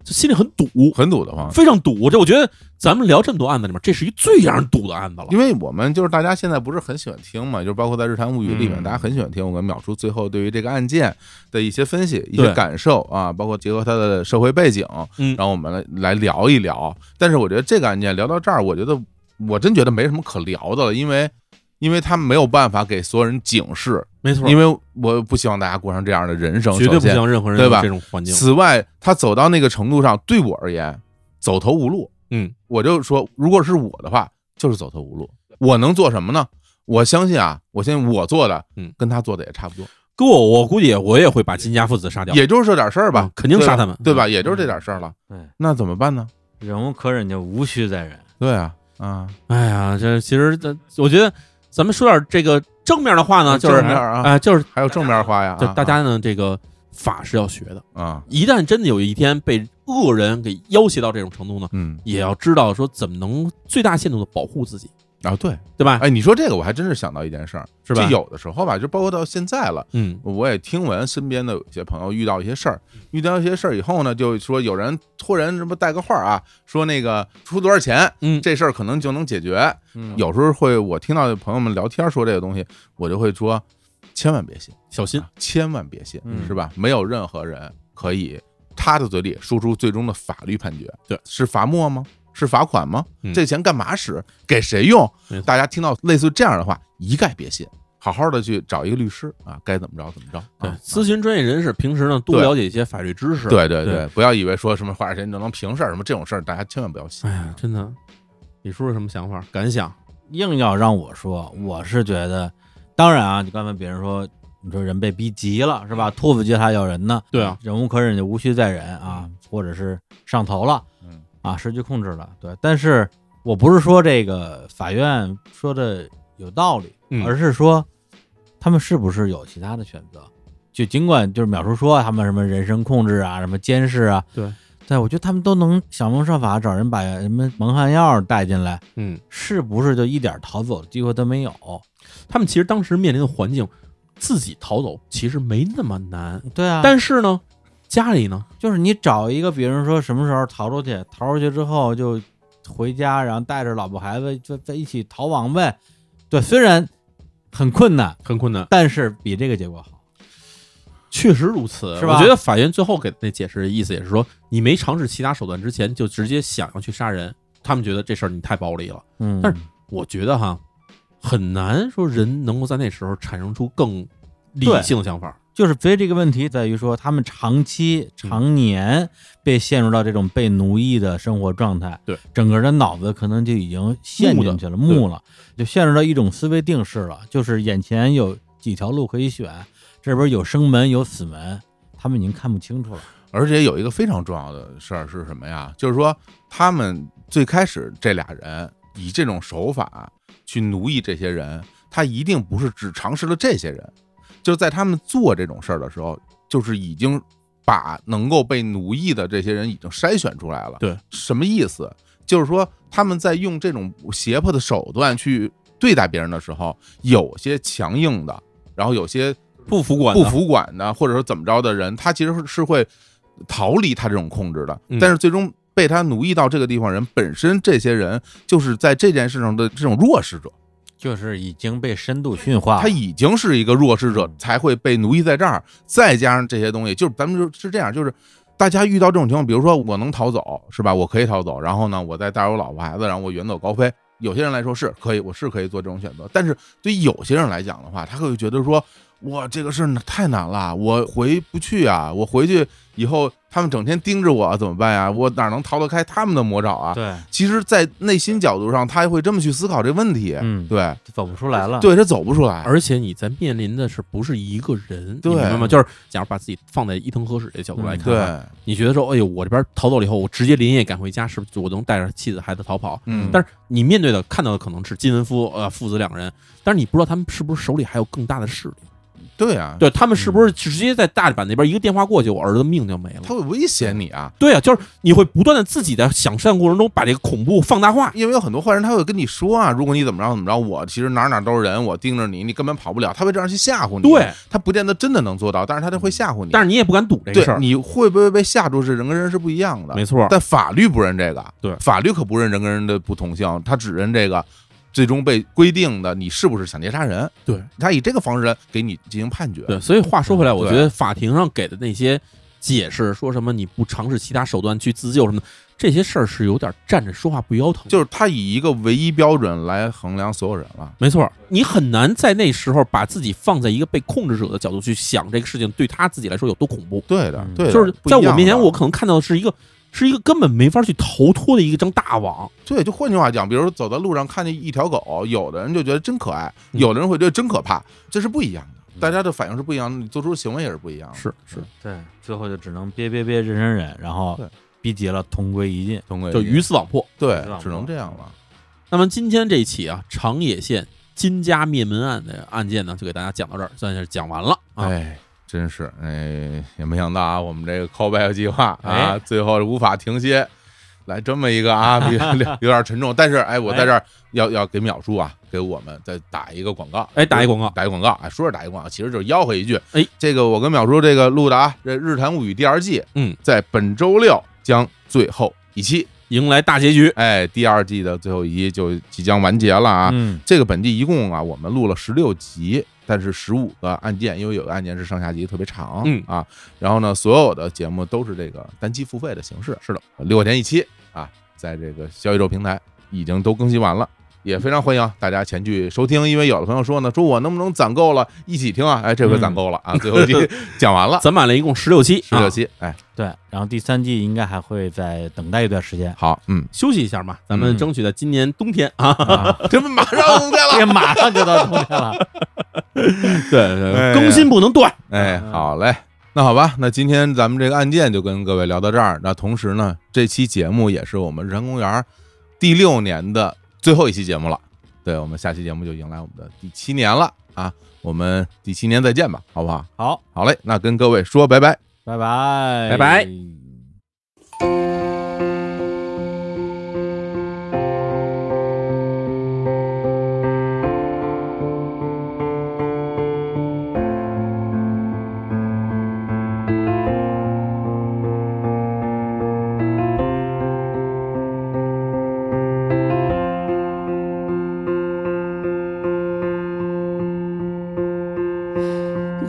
Speaker 3: 就心里很堵，
Speaker 2: 很堵得慌。
Speaker 3: 非常堵。这我觉得咱们聊这么多案子里面，这是一最让人堵的案子了。
Speaker 2: 因为我们就是大家现在不是很喜欢听嘛，就是包括在《日谈物语》里面，
Speaker 1: 嗯
Speaker 2: 大家很喜欢听我们秒出最后对于这个案件的一些分析、一些
Speaker 3: 对
Speaker 2: 感受啊，包括结合他的社会背景，
Speaker 3: 嗯
Speaker 2: 然后我们来来聊一聊。但是我觉得这个案件聊到这儿，我觉得我真觉得没什么可聊的了，因为因为他没有办法给所有人警示，
Speaker 3: 没错，
Speaker 2: 因为我不希望大家过上这样的人生，
Speaker 3: 绝对
Speaker 2: 首
Speaker 3: 不希
Speaker 2: 先
Speaker 3: 望任何人
Speaker 2: 对吧
Speaker 3: 有这种环境。
Speaker 2: 此外，他走到那个程度上，对我而言，走投无路。
Speaker 3: 嗯，
Speaker 2: 我就说，如果是我的话，就是走投无路。我能做什么呢？我相信啊，我相信我做的，
Speaker 3: 嗯，
Speaker 2: 跟他做的也差不多，
Speaker 3: 搁我，我估计也我也会把金家父子杀掉。
Speaker 2: 也就是这点事儿吧
Speaker 3: 嗯，肯嗯定
Speaker 2: 对吧
Speaker 3: 杀他们
Speaker 2: 对吧？也就是这点事儿了。
Speaker 1: 对，
Speaker 2: 那怎么办呢？
Speaker 1: 忍无可忍就无需再忍。
Speaker 2: 对啊，啊，
Speaker 3: 哎呀，这其实这我觉得咱们说点这个正面的话呢，就是
Speaker 2: 正面啊
Speaker 3: 哎就是
Speaker 2: 还有正面话呀，
Speaker 3: 就
Speaker 2: 啊
Speaker 3: 大家呢这个法是要学的。
Speaker 2: 啊，
Speaker 3: 一旦真的有一天被恶人给要挟到这种程度呢，
Speaker 2: 嗯
Speaker 3: 也要知道说怎么能最大限度的保护自己，
Speaker 2: 啊，对，
Speaker 3: 对吧？
Speaker 2: 哎，你说这个，我还真是想到一件事儿，
Speaker 3: 是吧
Speaker 2: 就有的时候吧，就包括到现在了。
Speaker 3: 嗯，
Speaker 2: 我也听闻身边的有些朋友遇到一些事儿，遇到一些事儿以后呢，就说有人托人什么带个话儿啊，说那个出多少钱，
Speaker 3: 嗯
Speaker 2: 这事儿可能就能解决。
Speaker 1: 嗯，
Speaker 2: 有时候会我听到朋友们聊天说这个东西，我就会说，啊千万别信，
Speaker 3: 小心。
Speaker 2: 千万别信，
Speaker 1: 嗯
Speaker 2: 是吧？没有任何人可以他的嘴里说出最终的法律判决，
Speaker 3: 对，
Speaker 2: 是罚没吗？是罚款吗？
Speaker 3: 嗯
Speaker 2: 这钱干嘛使？给谁用
Speaker 3: 没错？
Speaker 2: 大家听到类似这样的话，一概别信。好好的去找一个律师啊，该怎么着怎么着。
Speaker 3: 对
Speaker 2: 啊，
Speaker 3: 咨询专业人士，平时呢多
Speaker 2: 对
Speaker 3: 了解一些法律知识。，
Speaker 2: 对对
Speaker 3: 对
Speaker 2: 对，不要以为说什么花点钱就能平事儿，什么这种事儿，大家千万不要信
Speaker 3: 哎。呀，真的，李叔有什么想法、感想？
Speaker 1: 硬要让我说，我是觉得，当然啊，你刚才别人说，你说人被逼急了是吧？兔子急他咬人呢，
Speaker 3: 嗯对啊，嗯
Speaker 1: 忍无可忍就无需再忍啊，或者是上头了
Speaker 2: 嗯
Speaker 1: 啊，失去控制了，对。但是我不是说这个法院说的有道理，
Speaker 3: 嗯
Speaker 1: 而是说他们是不是有其他的选择？就尽管就是淼叔说啊他们什么人身控制啊，什么监视啊，
Speaker 3: 对，
Speaker 1: 对我觉得他们都能想方设法找人把什么蒙汗药带进来。
Speaker 3: 嗯，
Speaker 1: 是不是就一点逃走的机会都没有？
Speaker 3: 他们其实当时面临的环境，自己逃走其实没那么难，
Speaker 1: 对啊，
Speaker 3: 但是呢，家里呢，
Speaker 1: 就是你找一个，比如说什么时候逃出去，逃出去之后就回家，然后带着老婆孩子就在一起逃亡呗。对，虽然很困难，
Speaker 3: 很困难，
Speaker 1: 但是比这个结果好。
Speaker 3: 确实如此，
Speaker 1: 是吧
Speaker 3: 我觉得法院最后给那解释的意思也是说，你没尝试其他手段之前，就直接想要去杀人，他们觉得这事儿你太暴力了。
Speaker 1: 嗯
Speaker 3: 但是我觉得哈，很难说人能够在那时候产生出更理
Speaker 1: 对
Speaker 3: 性的想法。
Speaker 1: 就是所以这个问题在于说，他们长期、常年被陷入到这种被奴役的生活状态，
Speaker 3: 对
Speaker 1: 整个人脑子可能就已经陷进去了，
Speaker 3: 木的
Speaker 1: 木了，就陷入到一种思维定式了，就是眼前有几条路可以选，这边有生门有死门，他们已经看不清楚了。
Speaker 2: 而且有一个非常重要的事儿是什么呀？就是说他们最开始这俩人以这种手法去奴役这些人，他一定不是只尝试了这些人，就是在他们做这种事儿的时候，就是已经把能够被奴役的这些人已经筛选出来了。
Speaker 3: 对，
Speaker 2: 什么意思？就是说他们在用这种胁迫的手段去对待别人的时候，有些强硬的，然后有些
Speaker 3: 不服管的
Speaker 2: 不服管的，或者说怎么着的人，他其实是会逃离他这种控制的
Speaker 3: 嗯，
Speaker 2: 但是最终被他奴役到这个地方人本身，这些人就是在这件事上的这种弱势者，
Speaker 1: 就是已经被深度驯化
Speaker 2: 他已经是一个弱势者，才会被奴役在这儿，再加上这些东西，就是咱们就是这样，就是。大家遇到这种情况，比如说我能逃走，是吧？我可以逃走，然后呢，我再带着我老婆孩子，然后我远走高飞。有些人来说是可以，我是可以做这种选择，但是对于有些人来讲的话，他会觉得说，哇，这个事儿太难了，我回不去啊，我回去以后他们整天盯着我怎么办呀？我哪能逃得开他们的魔爪啊？
Speaker 1: 对，
Speaker 2: 其实，在内心角度上，他会这么去思考这个问题，
Speaker 1: 嗯，
Speaker 2: 对，
Speaker 1: 走不出来了，，
Speaker 2: 对他走不出 [laughs] 来，
Speaker 3: 而且你在面临的是不是一个人？
Speaker 2: 哎对嗯
Speaker 3: 你明白吗？就是假如把自己放在伊藤和史这角度来看，
Speaker 2: 对，，
Speaker 3: 你觉得说，哎呦，我这边逃走了以后，我直接连夜赶回家，是不是我能带着妻子孩子逃跑？
Speaker 2: 嗯
Speaker 3: 但是你面对的看到的可能是金文夫呃父子两人，但是你不知道他们是不是手里还有更大的势力，
Speaker 2: 对啊，
Speaker 3: 对他们是不是直接在大阪那边一个电话过去，我儿子命就没了
Speaker 2: 他。会威胁你啊，
Speaker 3: 对啊，就是你会不断的自己的想象过程中把这个恐怖放大化。
Speaker 2: 因为有很多坏人他会跟你说啊，如果你怎么着怎么着，我其实哪儿哪儿都是人，我盯着你，你根本跑不了，他会这样去吓唬你。
Speaker 3: 对，
Speaker 2: 他不见得真的能做到，但是他就会吓唬你。
Speaker 3: 但是你也不敢赌这个事
Speaker 2: 对，
Speaker 3: 儿，
Speaker 2: 你会不会被吓住是人跟人是不一样的，
Speaker 3: 没错。
Speaker 2: 但法律不认这个，
Speaker 3: 对
Speaker 2: 法律可不认人跟人的不同性，他只认这个最终被规定的你是不是抢劫杀人，
Speaker 3: 对，
Speaker 2: 他以这个方式给你进行判决。
Speaker 3: 对，所以话说回来，我
Speaker 2: 嗯
Speaker 3: 觉
Speaker 2: 对
Speaker 3: 得法庭上给的那些解释，说什么你不尝试其他手段去自救什么的，这些事儿是有点站着说话不腰疼的。
Speaker 2: 就是他以一个唯一标准来衡量所有人了。
Speaker 3: 没错，你很难在那时候把自己放在一个被控制者的角度去想这个事情对他自己来说有多恐怖。
Speaker 2: 对的
Speaker 1: 嗯，
Speaker 2: 对的，
Speaker 3: 就是
Speaker 2: 不一
Speaker 3: 在我
Speaker 2: 样
Speaker 3: 面前，
Speaker 2: 的
Speaker 3: 我可能看到的是一个是一个根本没法去逃脱的一张大网。
Speaker 2: 对，就换句话讲，比如走在路上看见一条狗，有的人就觉得真可爱，
Speaker 3: 嗯
Speaker 2: 有的人会觉得真可怕，这是不一样
Speaker 1: 嗯
Speaker 2: 的。大家的反应是不一样的，你做出的行啊为也是不一样的。
Speaker 3: 是是，
Speaker 1: 对，最后就只能憋憋憋，忍忍忍，然后
Speaker 2: 对
Speaker 1: 逼急了，同归于尽。
Speaker 2: 同归于
Speaker 3: 就
Speaker 2: 尽
Speaker 3: 鱼死网破。
Speaker 2: 对
Speaker 1: 死网，
Speaker 2: 只能这样了。
Speaker 3: 那么今天这一起啊，长野县金家灭门案的案件呢，就给大家讲到这儿，算是讲完了啊。
Speaker 2: 哎，真是哎，也没想到啊，我们这个 callback 计划啊
Speaker 1: 哎，
Speaker 2: 最后无法停歇，来这么一个啊，比 [laughs] 有点沉重。但是哎，我在这儿要要给淼叔啊，给我们再打一个广告，
Speaker 3: 哎，打一广告，
Speaker 2: 打一广告，哎，说是打一广告，其实就是吆喝一句，
Speaker 3: 哎，
Speaker 2: 这个我跟淼叔这个录的啊，这《日谈物语》第二季，
Speaker 3: 嗯，
Speaker 2: 在本周六将最后一期，
Speaker 3: 迎来大结局。
Speaker 2: 哎，第二季的最后一期就即将完结了啊。
Speaker 1: 嗯，
Speaker 2: 这个本季一共啊，我们录了十六集，但是十五个案件，因为有个案件是上下集特别长，
Speaker 3: 嗯
Speaker 2: 啊，然后呢，所有的节目都是这个单期付费的形式，是的，六块钱一期啊，在这个小宇宙平台已经都更新完了。也非常欢迎啊大家前去收听，因为有的朋友说呢，说我能不能攒够了一起听啊？哎，这回攒够了啊，最后一期讲完 [laughs] 了，
Speaker 3: 咱买了一共十六期，啊
Speaker 2: 十六期，哎，。
Speaker 1: 对。然后第三季应该还会再等待一段时间
Speaker 2: 好，嗯，
Speaker 3: 休息一下嘛，咱们
Speaker 2: 嗯
Speaker 3: 争取在今年冬天啊，
Speaker 1: 啊，
Speaker 2: 这不马上冬天
Speaker 1: 这
Speaker 2: 了，
Speaker 1: 马上就到冬天了。
Speaker 3: [laughs] 对
Speaker 2: 哎
Speaker 3: 对，
Speaker 2: 呀
Speaker 3: 更新不能断。
Speaker 2: 哎，好嘞，那好吧，那今天咱们这个案件就跟各位聊到这儿。那同时呢，这期节目也是我们日坛公园第六年的最后一期节目了。对，我们下期节目就迎来我们的第七年了啊！我们第七年再见吧，好不好？
Speaker 1: 好，
Speaker 2: 好嘞，那跟各位说拜拜。
Speaker 1: 拜拜，
Speaker 3: 拜拜。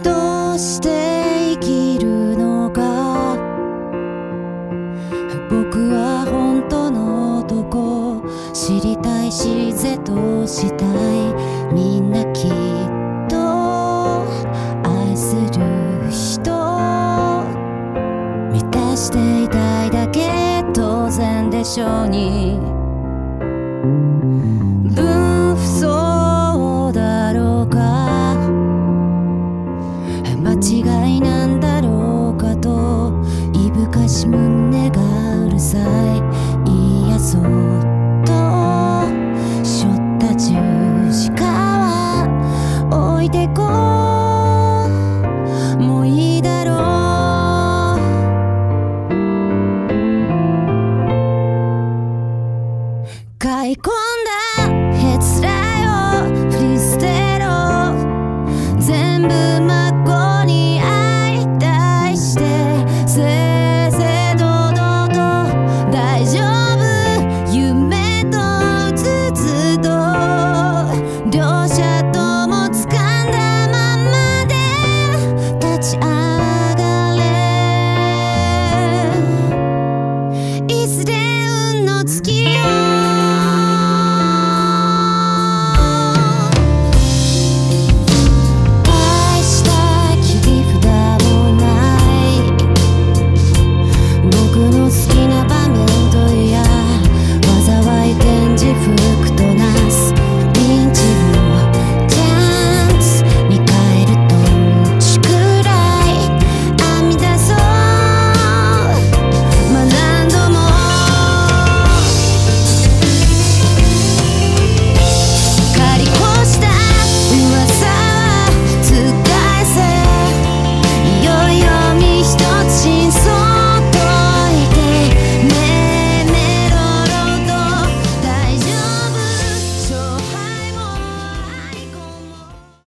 Speaker 4: どうして生きるのか僕は本当の男知りたいしぜとしたいみんなきっと愛する人満たしていたいだけ当然でしょうにうんそうだろうか間違いなんだろうかといぶかし胸がうるさいいやそっと背負った十字架は置いてこう月